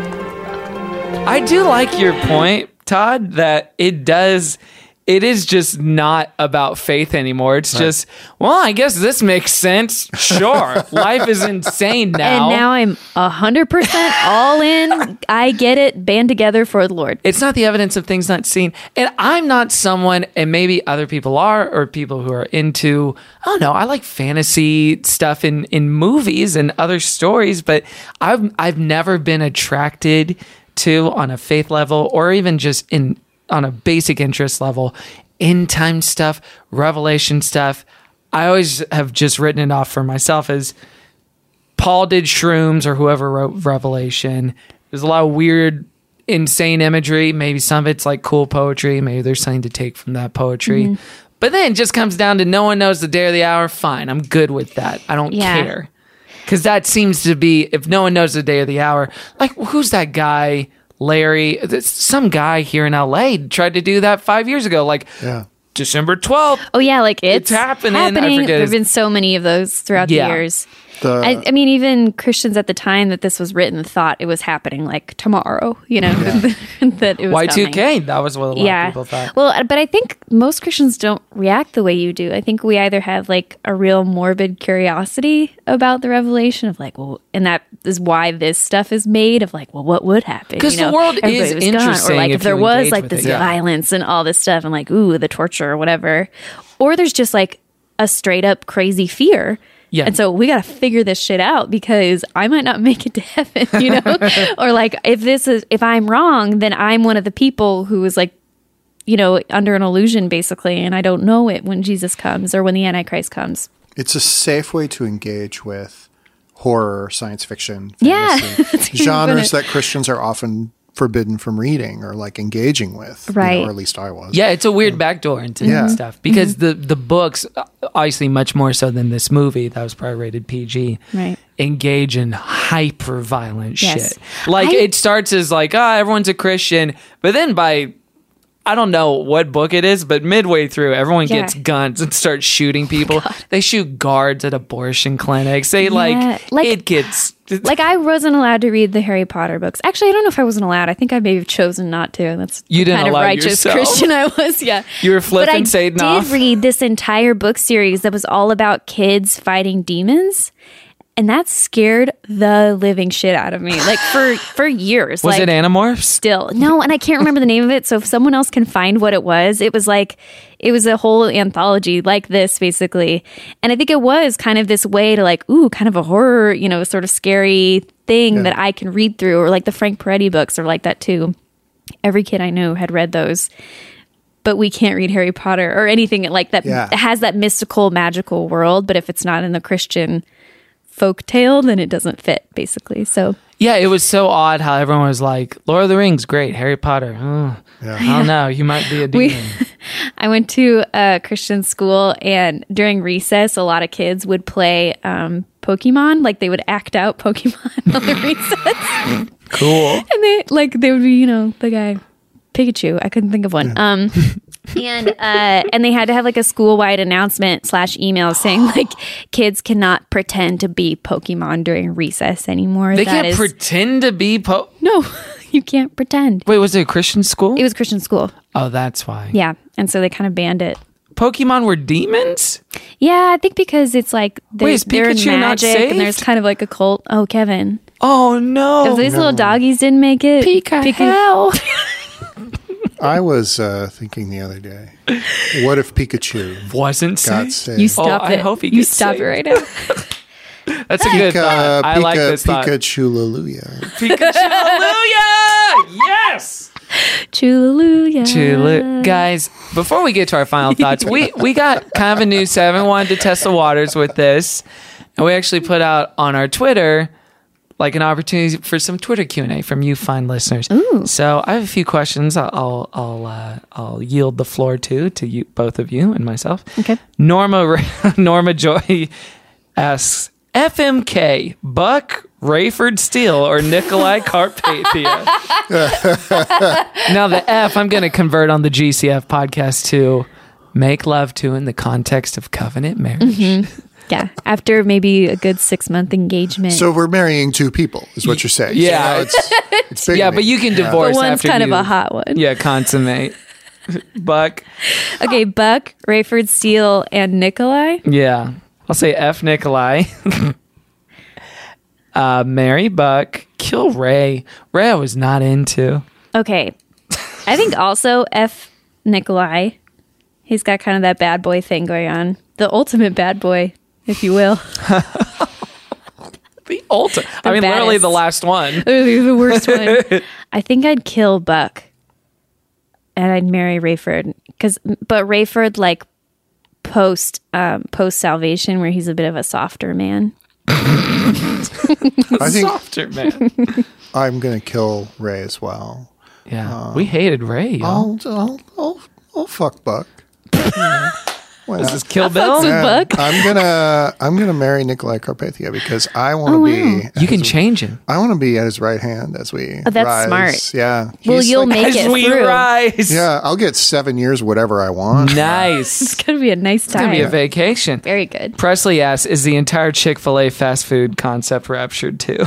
Speaker 1: I do like your point, Todd, that it does. It is just not about faith anymore. It's just, well, I guess this makes sense.
Speaker 5: <laughs>
Speaker 1: Sure. Life is insane now.
Speaker 4: And now I'm hundred percent
Speaker 1: <laughs>
Speaker 4: all in. I get it. Band together for the Lord.
Speaker 1: it's not the evidence of things not seen. And I'm not someone, and maybe other people are, or people who are into, I don't know, I like fantasy stuff in, in movies and other stories, but I've I've never been attracted to on a faith level or even just in on a basic interest level, end time stuff, revelation stuff. I always have just written it off for myself as Paul did shrooms or whoever wrote Revelation. There's a lot of weird, insane imagery. Maybe some of it's like cool poetry. Maybe there's something to take from that poetry.
Speaker 4: Mm-hmm.
Speaker 1: But then it just comes down to no one knows the day or the hour. Fine, I'm good with that. I don't
Speaker 4: Yeah.
Speaker 1: care. Because that seems to be, if no one knows the day or the hour, like who's that guy, Larry? This- Some guy here in LA tried to do that five years ago. Like
Speaker 5: yeah.
Speaker 1: December 12th.
Speaker 4: Oh yeah, like
Speaker 1: It's
Speaker 4: it's,
Speaker 1: happening. I forget
Speaker 4: There have
Speaker 1: his-
Speaker 4: been so many of those throughout
Speaker 1: Yeah.
Speaker 4: the years.
Speaker 5: The-
Speaker 1: Uh.
Speaker 4: I, I mean, even Christians at the time that this was written thought it was happening like tomorrow. You know <laughs> that it was
Speaker 1: Y2K.
Speaker 4: coming.
Speaker 1: That was what a lot of people
Speaker 4: Yeah.
Speaker 1: thought.
Speaker 4: Well, uh, but I think most Christians don't react the way you do. I think we either have like a real morbid curiosity about the revelation of like, well, and that is why this stuff is made of like, well, what would happen?
Speaker 1: 'Cause
Speaker 4: You
Speaker 1: the
Speaker 4: know,
Speaker 1: world
Speaker 4: everybody
Speaker 1: is
Speaker 4: was gone.
Speaker 1: interesting
Speaker 4: Or like,
Speaker 1: if
Speaker 4: if, there
Speaker 1: you
Speaker 4: was
Speaker 1: engage
Speaker 4: like
Speaker 1: with it,
Speaker 4: this
Speaker 1: yeah.
Speaker 4: violence and all this stuff and like, ooh, the torture or whatever. Or there's just like a straight up crazy fear.
Speaker 1: Yeah.
Speaker 4: And so we got to figure this shit out because I might not <laughs> make it to heaven, you know? or like if this is if I'm wrong, then I'm one of the people who is like you know, under an illusion basically, and I don't know it when Jesus comes or when the Antichrist comes.
Speaker 5: It's a safe way to engage with horror, science fiction,
Speaker 4: Yeah.
Speaker 5: fantasy,
Speaker 4: <laughs> That's what I'm
Speaker 5: genres
Speaker 4: gonna-
Speaker 5: that Christians are often forbidden from reading or like engaging with. you know,
Speaker 1: Right.
Speaker 5: or at least I was.
Speaker 1: Yeah, it's a weird backdoor into
Speaker 5: Yeah.
Speaker 1: that stuff because
Speaker 4: Mm-hmm.
Speaker 1: the the books, uh, obviously, much more so than this movie that was probably rated PG,
Speaker 4: Right.
Speaker 1: engage in hyper violent
Speaker 4: Yes.
Speaker 1: shit. Like it starts as like, ah, everyone's a Christian, but then by I don't know what book it is, but midway through, everyone
Speaker 4: Yeah. Oh
Speaker 1: gets guns and starts shooting people. they shoot guards at abortion clinics. They
Speaker 4: Yeah,
Speaker 1: like,
Speaker 4: like-
Speaker 1: it gets.
Speaker 4: like I wasn't allowed to read the Harry Potter books. Actually, I don't know if I wasn't allowed. I think I may have chosen not to. That's
Speaker 1: You didn't
Speaker 4: kind
Speaker 1: allow
Speaker 4: of righteous
Speaker 1: yourself.
Speaker 4: Christian I was. Yeah,
Speaker 1: You were flipping
Speaker 4: but I
Speaker 1: Satan
Speaker 4: did
Speaker 1: off.
Speaker 4: read this entire book series that was all about kids fighting demons, and that scared the living shit out of me. Like for for years.
Speaker 1: Was
Speaker 4: like,
Speaker 1: it Animorphs?
Speaker 4: Still no, and I can't remember the name of it. So if someone else can find what it was, it was like it was a whole anthology like this basically, and I think it was kind of this way to like ooh, kind of a horror, you know, sort of scary thing that I can read through, or like the Frank Peretti books are like that too. Every kid I knew had read those, but we can't read Harry Potter or anything like that
Speaker 13: Yeah.
Speaker 4: has that mystical, magical world. But if it's not in the Christian folk tale, then it doesn't fit basically. So
Speaker 1: Yeah, it was so odd how everyone was like, Lord of the Rings, great. Harry Potter, oh, I don't know. You might be a demon.
Speaker 4: <laughs> We- I went to a Christian school, and during recess, a lot of kids would play um, Pokemon. Like they would act out Pokemon <laughs> on the recess,
Speaker 1: cool.
Speaker 4: and they like they would be, you know, the guy Pikachu. I couldn't think of one. Um, and uh, and they had to have like a school wide announcement slash email saying like kids cannot pretend to be Pokemon during recess anymore.
Speaker 1: They
Speaker 4: That
Speaker 1: can't
Speaker 4: is-
Speaker 1: pretend to be po
Speaker 4: <laughs> No, you can't pretend.
Speaker 1: Wait, was it a Christian school?
Speaker 4: It was Christian school.
Speaker 1: Oh, that's why.
Speaker 4: Yeah, and so they kind of banned it.
Speaker 1: Pokemon were demons?
Speaker 4: Yeah, I think because it's like they,
Speaker 1: Wait, is
Speaker 4: they're in
Speaker 1: Pikachu not
Speaker 4: magic
Speaker 1: saved?
Speaker 4: and there's kind of like a cult. Oh, Kevin.
Speaker 1: Oh no!
Speaker 4: If these little
Speaker 5: No.
Speaker 4: doggies didn't make it, Pika, hell.
Speaker 1: <laughs>
Speaker 5: I was uh, thinking the other day, what if Pikachu
Speaker 1: wasn't
Speaker 5: got saved?
Speaker 4: you
Speaker 1: Oh,
Speaker 4: stop it. you stop it
Speaker 1: <laughs>
Speaker 4: right now.
Speaker 1: That's a good thought. I like this thought.
Speaker 5: Pikachu, hallelujah.
Speaker 1: Pikachu, hallelujah! Yes!
Speaker 4: Chulaluya.
Speaker 1: Chula. Guys, before we get to our final thoughts, we, we got kind of a new seven, wanted to test the waters with this. And we actually put out on our Twitter like an opportunity for some Twitter Q&A from you fine listeners. So I have a few questions I'll I'll I'll, uh, I'll yield the floor to to you both of you and myself.
Speaker 4: Okay.
Speaker 1: Norma <laughs> Norma Joy asks FMK Buck Rayford Steele or Nikolai Carpathia. now the F I'm going to convert on the GCF podcast to make love to in the context of covenant marriage.
Speaker 4: hmm Yeah, after maybe a good six month engagement.
Speaker 5: So we're marrying two people, is what you're saying. So now
Speaker 1: Yeah,
Speaker 5: it's- big
Speaker 1: yeah,
Speaker 5: to me.
Speaker 1: but you can
Speaker 5: Yeah.
Speaker 1: divorce.
Speaker 4: The one's
Speaker 1: after
Speaker 4: kind of
Speaker 1: you-
Speaker 4: a hot one.
Speaker 1: Yeah,
Speaker 5: <laughs>
Speaker 1: consummate. Buck.
Speaker 4: okay, Buck, Rayford Steele, and Nikolai.
Speaker 1: Yeah, I'll say F
Speaker 5: <laughs>
Speaker 1: Nikolai. uh, Mary Buck. Kill Ray. Ray, I was not into.
Speaker 4: Okay. I think also F. Nikolai. He's got kind of that bad boy thing going on. The ultimate bad boy, if you will.
Speaker 1: The ultimate. I mean, literally
Speaker 4: baddest.
Speaker 1: the last
Speaker 4: <laughs>
Speaker 1: one.
Speaker 4: Literally the
Speaker 1: <laughs>
Speaker 4: worst one. I think I'd kill Buck, and I'd marry Rayford. Cause, but Rayford like post um, post salvation, where he's a bit of a softer man.
Speaker 5: I think-
Speaker 1: Softer
Speaker 5: <laughs>
Speaker 1: man.
Speaker 5: I'm going to kill Ray as well.
Speaker 1: Yeah.
Speaker 5: Uh,
Speaker 1: we hated Ray.
Speaker 5: I'll,
Speaker 1: y'all.
Speaker 5: I'll, I'll, I'll fuck Buck. Why
Speaker 1: This
Speaker 5: not?
Speaker 1: is Kill I fucks Bill? with
Speaker 5: Yeah.
Speaker 1: Buck.
Speaker 5: I'm gonna I'm gonna marry Nikolai Carpathia because I want to
Speaker 4: Oh,
Speaker 5: be.
Speaker 4: wow.
Speaker 1: You can change him.
Speaker 5: I want to be at his right hand as we.
Speaker 4: Oh, that's
Speaker 5: rise.
Speaker 4: smart.
Speaker 5: Yeah.
Speaker 4: Well, you'll make
Speaker 1: As
Speaker 4: it
Speaker 1: we
Speaker 4: through.
Speaker 1: rise.
Speaker 5: Yeah, I'll get seven years, whatever I
Speaker 4: Mm.
Speaker 5: want.
Speaker 1: Nice.
Speaker 4: It's gonna be a nice
Speaker 1: It's gonna
Speaker 4: time.
Speaker 1: be a vacation.
Speaker 4: Very good.
Speaker 1: Presley asks, "Is the entire Chick Fil A fast food concept raptured <laughs> too?"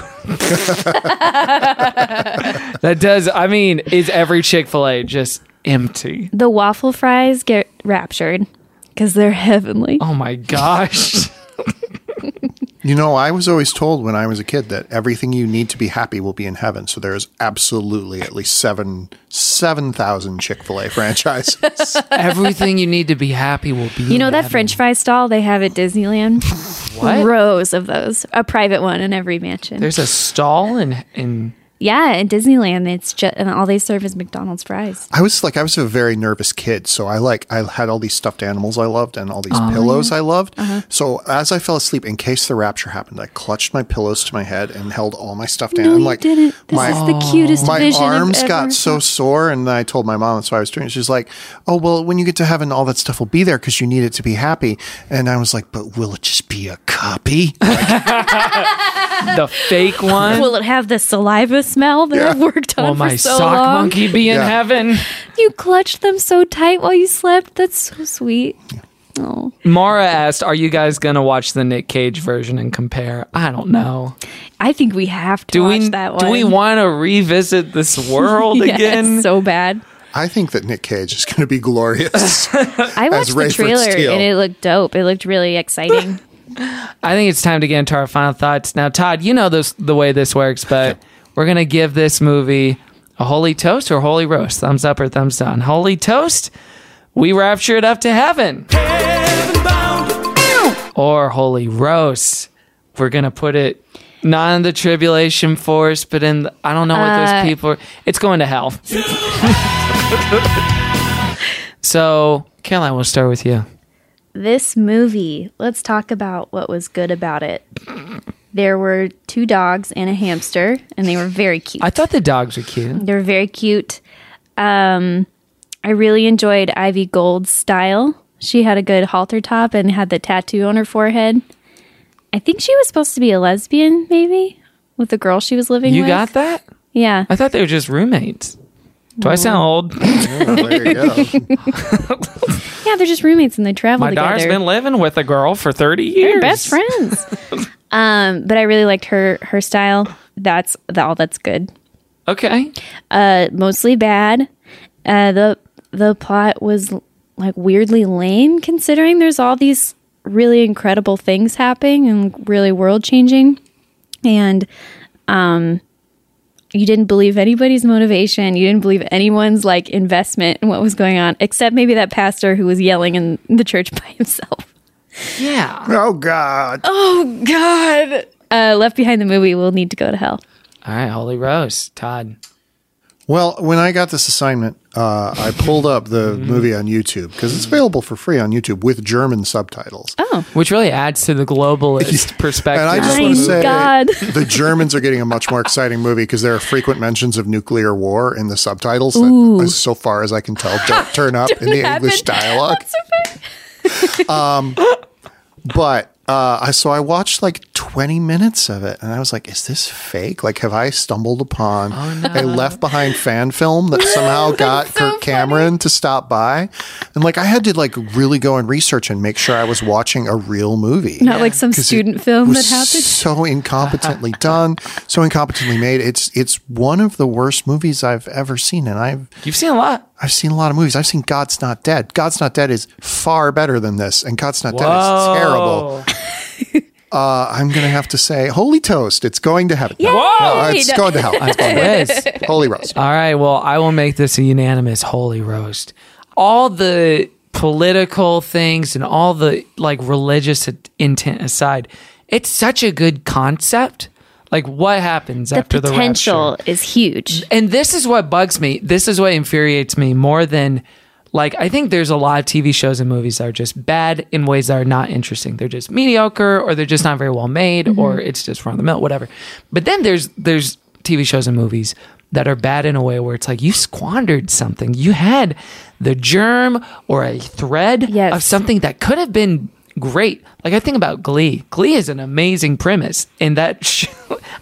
Speaker 1: that does. I mean, is every Chick Fil A just empty?
Speaker 4: the waffle fries get raptured because they're heavenly.
Speaker 1: Oh my gosh!
Speaker 5: You know, I was always told when I was a kid that everything you need to be happy will be in heaven. So there is absolutely at least seven seven thousand Chick Fil A <laughs> franchises.
Speaker 1: <laughs> Everything you need to be happy will be.
Speaker 4: You know that French fry stall they have at Disneyland?
Speaker 1: What?
Speaker 4: Rows of those. A private one in every mansion.
Speaker 1: There's a stall in in
Speaker 4: Yeah, in Disneyland, it's just and all they serve is McDonald's fries.
Speaker 5: I was like, I was a very nervous kid, so I like I had all these stuffed animals I loved and all these
Speaker 4: Oh,
Speaker 5: pillows I loved.
Speaker 4: Uh-huh.
Speaker 5: So as I fell asleep, in case the rapture happened, I clutched my pillows to my head and held all my stuffed
Speaker 4: No,
Speaker 5: animals.
Speaker 4: you
Speaker 5: like, Oh.
Speaker 4: didn't. This is the cutest
Speaker 5: My
Speaker 4: vision I've
Speaker 5: arms
Speaker 4: ever
Speaker 5: got so sore, and I told my mom that's what I was doing. She's like, "Oh well, when you get to heaven, all that stuff will be there because you need it to be happy." And I was like, "But will it just be a <laughs> copy?"
Speaker 1: the
Speaker 4: <laughs>
Speaker 1: fake one.
Speaker 4: Will it have the saliva smell that I've worked on
Speaker 1: Will
Speaker 4: for
Speaker 1: my
Speaker 4: so
Speaker 1: sock
Speaker 4: long?
Speaker 1: monkey be in Yeah. heaven?
Speaker 4: You clutched them so tight while you slept. That's so sweet. Oh.
Speaker 1: Mara asked, "Are you guys gonna watch the Nick Cage version and compare?" I don't know.
Speaker 4: I think we have to
Speaker 1: Do
Speaker 4: watch
Speaker 1: we
Speaker 4: that one.
Speaker 1: do we want to revisit this world
Speaker 4: <laughs> Yes,
Speaker 1: again?
Speaker 4: So bad.
Speaker 5: I think that Nick Cage is going to be <laughs> glorious.
Speaker 4: I watched the
Speaker 5: Rayford
Speaker 4: trailer
Speaker 5: Steele.
Speaker 4: and it looked dope. It looked really exciting. <laughs>
Speaker 1: I think it's time to get into our final thoughts. Now, Todd, you know this the way this works, but we're gonna give this movie a holy toast or holy roast, thumbs up or thumbs down. Holy toast, we rapture it up to heaven. Or holy roast, we're gonna put it not in the tribulation force, but in the, I don't know what
Speaker 4: Uh,
Speaker 1: those people. are. It's going to hell. so, Caroline, we'll start with you.
Speaker 4: this movie, let's talk about what was good about it. There were two dogs and a hamster, and they were very cute.
Speaker 1: I thought the dogs were cute.
Speaker 4: They're very cute. Um, I really enjoyed Ivy Gold's style. She had a good halter top and had the tattoo on her forehead. I think she was supposed to be a lesbian, maybe, with the girl she was living
Speaker 1: You
Speaker 4: with.
Speaker 1: got that?
Speaker 4: Yeah.
Speaker 1: I thought they were just roommates. Do I sound old?
Speaker 5: there you go.
Speaker 4: Yeah, they're just roommates and they travel
Speaker 1: My
Speaker 4: together.
Speaker 1: daughter's been living with a girl for 30 years.
Speaker 4: They're
Speaker 1: <laughs>
Speaker 4: best friends. um, but I really liked her her style. That's the, all that's good.
Speaker 1: Okay.
Speaker 4: Uh, mostly bad. Uh, the the plot was like weirdly lame considering there's all these really incredible things happening and really world changing, and um, you didn't believe anybody's motivation. You didn't believe anyone's like investment in what was going on, except maybe that pastor who was yelling in the church <laughs> by himself.
Speaker 1: Yeah.
Speaker 5: <laughs> Oh God.
Speaker 4: Oh God. Uh, Left Behind the movie will need to go to hell.
Speaker 1: All right, Holy Rose, Todd.
Speaker 5: Well, when I got this assignment, uh, I pulled up the movie on YouTube because it's available for free on YouTube with German subtitles.
Speaker 4: Oh.
Speaker 1: Which really adds to the
Speaker 5: <laughs>
Speaker 1: globalist perspective.
Speaker 5: And I just
Speaker 1: of
Speaker 5: want to
Speaker 1: the
Speaker 5: say
Speaker 1: movie.
Speaker 4: <laughs>
Speaker 5: the Germans are getting a much more exciting movie because there are frequent mentions of nuclear war in the subtitles
Speaker 4: Ooh.
Speaker 5: that, as- so far as I can tell, don't
Speaker 4: <laughs>
Speaker 5: turn up in the
Speaker 4: Happen.
Speaker 5: English dialogue. um, but uh, I so I watched like 20 minutes of it and I was like, is this fake? Like, have I stumbled upon
Speaker 4: Oh,
Speaker 5: a left behind fan film that
Speaker 4: <laughs>
Speaker 5: somehow got Kirk Cameron to stop by? And like, I had to like really go and research and make sure I was watching a real movie.
Speaker 4: Not like some
Speaker 5: 'Cause it
Speaker 4: student film
Speaker 5: was
Speaker 4: that happened.
Speaker 5: So incompetently done, so incompetently made. It's it's one of the worst movies I've ever seen, and I've
Speaker 1: You've seen a lot.
Speaker 5: I've seen a lot of movies. I've seen God's Not Dead. God's Not Dead is far better than this, and God's Not Dead is terrible. Uh, I'm gonna have to say, holy toast! It's going to heaven. No, it's going to hell. It's going to
Speaker 4: <laughs>
Speaker 1: Liz. <laughs>
Speaker 5: hell. Holy roast.
Speaker 1: All right, well, I will make this a unanimous holy roast. All the political things and all the like religious intent aside, it's such a good concept. Like what happens
Speaker 4: The
Speaker 1: after the rapture?
Speaker 4: potential is huge.
Speaker 1: And this is what bugs me. This is what infuriates me more than like I think there's a lot of TV shows and movies that are just bad in ways that are not interesting. They're just mediocre or they're just not very well made or it's just run of the mill, whatever. But then there's there's TV shows and movies that are bad in a way where it's like you squandered something. You had the germ or a thread of something that could have been great. Like I think about Glee. Glee is an amazing premise, and that <laughs> show,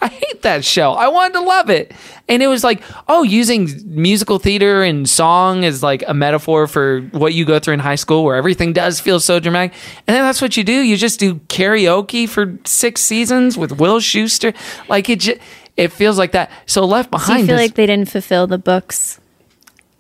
Speaker 1: I hate that show. I wanted to love it, and it was like, oh, using musical theater and song as like a metaphor for what you go through in high school, where everything does feel so dramatic, and then that's what you do. You just do karaoke for six seasons with Will Schuster. Like it, ju- it feels like that. So left
Speaker 4: Do you
Speaker 1: behind.
Speaker 4: feel
Speaker 1: is-
Speaker 4: like they didn't fulfill the books?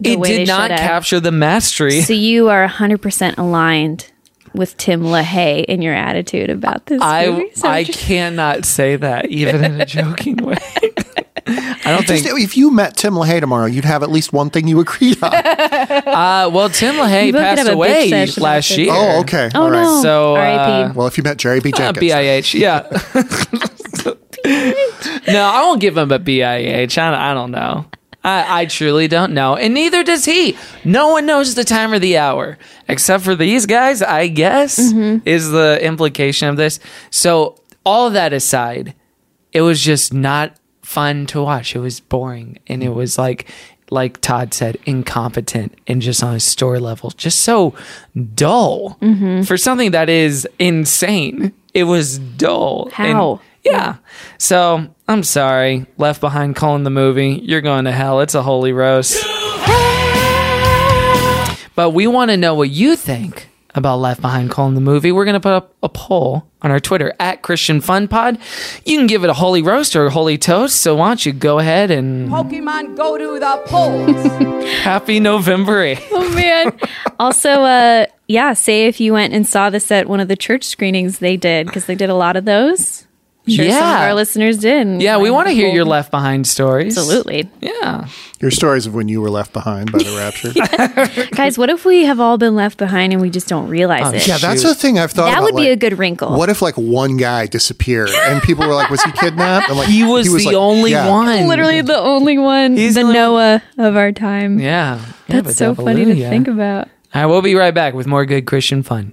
Speaker 4: the
Speaker 1: it
Speaker 4: way they
Speaker 1: did not
Speaker 4: should have?
Speaker 1: capture the mastery.
Speaker 4: So you are 100% aligned with Tim LaHaye in your attitude about this
Speaker 1: I
Speaker 4: movie. So
Speaker 1: I
Speaker 4: just-
Speaker 1: cannot say that even in a joking way. <laughs> I don't think.
Speaker 5: Just, if you met Tim LaHaye tomorrow, you'd have at least one thing you
Speaker 1: <laughs>
Speaker 5: agreed on.
Speaker 1: Uh, well, Tim LaHaye
Speaker 5: You both could
Speaker 1: passed
Speaker 5: have a
Speaker 1: away
Speaker 5: big session
Speaker 1: last
Speaker 5: about this.
Speaker 1: year. Uh,
Speaker 5: Oh, okay. Oh, All right. no.
Speaker 1: So
Speaker 5: R.I.P..
Speaker 1: uh,
Speaker 5: well, if you met Jerry B.
Speaker 1: uh,
Speaker 5: Jenkins,
Speaker 1: BIH, yeah. <laughs> No, I won't give him a BIH. I don't, I don't know. I, I truly don't know. And neither does he. No one knows the time or the hour, except for these guys, I guess,
Speaker 5: Mm-hmm.
Speaker 13: Mhm.
Speaker 1: is the implication of this. So, all of that aside, it was just not fun to watch. It was boring. And it was like, like Todd said, incompetent and just on a story level, just so dull for something that is insane. It was dull. And-
Speaker 4: How?
Speaker 1: yeah. So I'm sorry. Left Behind calling the movie. You're going to hell. It's a holy roast. but we want to know what you think about Left Behind calling the movie. We're going to put up a poll on our Twitter at Christian Fun Pod. You can give it a holy roast or a holy toast. So why don't you go ahead and
Speaker 14: Pokemon go to the polls.
Speaker 1: <laughs> happy November 8th.
Speaker 4: <laughs> Oh
Speaker 1: <laughs>
Speaker 4: man. also, uh, yeah, say if you went and saw this at one of the church screenings they did because they did a lot of those. I'm sure some of
Speaker 1: Yeah.
Speaker 4: our listeners did. and
Speaker 1: Yeah, we
Speaker 4: find
Speaker 1: want to hear
Speaker 4: cool-
Speaker 1: your Left Behind stories.
Speaker 4: Absolutely.
Speaker 1: Yeah.
Speaker 5: Your stories of when you were left behind
Speaker 1: <laughs>
Speaker 5: by the rapture.
Speaker 4: Guys, what if we have all been left behind and we just don't realize
Speaker 1: Oh,
Speaker 4: it?
Speaker 5: yeah, that's the thing I've thought.
Speaker 4: That
Speaker 5: about,
Speaker 4: would be
Speaker 5: like,
Speaker 4: a good wrinkle.
Speaker 5: What if like one guy disappeared and people were like, "Was he kidnapped?" I'm like,
Speaker 1: He was the only one.
Speaker 4: Literally the only one. the Noah of our time.
Speaker 1: Yeah. Yeah,
Speaker 4: That's
Speaker 1: but
Speaker 4: so funny to
Speaker 1: Dabaloo, yeah.
Speaker 4: think about.
Speaker 1: I will be right back with more good Christian fun.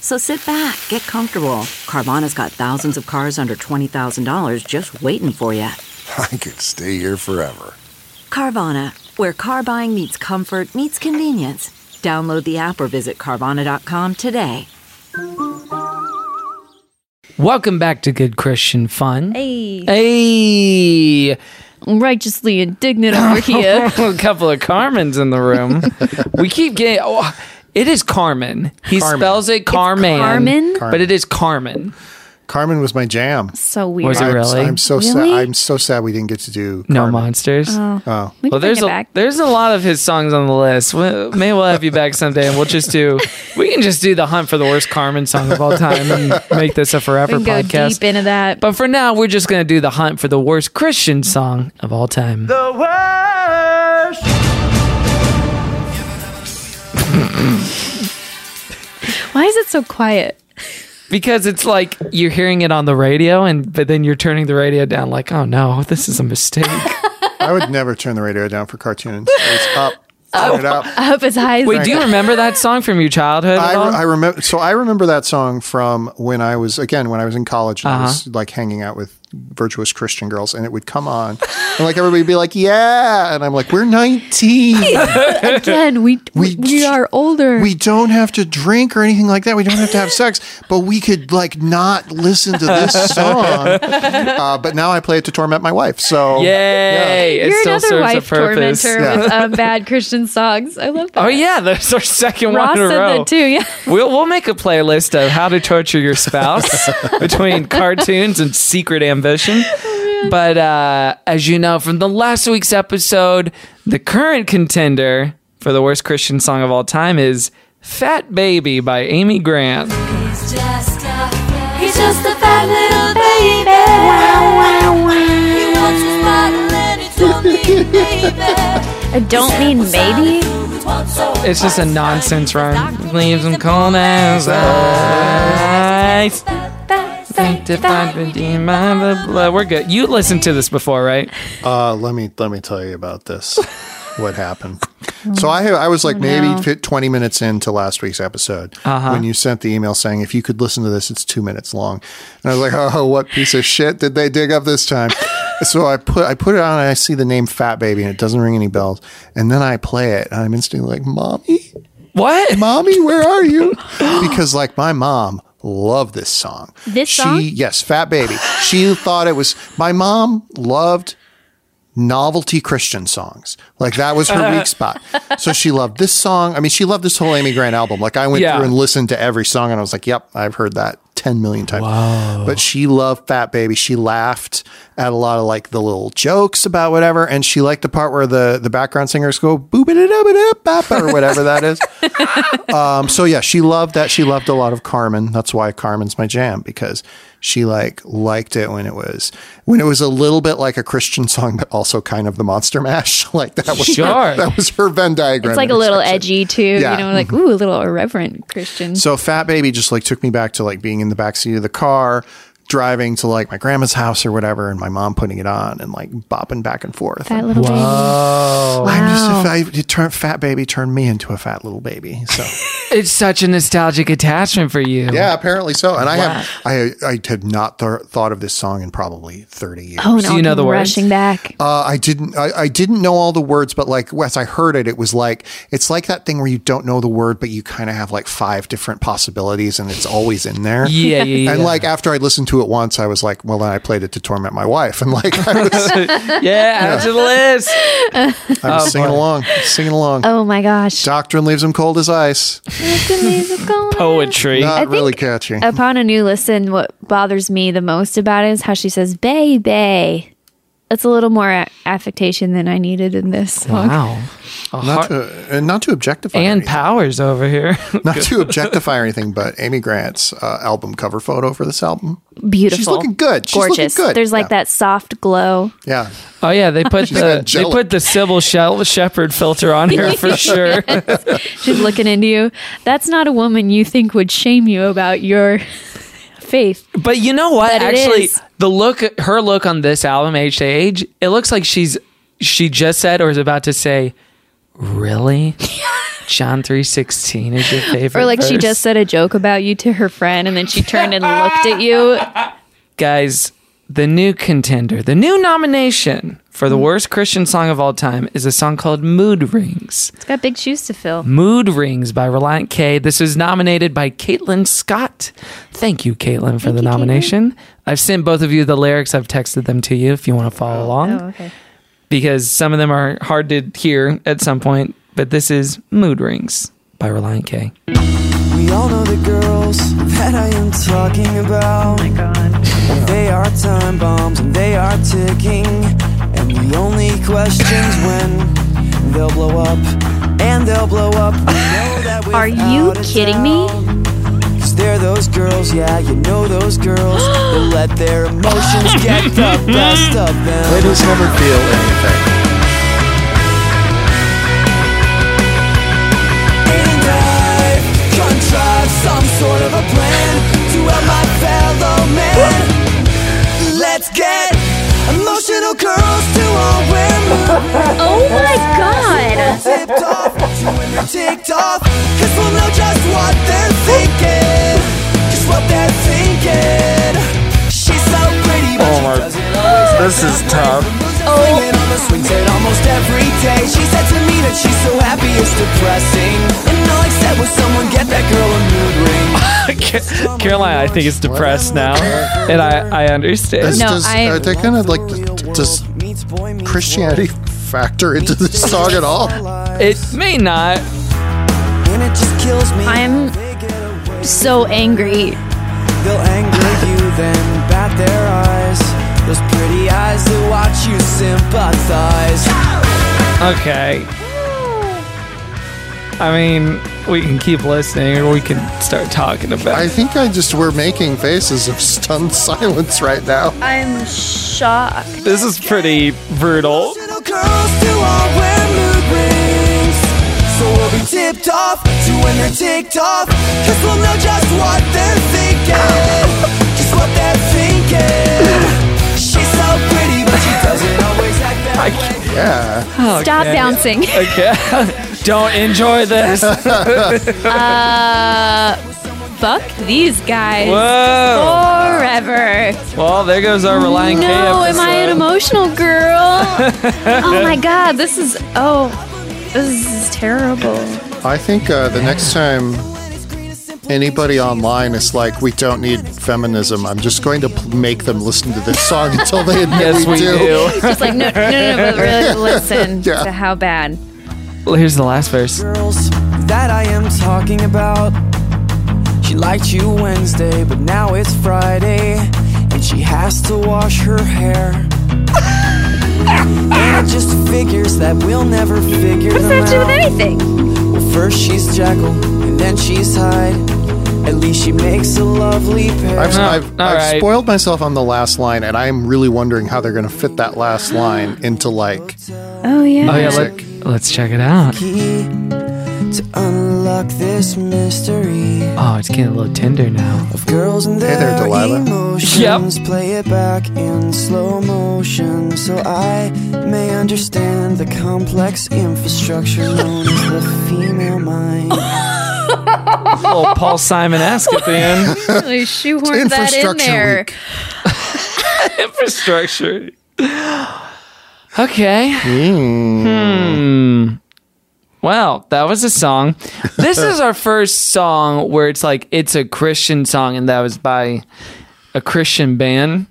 Speaker 15: So sit back, Ah, get comfortable. Carvana's got thousands of cars under $20,000 just waiting for you.
Speaker 16: I could stay here forever.
Speaker 15: Carvana, where car buying meets comfort, meets convenience. Download the app or visit Carvana.com today.
Speaker 1: Welcome back to Good Christian Fun.
Speaker 4: Hey.
Speaker 1: Hey.
Speaker 4: Righteously indignant over
Speaker 1: <laughs>
Speaker 4: here.
Speaker 1: a couple of Carmens in the
Speaker 4: <laughs>
Speaker 1: room. we keep getting. Oh, it is Carmen. He
Speaker 5: Carmen.
Speaker 1: spells it Carmen.
Speaker 4: Carmen?
Speaker 1: But it is Carmen.
Speaker 5: Carmen was my jam.
Speaker 4: So weird.
Speaker 1: Was it
Speaker 5: I'm,
Speaker 1: really?
Speaker 5: I'm so sad.
Speaker 1: Really?
Speaker 5: I'm so sad we didn't get to do
Speaker 1: No monsters.
Speaker 4: Oh.
Speaker 5: Oh.
Speaker 4: We can
Speaker 1: Well,
Speaker 4: bring
Speaker 1: there's
Speaker 4: it
Speaker 1: a,
Speaker 4: back.
Speaker 1: there's a lot of his songs on the list. We, may we'll have you back someday, and we'll just
Speaker 4: <laughs>
Speaker 1: do we can just do the hunt for the worst Carmen song of all time and make this a
Speaker 4: We
Speaker 1: forever
Speaker 4: can go
Speaker 1: podcast.
Speaker 4: deep into that.
Speaker 1: But for now, we're just gonna do the hunt for the worst Christian song of all time.
Speaker 17: The worst.
Speaker 4: Why is it so quiet?
Speaker 1: because it's like you're hearing it on the radio and but then you're turning the radio down like oh no this is a
Speaker 4: <laughs>
Speaker 1: mistake
Speaker 5: I would never turn the radio down for cartoons.
Speaker 1: <laughs>
Speaker 5: It's up.
Speaker 1: Oh,
Speaker 5: Turn it up.
Speaker 4: I hope it's high. as
Speaker 1: wait
Speaker 4: it
Speaker 1: do you
Speaker 4: is.
Speaker 1: remember that song from your childhood at
Speaker 5: I,
Speaker 1: all?
Speaker 5: I remember. So I remember that song from when I was again when I was in college and I
Speaker 1: Uh-huh.
Speaker 5: was like hanging out with virtuous Christian girls, and it would come on, and like everybody would be like, "Yeah," and I'm like,
Speaker 1: <laughs>
Speaker 5: "We're 19."
Speaker 4: Again, we, we are older.
Speaker 5: We don't have to drink or anything like that. We don't have to have sex, but we could like not listen to this
Speaker 1: <laughs>
Speaker 5: song. Uh, but now I play it to torment my wife. So
Speaker 1: Yay! It
Speaker 4: You're
Speaker 1: still
Speaker 4: another
Speaker 1: serves a
Speaker 4: wife
Speaker 1: purpose.
Speaker 4: tormentor
Speaker 1: Yeah.
Speaker 4: with uh, bad Christian songs. I love that.
Speaker 1: Oh yeah, <laughs> that's our second
Speaker 4: Ross
Speaker 1: one in a
Speaker 4: said
Speaker 1: row.
Speaker 4: that too. Yeah.
Speaker 1: We'll we'll make a playlist of how to torture your spouse between cartoons and secret ambition. but uh, as you know from the last week's episode, the current contender for the worst Christian song of all time is "Fat Baby" by Amy Grant.
Speaker 13: He's just a He's just a fat little baby. Wow, wow, wow. He wants his bottle and he told me, baby.
Speaker 4: I don't mean maybe.
Speaker 1: It's just a nonsense rhyme. Leaves them cold as ice. Sanctified, redeemed by the blood. We're good. You listened to this before, right?
Speaker 5: Uh, let me let me tell you
Speaker 1: <laughs>
Speaker 5: about this. what happened? So I I was like
Speaker 1: Oh,
Speaker 5: maybe
Speaker 1: no.
Speaker 5: fit twenty minutes into last week's episode
Speaker 1: Uh-huh.
Speaker 5: when you sent the email saying if you could listen to this, it's two minutes long, and I was like, oh, what piece of shit did they dig up
Speaker 1: <laughs>
Speaker 5: this time? so I put I put it on and I see the name Fat Baby and it doesn't ring any bells, and then I play it and I'm instantly like, mommy,
Speaker 1: what,
Speaker 5: <laughs> mommy, where are you? because like my mom loved this song.
Speaker 4: This
Speaker 5: she,
Speaker 4: song?
Speaker 5: yes, Fat Baby. She thought it was my mom loved novelty Christian songs. Like that was her
Speaker 4: <laughs>
Speaker 5: weak spot. So she loved this song. I mean, she loved this whole Amy Grant album. Like I went
Speaker 1: Yeah.
Speaker 5: through and listened to every song and I was like, yep, I've heard that 10 million times. But she loved Fat Baby. She laughed at a lot of like the little jokes about whatever. And she liked the part where the, the background singers go boop it up bop or whatever that is. um, so yeah, she loved that. She loved a lot of Carmen. That's why Carmen's my jam because she like liked it when it was when it was a little bit like a Christian song, but also kind of the Monster Mash. <laughs> like that was
Speaker 4: Sure.
Speaker 5: her, that was her Venn diagram.
Speaker 4: It's like a little edgy too.
Speaker 5: Yeah.
Speaker 4: You know, like ooh, a little irreverent Christian.
Speaker 5: So Fat Baby just like took me back to like being in the backseat of the car, driving to like my grandma's house or whatever, and my mom putting it on and like bopping back and forth.
Speaker 4: Fat little baby.
Speaker 5: I'm just
Speaker 4: Wow.
Speaker 5: a fat, it turned, fat baby turned me into a fat little baby. So
Speaker 1: It's such a nostalgic attachment for you.
Speaker 5: yeah, apparently so. And I have I I had not th- thought of this song in probably thirty years.
Speaker 4: Oh no! I came rushing back.
Speaker 5: Uh, I didn't. I, I didn't know all the words, but like as I heard it, it was like it's like that thing where you don't know the word, but you kind of have like five different possibilities, and it's always in there.
Speaker 1: Yeah, yeah,
Speaker 5: And
Speaker 1: yeah.
Speaker 5: like after I listened to it once, I was like, well, then I played it to torment my wife, and like
Speaker 4: <laughs>
Speaker 5: I was,
Speaker 1: yeah, add to the list.
Speaker 5: I was
Speaker 1: Oh,
Speaker 5: singing
Speaker 1: boy.
Speaker 5: along, singing along.
Speaker 4: Oh my gosh!
Speaker 5: <laughs> Doctrine leaves them cold as ice.
Speaker 1: Poetry.
Speaker 5: Not
Speaker 4: I think
Speaker 5: really catchy.
Speaker 4: Upon a new listen, what bothers me the most about it is how she says "baby." That's a little more a- affectation than I needed in this song.
Speaker 1: Wow.
Speaker 5: Not to, and not to objectify
Speaker 1: And Powers over here.
Speaker 5: not to objectify or anything, but Amy Grant's uh, album cover photo for this album.
Speaker 4: Beautiful.
Speaker 5: She's looking good. She's
Speaker 4: Gorgeous.
Speaker 5: looking good.
Speaker 4: There's like
Speaker 5: Yeah.
Speaker 4: that soft glow.
Speaker 5: Yeah.
Speaker 1: <laughs> Oh yeah, they put
Speaker 5: She's got
Speaker 1: the they
Speaker 5: jello-
Speaker 1: put the Sybil Shel- Shepherd filter on her <laughs> for sure.
Speaker 4: She's looking into you. That's not a woman you think would shame you about your faith.
Speaker 1: But you know what?
Speaker 4: But it
Speaker 1: Actually,
Speaker 4: is.
Speaker 1: the look, her look on this album, Age to Age, it looks like she's she just said or is about to say,
Speaker 4: <laughs>
Speaker 1: "Really, John three sixteen is your favorite."
Speaker 4: Or like she
Speaker 1: verse?"
Speaker 4: just said a joke about you to her friend, and then she turned and looked at you.
Speaker 1: guys. The new contender, the new nomination for
Speaker 4: Mm.
Speaker 1: the worst Christian song of all time is a song called "Mood Rings."
Speaker 4: It's got big shoes to fill.
Speaker 1: Mood Rings by Reliant K. This is nominated by Caitlin Scott. Thank you, Caitlin, for the nomination. I've sent both of you the lyrics. I've texted them to you if you want to follow along
Speaker 5: Mm-hmm.
Speaker 4: Oh, okay.
Speaker 1: because some of them are hard to hear at some point. But this is Mood Rings by Reliant K.
Speaker 12: We all know the girls that I am talking about. Oh my god. They are time bombs and they are ticking. And the only question's when they'll blow up. And they'll blow up. We know that
Speaker 4: Are you kidding me?
Speaker 12: Cause they're those girls, yeah, you know those girls. they let their emotions get the best of them.
Speaker 5: They just never feel anything.
Speaker 12: And I've contrived some sort of a plan to help my fellow man. Let's get emotional curls to all women.
Speaker 4: Oh my god!
Speaker 12: Tipped off to when they're ticked off. Cause we'll know just what they're thinking. Just what they're thinking. She's so pretty, but
Speaker 5: Oh my
Speaker 12: she does
Speaker 1: this is tough.
Speaker 18: Oh. It on the swing set almost every day. She said to me that she's so happy it's depressing. And all I said was, someone get that girl a mood ring.
Speaker 1: Ca- Caroline, I think is depressed now, and I I understand.
Speaker 5: Is- does- are they kind of like does Christianity factor <laughs> into this
Speaker 18: <laughs>
Speaker 5: song at all?
Speaker 1: It may not.
Speaker 18: And it just kills me.
Speaker 4: I'm so angry.
Speaker 18: They'll anger you, then bat their eyes. Those pretty eyes that watch you sympathize.
Speaker 1: Okay. I mean, we can keep listening, or we can start talking about.
Speaker 5: I think I just we're making faces of stunned silence right now.
Speaker 4: I'm shocked.
Speaker 1: This is pretty brutal.
Speaker 18: Girls do all wear mood rings. So we'll be tipped off to when they're ticked off. Cause we'll know just what they're thinking. just what they're thinking. She's so pretty, but she doesn't always act that way.
Speaker 5: Yeah.
Speaker 4: Stop bouncing.
Speaker 1: Okay. <laughs> Don't enjoy this.
Speaker 4: Uh, fuck these guys
Speaker 1: Whoa.
Speaker 4: forever.
Speaker 1: well, there goes our relying
Speaker 4: no,
Speaker 1: K
Speaker 4: am I
Speaker 5: uh,
Speaker 4: an emotional
Speaker 5: <laughs>
Speaker 4: girl? oh my god, this is oh, this is terrible.
Speaker 5: I think uh, the next time anybody online is like, we don't need feminism, I'm just going to p- make them listen to this song until they admit
Speaker 1: Yes, we do.
Speaker 4: Just like no, no, no, no but really listen
Speaker 5: <laughs> Yeah.
Speaker 4: to how bad.
Speaker 1: Well, Here's the last verse. Oh,
Speaker 18: girls that I am talking about. She liked you Wednesday, but now it's Friday, and she has to wash her hair. <laughs> and it just figures that we'll never figure
Speaker 4: What's
Speaker 18: them
Speaker 4: that to do with
Speaker 18: out.
Speaker 4: anything?
Speaker 18: Well, first she's Jekyll, and then she's Hyde. At least she makes a lovely pair.
Speaker 5: I've,
Speaker 1: No,
Speaker 5: I've,
Speaker 1: all
Speaker 5: I've
Speaker 1: right.
Speaker 5: spoiled myself on the last line, and I'm really wondering how they're going to fit that last line into like.
Speaker 4: Oh yeah.
Speaker 1: Oh yeah, let, let's check it out.
Speaker 18: Key to unlock this mystery
Speaker 1: Oh, it's getting a little tender now.
Speaker 18: of girls and
Speaker 5: Hey
Speaker 18: their
Speaker 5: there, Delilah.
Speaker 18: emotions. Play it back in slow motion so I may understand the complex infrastructure known as the female mind.
Speaker 1: A little Paul Simon esque at the end.
Speaker 4: Really shoehorned that in
Speaker 5: Infrastructure
Speaker 4: there.
Speaker 5: week.
Speaker 1: Infrastructure. <gasps> Okay. Hmm. Well, that was a song. This is our first song where it's like it's a Christian song, and that was by a Christian band.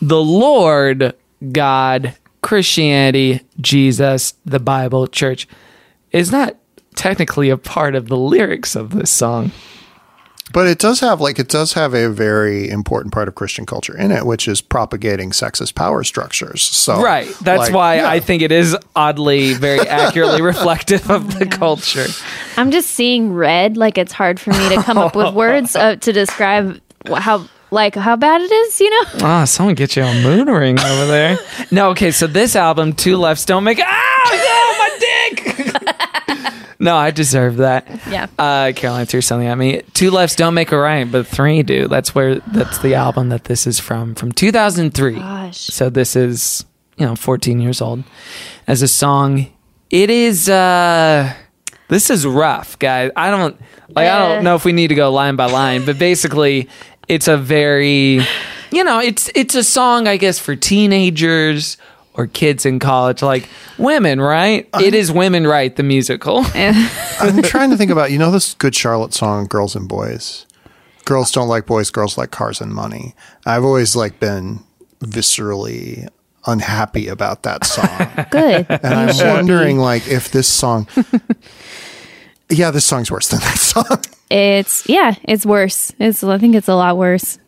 Speaker 1: The Lord, God, Christianity, Jesus, the Bible, church is not technically a part of the lyrics of this song.
Speaker 5: But it does have like it does have a very important part of Christian culture in it, which is propagating sexist power structures. So
Speaker 1: Right. That's
Speaker 5: like,
Speaker 1: why
Speaker 5: yeah.
Speaker 1: I think it is oddly very accurately <laughs> reflective of the culture.
Speaker 4: I'm just seeing red. Like it's hard for me to come up
Speaker 5: <laughs>
Speaker 4: with words uh, to describe wh- how like how bad it is. You know.
Speaker 1: Ah, someone get you a moon ring over there. <laughs> No, okay, so this album, Two Lefts Don't Make Ah no, my dick <laughs> No, I deserve that.
Speaker 4: Yeah.
Speaker 1: Uh Caroline threw something at me. Two lefts don't make a right, but three do. That's where that's the album that this is from. From two thousand three.
Speaker 4: Gosh.
Speaker 1: So this is, you know, 14 years old as a song. It is uh this is rough, guys. I don't like I
Speaker 4: Uh.
Speaker 1: don't know if we need to go line by line, but basically it's a very you know, it's it's a song I guess for teenagers or kids in college like women, right? it is women right the musical.
Speaker 5: I'm trying to think about you know this good Charlotte song, Girls and Boys. Girls don't like boys, girls like cars and money. I've always like been viscerally unhappy about that song.
Speaker 4: Good.
Speaker 5: And I'm wondering, like, if this song. <laughs> yeah, this song's worse than that song.
Speaker 4: It's yeah, it's worse. It's I think it's a lot worse.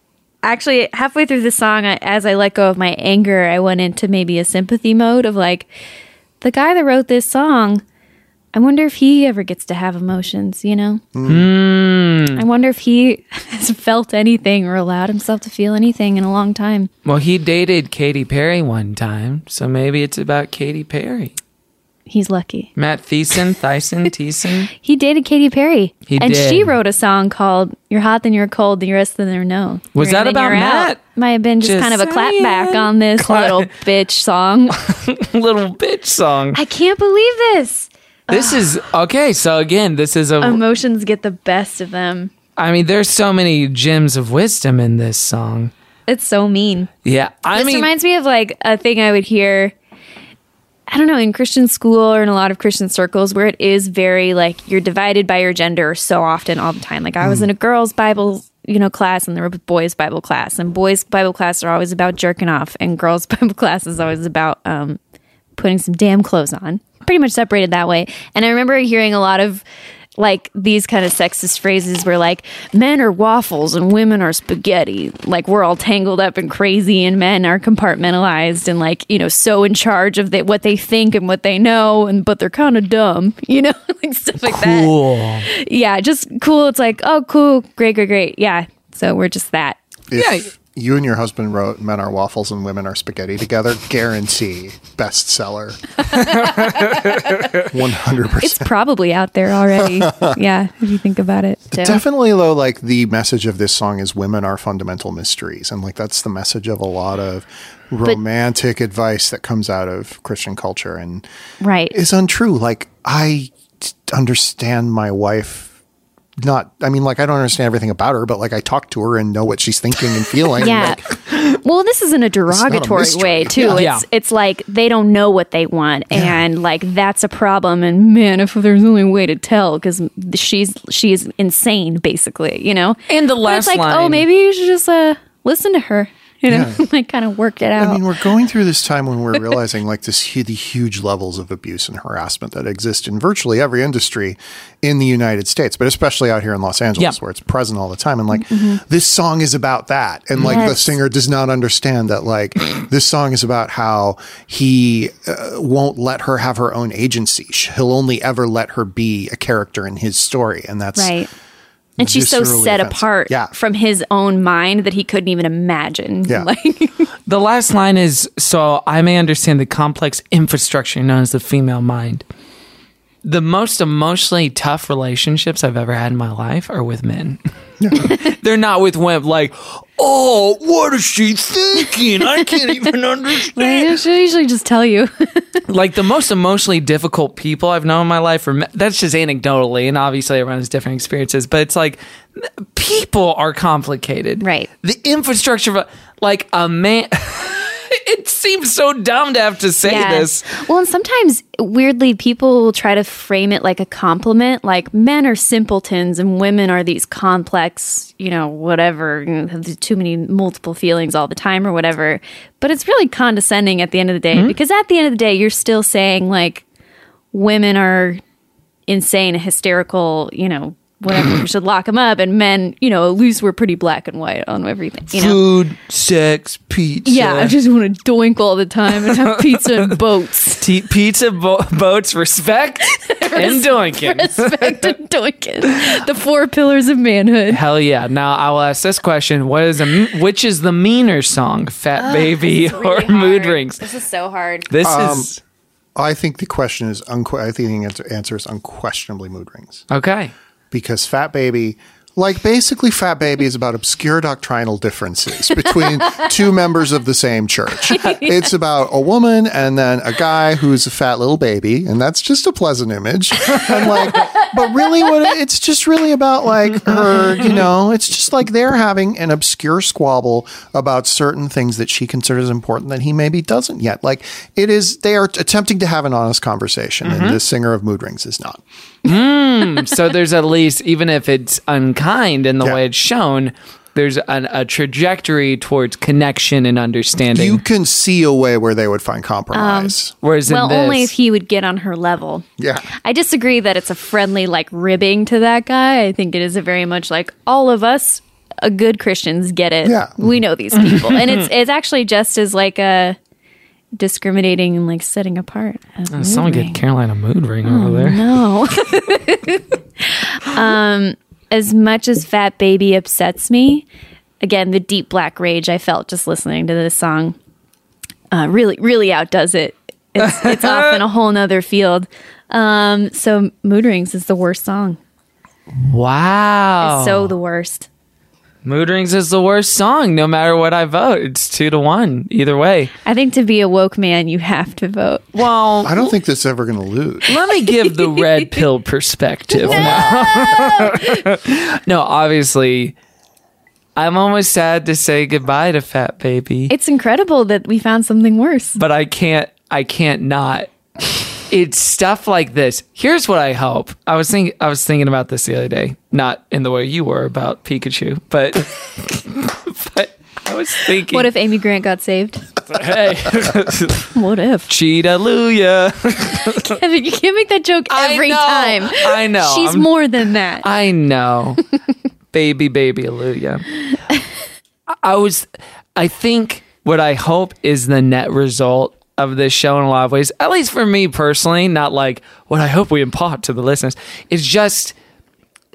Speaker 4: Actually, halfway through the song, I, as I let go of my anger, I went into maybe a sympathy mode of like, the guy that wrote this song. I wonder if he ever gets to have emotions. You know. I wonder if he <laughs> has felt anything or allowed himself to feel anything in a long time.
Speaker 1: well, he dated Katy Perry one time, so maybe it's about Katy Perry.
Speaker 4: He's lucky.
Speaker 1: Matt Thiessen, Thyssen,
Speaker 4: <laughs>
Speaker 1: Thiessen.
Speaker 4: He dated Katy Perry,
Speaker 1: He
Speaker 4: and
Speaker 1: did.
Speaker 4: she wrote a song called "You're Hot, Then You're Cold, Then You're Yes, Then You're No."
Speaker 1: Was
Speaker 4: You're
Speaker 1: that
Speaker 4: in, then
Speaker 1: about
Speaker 4: you're out.
Speaker 1: Matt?
Speaker 4: Might have been just,
Speaker 1: Just
Speaker 4: kind of a
Speaker 1: saying.
Speaker 4: clapback on this
Speaker 1: Cla-
Speaker 4: little
Speaker 1: <laughs>
Speaker 4: bitch song.
Speaker 1: Little bitch song.
Speaker 4: I can't believe this.
Speaker 1: This is okay. So again, this is a.
Speaker 4: Um, Emotions get the best of them.
Speaker 1: I mean, there's so many gems of wisdom in this song.
Speaker 4: It's so mean.
Speaker 1: Yeah, I
Speaker 4: this
Speaker 1: mean,
Speaker 4: reminds me of like a thing I would hear. I don't know in Christian school or in a lot of Christian circles where it is very like you're divided by your gender so often all the time. Like I
Speaker 1: Hmm.
Speaker 4: was in a girls' Bible you know class and there were boys' Bible class and boys' Bible class are always about jerking off and girls' <laughs> Bible class is always about um, putting some damn clothes on. Pretty much separated that way. And I remember hearing a lot of like these kind of sexist phrases where like men are waffles and women are spaghetti. Like we're all tangled up and crazy and men are compartmentalized and like, you know, so in charge of the, what they think and what they know and but they're kind of dumb, <laughs> you know, like stuff like
Speaker 1: cool.
Speaker 4: that. Yeah, just cool. It's like, oh cool, great, great, great. Yeah. So we're just that.
Speaker 5: If you and your husband wrote "Men are waffles and women are spaghetti" together, guarantee bestseller. One hundred percent. <laughs>
Speaker 4: It's probably out there already. yeah, if you think about it. So-
Speaker 5: Definitely though, like the message of this song is women are fundamental mysteries, and like that's the message of a lot of romantic advice that comes out of Christian culture and
Speaker 4: Right.
Speaker 5: is untrue. Like I t- understand my wife. Not, I mean, like I don't understand everything about her, but like I talk to her and know what she's thinking and feeling. and,
Speaker 4: Yeah. <laughs>
Speaker 5: like,
Speaker 4: well, this is in a
Speaker 5: not a
Speaker 4: derogatory
Speaker 5: mystery.
Speaker 4: way too.
Speaker 5: Yeah.
Speaker 4: It's
Speaker 5: Yeah.
Speaker 4: it's like they don't know what they want, and like that's a problem. And man, if there's only way to tell, because she's she's insane, basically. You know.
Speaker 1: And the
Speaker 4: But
Speaker 1: last
Speaker 4: it's like, oh,
Speaker 1: line-
Speaker 4: maybe you should just uh, listen to her. You know, <laughs> like kind of worked it out.
Speaker 5: I mean, we're going through this time when we're realizing like this hu- the huge levels of abuse and harassment that exist in virtually every industry in the United States, but especially out here in Los Angeles
Speaker 19: Yeah.
Speaker 5: where it's present all the time. And like
Speaker 19: Mhm.
Speaker 5: this song is about that, and like the
Speaker 19: Yes.
Speaker 5: singer does not understand that like this song is about how he uh, won't let her have her own agency. Sh- He'll only ever let her be a character in his story, and that's
Speaker 4: right. And she's so
Speaker 5: viscerally
Speaker 4: set
Speaker 5: offensive.
Speaker 4: apart from his own mind that he couldn't even imagine. <laughs> Like,
Speaker 5: <laughs>
Speaker 1: The last line is so I may understand the complex infrastructure known as the female mind. The most emotionally tough relationships I've ever had in my life are with men. <laughs> They're not with women. Like, oh, what is she thinking? I can't even understand.
Speaker 4: I should usually just tell you.
Speaker 1: like the most emotionally difficult people I've known in my life. Are, me- that's just anecdotally, and obviously everyone has different experiences. But it's like people are complicated,
Speaker 4: right?
Speaker 1: The infrastructure, of a, like a man. <laughs> it seems so dumb to have to
Speaker 4: <laughs>
Speaker 1: say
Speaker 4: Yeah.
Speaker 1: this.
Speaker 4: Well, and sometimes weirdly, people will try to frame it like a compliment, like men are simpletons and women are these complex, you know, whatever, you know, have too many multiple feelings all the time or whatever. But it's really condescending at the end of the day
Speaker 1: Mm-hmm.
Speaker 20: Mhm.
Speaker 4: because at the end of the day, you're still saying like women are insane, hysterical, you know. Whatever,
Speaker 1: <clears throat>
Speaker 4: we should lock them up, and men, you know, at least we're pretty black and white on everything. You know?
Speaker 1: Food, sex, pizza.
Speaker 4: Yeah, I just want to doink all the time and have
Speaker 1: <laughs>
Speaker 4: pizza and boats.
Speaker 1: T- pizza bo- boats,
Speaker 4: <laughs>
Speaker 1: respect, and doinking.
Speaker 4: Respect and doinking. The four pillars of manhood.
Speaker 1: Hell yeah! Now I will ask this question: What is a m- which is the meaner song, Fat
Speaker 4: Ugh,
Speaker 1: Baby
Speaker 4: this is
Speaker 1: or
Speaker 4: really
Speaker 1: Mood Rings?
Speaker 4: This is so hard.
Speaker 5: Um, I think the question is. Unque- I think the answer, answer is unquestionably mood rings.
Speaker 1: Okay.
Speaker 5: Because Fat Baby, like basically, Fat Baby is about obscure doctrinal differences between two members of the same church. It's about a woman and then a guy who's a fat little baby, and that's just a pleasant image. And like, but really, what it- it's just really about like her, you know, it's just like they're having an obscure squabble about certain things that she considers important that he maybe doesn't yet. Like, it is they are attempting to have an honest conversation,
Speaker 1: Mhm.
Speaker 5: and the singer of Mood Rings is not.
Speaker 1: Mm, so there's at least, even if it's unkind in the way it's shown, there's an, a trajectory towards connection and understanding.
Speaker 5: You can see a way where they would find compromise.
Speaker 1: Whereas
Speaker 4: well,
Speaker 1: in this,
Speaker 4: only if he would get on her level.
Speaker 5: yeah.
Speaker 4: I disagree that it's a friendly, like, ribbing to that guy. I think it is a very much like all of us, uh, good Christians, get it.
Speaker 5: Yeah.
Speaker 4: We
Speaker 1: <laughs>
Speaker 4: know these people. and it's, it's actually just as, like, a discriminating and, like, setting apart. as
Speaker 1: Oh, someone
Speaker 4: moving.
Speaker 1: get Carolina mood ring over there.
Speaker 4: Oh, No. <laughs> um, as much as Fat Baby upsets me, again, the deep black rage I felt just listening to this song uh, really, really outdoes it. It's, it's
Speaker 1: <laughs>
Speaker 4: off in a whole nother field. Um, so, Mood Rings is the worst song.
Speaker 1: <laughs> Wow. Oh.
Speaker 4: It's so the worst.
Speaker 1: mood rings is the worst song. No matter what I vote, it's two to one either way.
Speaker 4: I think to be a woke man, you have to vote.
Speaker 1: Well,
Speaker 4: <laughs>
Speaker 5: I don't think this is ever going to lose.
Speaker 1: Let me give the red pill <laughs> perspective. No! no, obviously, I'm almost sad to say goodbye to Fat Baby,
Speaker 4: It's incredible that we found something worse.
Speaker 1: but I can't. I can't not. It's stuff like this. Here's what I hope. I was thinking. I was thinking about this the other day, not in the way you were about Pikachu, but <laughs> but I was thinking.
Speaker 4: What if Amy Grant got saved?
Speaker 1: Hey.
Speaker 4: what <laughs>
Speaker 1: <laughs>
Speaker 4: if?
Speaker 1: Cheetahluya.
Speaker 4: Kevin, you can't make that joke
Speaker 1: I
Speaker 4: every
Speaker 1: know.
Speaker 4: time.
Speaker 1: I know.
Speaker 4: She's
Speaker 1: I'm-
Speaker 4: more than that.
Speaker 1: I know. baby, baby, Hallelujah. I- I was, I think what I hope is the net result of this show in a lot of ways, at least for me personally, not like what I hope we impart to the listeners, is just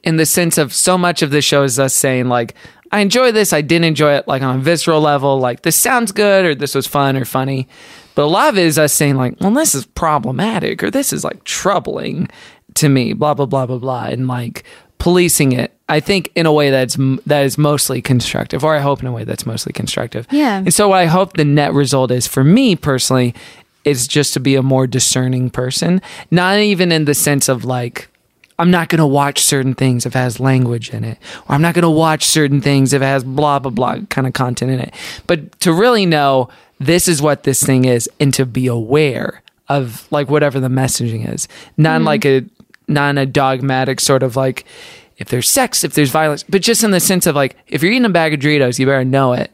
Speaker 1: in the sense of so much of this show is us saying, like, I enjoy this, I didn't enjoy it, like on a visceral level, like this sounds good or this was fun or funny. But a lot of it is us saying, like, well, this is problematic or this is like troubling to me, blah, blah, blah, blah, blah. And like, policing it i think in a way that's m- that is mostly constructive or i hope in a way that's mostly constructive
Speaker 4: Yeah.
Speaker 1: and so what i hope the net result is for me personally is just to be a more discerning person not even in the sense of like i'm not going to watch certain things if it has language in it or i'm not going to watch certain things if it has blah blah blah kind of content in it but to really know this is what this thing is and to be aware of like whatever the messaging is not in,
Speaker 21: Mhm.
Speaker 1: like a not in a dogmatic sort of like if there's sex, if there's violence, but just in the sense of like if you're eating a bag of Doritos, you better know it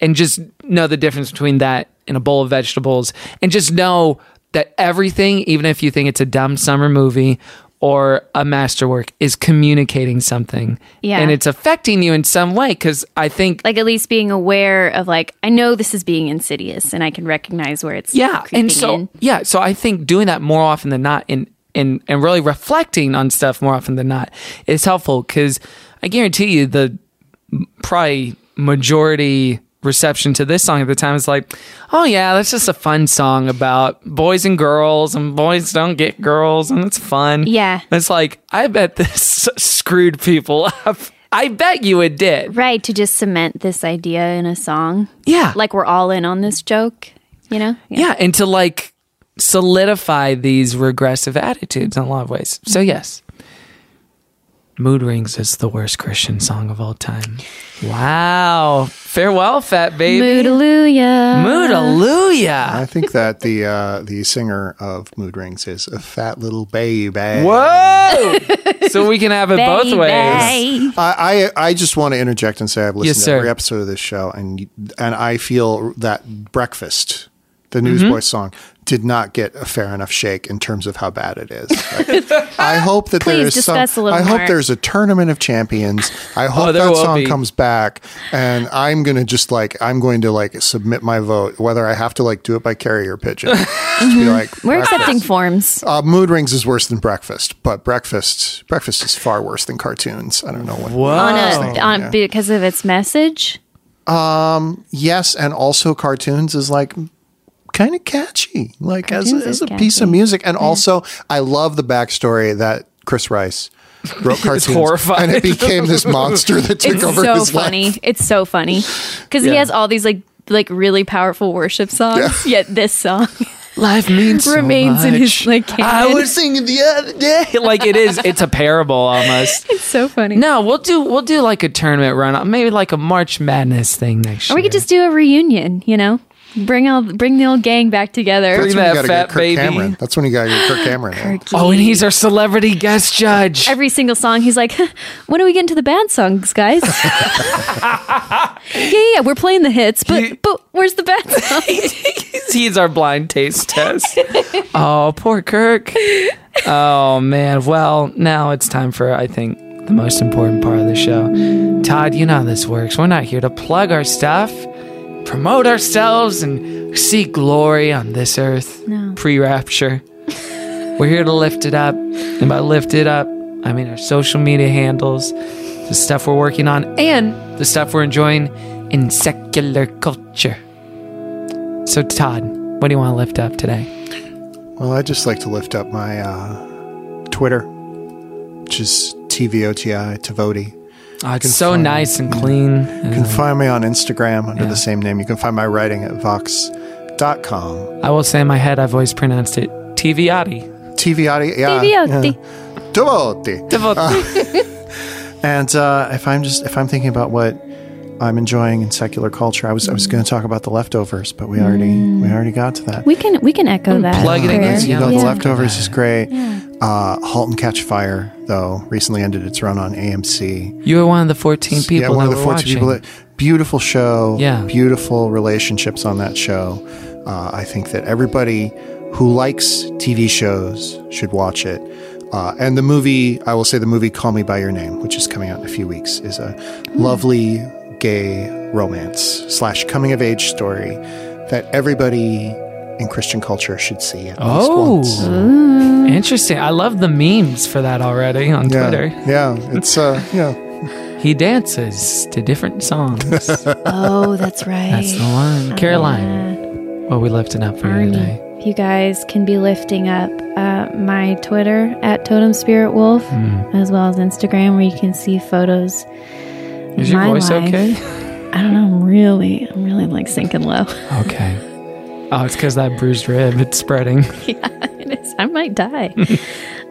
Speaker 1: and just know the difference between that and a bowl of vegetables and just know that everything, even if you think it's a dumb summer movie or a masterwork, is communicating something.
Speaker 4: Yeah.
Speaker 1: And it's affecting you in some way because I think
Speaker 4: like at least being aware of like I know this is being insidious and I can recognize where it's
Speaker 1: yeah
Speaker 4: creeping
Speaker 1: and so
Speaker 4: in.
Speaker 1: yeah so i think doing that more often than not and and and really reflecting on stuff more often than not is helpful because i guarantee you the probably majority reception to this song at the time is like oh yeah that's just a fun song about boys and girls and boys don't get girls and it's fun
Speaker 4: Yeah.
Speaker 1: it's like i bet this <laughs> screwed people up i bet you it did
Speaker 4: Right, to just cement this idea in a song.
Speaker 1: Yeah.
Speaker 4: Like we're all in on this joke, you know?
Speaker 1: yeah and to like solidify these regressive attitudes in a lot of ways so yes mood rings is the worst christian song of all time wow farewell fat baby
Speaker 4: Moodalooya.
Speaker 1: Moodalooya.
Speaker 5: I think that the uh, the singer of Mood Rings is a fat little baby.
Speaker 1: Whoa! <laughs> so we can have it both
Speaker 5: Baby.
Speaker 1: ways
Speaker 5: I, I I just want to interject and say I've listened
Speaker 1: Yes,
Speaker 5: to
Speaker 1: sir.
Speaker 5: every episode of this show, and you- and I feel that breakfast, the Newsboy song,
Speaker 4: Mm-hmm.
Speaker 5: did not get a fair enough shake in terms of how bad it is. Like, I
Speaker 4: <laughs>
Speaker 5: hope that there
Speaker 4: Please
Speaker 5: is some.
Speaker 4: discuss a little
Speaker 5: I hope
Speaker 4: more. Oh,
Speaker 5: there's a tournament of champions. I hope
Speaker 1: there
Speaker 5: that
Speaker 1: will
Speaker 5: song
Speaker 1: be.
Speaker 5: comes back, and I'm gonna just like I'm going to like submit my vote, whether I have to like do it by carrier pigeon.
Speaker 4: <laughs>
Speaker 5: just be like,
Speaker 4: We're
Speaker 5: "Breakfast."
Speaker 4: accepting forms.
Speaker 5: Uh, Mood Rings is worse than breakfast, but breakfast breakfast is far worse than cartoons. I don't know what.
Speaker 4: On
Speaker 5: I was
Speaker 4: a,
Speaker 1: Oh,
Speaker 5: thinking,
Speaker 4: on
Speaker 5: yeah.
Speaker 4: because of its message.
Speaker 5: Um. Yes, and also cartoons is like kind of catchy, like as a,
Speaker 4: Cartoons
Speaker 5: as
Speaker 4: is
Speaker 5: a piece
Speaker 4: catchy.
Speaker 5: of music, and also I love the backstory that Chris Rice
Speaker 1: <laughs>
Speaker 5: wrote cartoons,
Speaker 1: horrifying.
Speaker 5: and it became this monster that took
Speaker 4: it's
Speaker 5: over
Speaker 4: so
Speaker 5: his life.
Speaker 4: funny. It's so funny. Because he
Speaker 5: Yeah.
Speaker 4: has all these like like really powerful worship songs, yet this song
Speaker 1: life means <laughs> so
Speaker 4: remains in his
Speaker 1: much.
Speaker 4: like
Speaker 1: I
Speaker 4: canon.
Speaker 1: was singing the other day. like it is. It's a parable almost.
Speaker 4: It's so funny.
Speaker 1: No, we'll do we'll do like a tournament run, maybe like a March Madness thing next
Speaker 4: Or
Speaker 1: year.
Speaker 4: we could just do a reunion, you know? Bring all bring the old gang back together.
Speaker 5: That's when you gotta
Speaker 1: fat
Speaker 5: get Kirk
Speaker 1: baby.
Speaker 5: Cameron. That's when you got to get
Speaker 4: <laughs>
Speaker 5: Kirk Cameron. in.
Speaker 1: Oh, and he's our celebrity guest judge.
Speaker 4: Every single song, he's like, "When are we getting to the bad
Speaker 1: <laughs>
Speaker 4: songs, guys?" yeah, yeah, yeah, we're playing the hits, but but where's the bad
Speaker 1: <laughs>
Speaker 4: songs?
Speaker 1: He's our blind taste test. oh, poor Kirk. Oh man. Well, now it's time for I think the most important part of the show. Todd, you know how this works. We're not here to plug our stuff, promote ourselves, and seek glory on this earth
Speaker 4: No.
Speaker 1: pre-rapture. We're here to lift it up, and by lift it up, I mean our social media handles, the stuff we're working on, and the stuff we're enjoying in secular culture. So, Todd, what do you want to lift up today?
Speaker 5: Well, I'd just like to lift up my uh, Twitter, which is TVOTI, Tavoti.
Speaker 1: Oh,
Speaker 5: You
Speaker 1: it's
Speaker 5: can
Speaker 1: so
Speaker 5: find-
Speaker 1: nice and clean. Uh,
Speaker 5: You can
Speaker 4: Mm-hmm.
Speaker 5: find me on Instagram under the same name. You can find my writing at vox.com.
Speaker 1: I will say in my head, I've always pronounced it Tiviati.
Speaker 5: TVOTI, yeah.
Speaker 4: Tavoti.
Speaker 5: yeah. Tavoti.
Speaker 1: Tavoti.
Speaker 5: Ah. Uh, and uh, if I'm just if I'm thinking about what I'm enjoying in secular culture. I was I was going to talk about the leftovers, but we already we already got to that.
Speaker 4: Mm. We can we can echo that.
Speaker 1: plugging it
Speaker 4: there.
Speaker 1: in.
Speaker 5: You know,
Speaker 4: Yeah.
Speaker 5: the leftovers is great. Uh, *Halt and Catch Fire*, though, recently ended its run on AMC.
Speaker 1: You were one of the 14 people
Speaker 5: yeah, one
Speaker 1: that
Speaker 5: of the
Speaker 1: were
Speaker 5: 14
Speaker 1: watching.
Speaker 5: people that. Beautiful show.
Speaker 1: Yeah.
Speaker 5: Beautiful relationships on that show. Uh, I think that everybody who likes TV shows should watch it. Uh, and the movie, I will say, the movie "Call Me by Your Name," which is coming out in a few weeks, is a
Speaker 1: Hmm.
Speaker 5: lovely gay romance slash coming of age story that everybody in Christian culture should see at least
Speaker 1: Oh.
Speaker 5: once.
Speaker 4: Mm.
Speaker 1: Interesting. I love the memes for that already on
Speaker 5: Yeah.
Speaker 1: Twitter.
Speaker 5: Yeah, it's uh,
Speaker 1: <laughs>
Speaker 5: yeah.
Speaker 1: He dances to different
Speaker 5: <laughs>
Speaker 1: songs. That's
Speaker 4: Oh, that's right.
Speaker 1: the one. Caroline, what we lifting up for you today?
Speaker 4: If you guys can be lifting up uh, my Twitter at Totem Spirit Wolf,
Speaker 1: Hmm.
Speaker 4: as well as Instagram, where you can see photos. of
Speaker 1: Is your
Speaker 4: my
Speaker 1: voice
Speaker 4: life.
Speaker 1: okay?
Speaker 4: I don't know. I'm really, I'm really like sinking low. <laughs>
Speaker 1: Okay. Oh, it's because that bruised rib. It's spreading.
Speaker 4: yeah, it is. I
Speaker 1: <laughs>
Speaker 4: might die.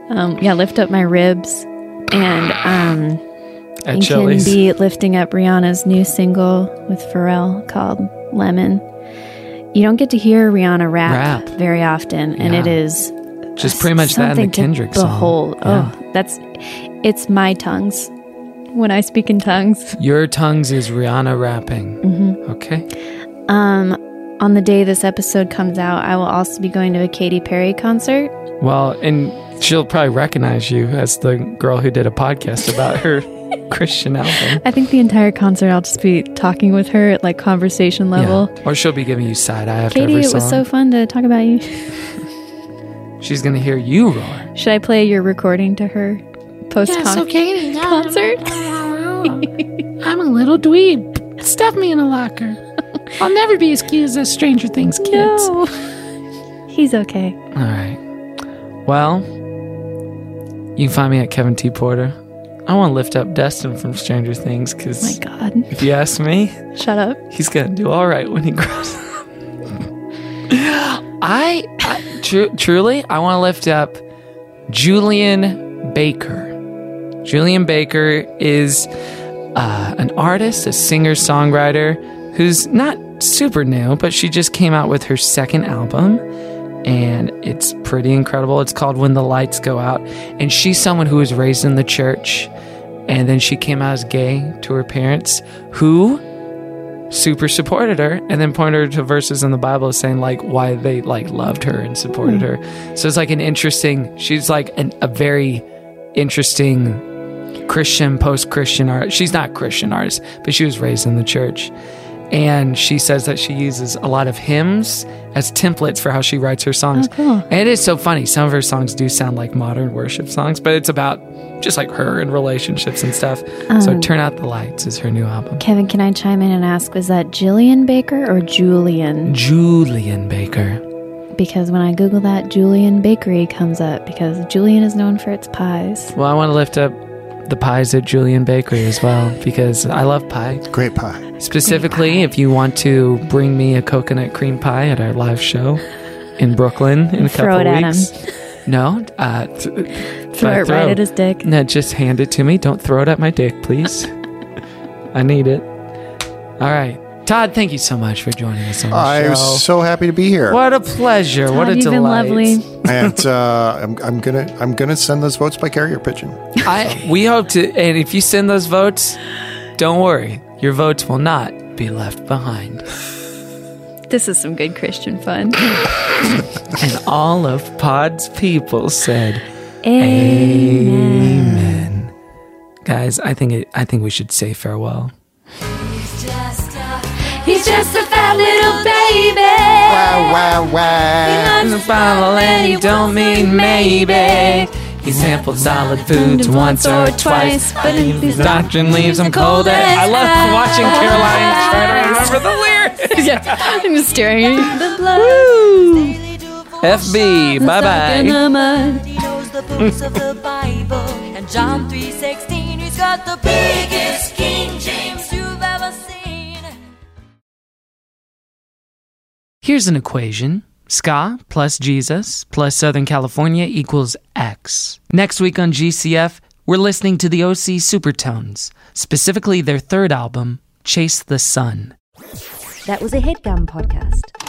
Speaker 4: um, yeah, lift up my ribs, and um,
Speaker 1: At
Speaker 4: you
Speaker 1: Chili's.
Speaker 4: can be lifting up Rihanna's new single with Pharrell called "Lemon." You don't get to hear Rihanna rap,
Speaker 1: Rap.
Speaker 4: very often, and it
Speaker 1: Yeah.
Speaker 4: is
Speaker 1: Just pretty much that and the
Speaker 4: something to
Speaker 1: Kendrick song.
Speaker 4: Behold, oh, that's it's my tongues when I speak in tongues.
Speaker 1: Your tongues is Rihanna rapping.
Speaker 4: Mhm.
Speaker 18: Mm-hmm.
Speaker 1: Okay.
Speaker 4: Um, on the day this episode comes out, I will also be going to a Katy Perry concert.
Speaker 1: Well, and she'll probably recognize you as the girl who did a podcast about
Speaker 18: <laughs>
Speaker 1: her Christian album.
Speaker 4: I think the entire concert, I'll just be talking with her at like conversation level.
Speaker 1: Yeah. Or she'll be giving you side eye after
Speaker 4: Katie,
Speaker 1: every
Speaker 4: it
Speaker 1: song.
Speaker 4: was so fun to talk about you.
Speaker 1: She's gonna hear you roar.
Speaker 4: Should I play your recording to her post concert?
Speaker 18: Katie.
Speaker 4: concert?
Speaker 18: I'm a little dweeb. Stuff me in a locker. <laughs> I'll never be as cute as those Stranger Things kids.
Speaker 4: <laughs> He's okay.
Speaker 1: All right. Well, you can find me at Kevin T. Porter. I want to lift up Destin from Stranger Things because
Speaker 4: my God.
Speaker 1: if you ask me,
Speaker 4: Shut up.
Speaker 1: he's gonna do all right when he grows up. I, I tru- truly, I want to lift up Julian Baker. Julian Baker is uh, an artist, a singer songwriter who's not super new, but she just came out with her second album. And it's pretty incredible. It's called When the Lights Go Out. And she's someone who was raised in the church. And then she came out as gay to her parents, who super supported her and then pointed her to verses in the Bible saying like why they like loved her and supported
Speaker 4: Hmm.
Speaker 1: her. So it's like an interesting she's like an, a very interesting Christian post-Christian art. She's not Christian artist, but she was raised in the church. And she says that she uses a lot of hymns as templates for how she writes her songs.
Speaker 4: Oh, cool.
Speaker 1: And it is so funny. Some of her songs do sound like modern worship songs, but it's about just like her and relationships and stuff. so
Speaker 4: Um,
Speaker 1: Turn Out the Lights is her new album.
Speaker 4: Kevin, can I chime in and ask, was that Jillian Baker or Julian?
Speaker 1: Julian Baker.
Speaker 4: Because when I Google that, Julian Bakery comes up because Julian is known for its pies.
Speaker 1: Well, I want to lift up the pies at Julian Bakery as well because I love pie.
Speaker 5: Great pie.
Speaker 1: Specifically, if you want to bring me a coconut cream pie at our live show in Brooklyn in a
Speaker 4: Throw
Speaker 1: couple
Speaker 4: it at
Speaker 1: weeks. No, uh, th-
Speaker 4: Throw
Speaker 1: but
Speaker 4: it right at his dick.
Speaker 1: No, just hand it to me. Don't throw it at my dick, please. I need it. All right, Todd. Thank you so much for joining us on the
Speaker 5: I
Speaker 1: show.
Speaker 5: was so happy to be here.
Speaker 1: what a pleasure! what a
Speaker 4: Todd, you've been
Speaker 1: delight!
Speaker 4: lovely.
Speaker 5: and uh, I'm, I'm gonna I'm gonna send those votes by carrier pigeon.
Speaker 1: I we hope to, and if you send those votes, don't worry, your votes will not be left behind.
Speaker 4: This is some good Christian fun.
Speaker 1: And all of Pod's people said,
Speaker 4: Amen.
Speaker 1: "Amen." Guys, I think it, I think we should say farewell.
Speaker 18: He's just a fat little baby.
Speaker 5: Wow, wow.
Speaker 18: He
Speaker 1: And
Speaker 18: loves
Speaker 1: follow and you don't mean maybe. He sampled solid foods once or twice, but <laughs> his doctrine leaves him cold. As I love watching Caroline try to remember the lyrics.
Speaker 4: <laughs> yeah, I'm just staring at you.
Speaker 18: the blood.
Speaker 1: FB, bye
Speaker 4: Stuck in
Speaker 1: bye.
Speaker 4: the mud.
Speaker 18: He knows the books of the Bible. And John 3.16, he's got the biggest King James you've ever seen.
Speaker 1: Here's an equation Ska plus Jesus plus Southern California equals X. Next week on GCF, we're listening to the OC Supertones, specifically their third album, Chase the Sun.
Speaker 2: That was a headgum podcast.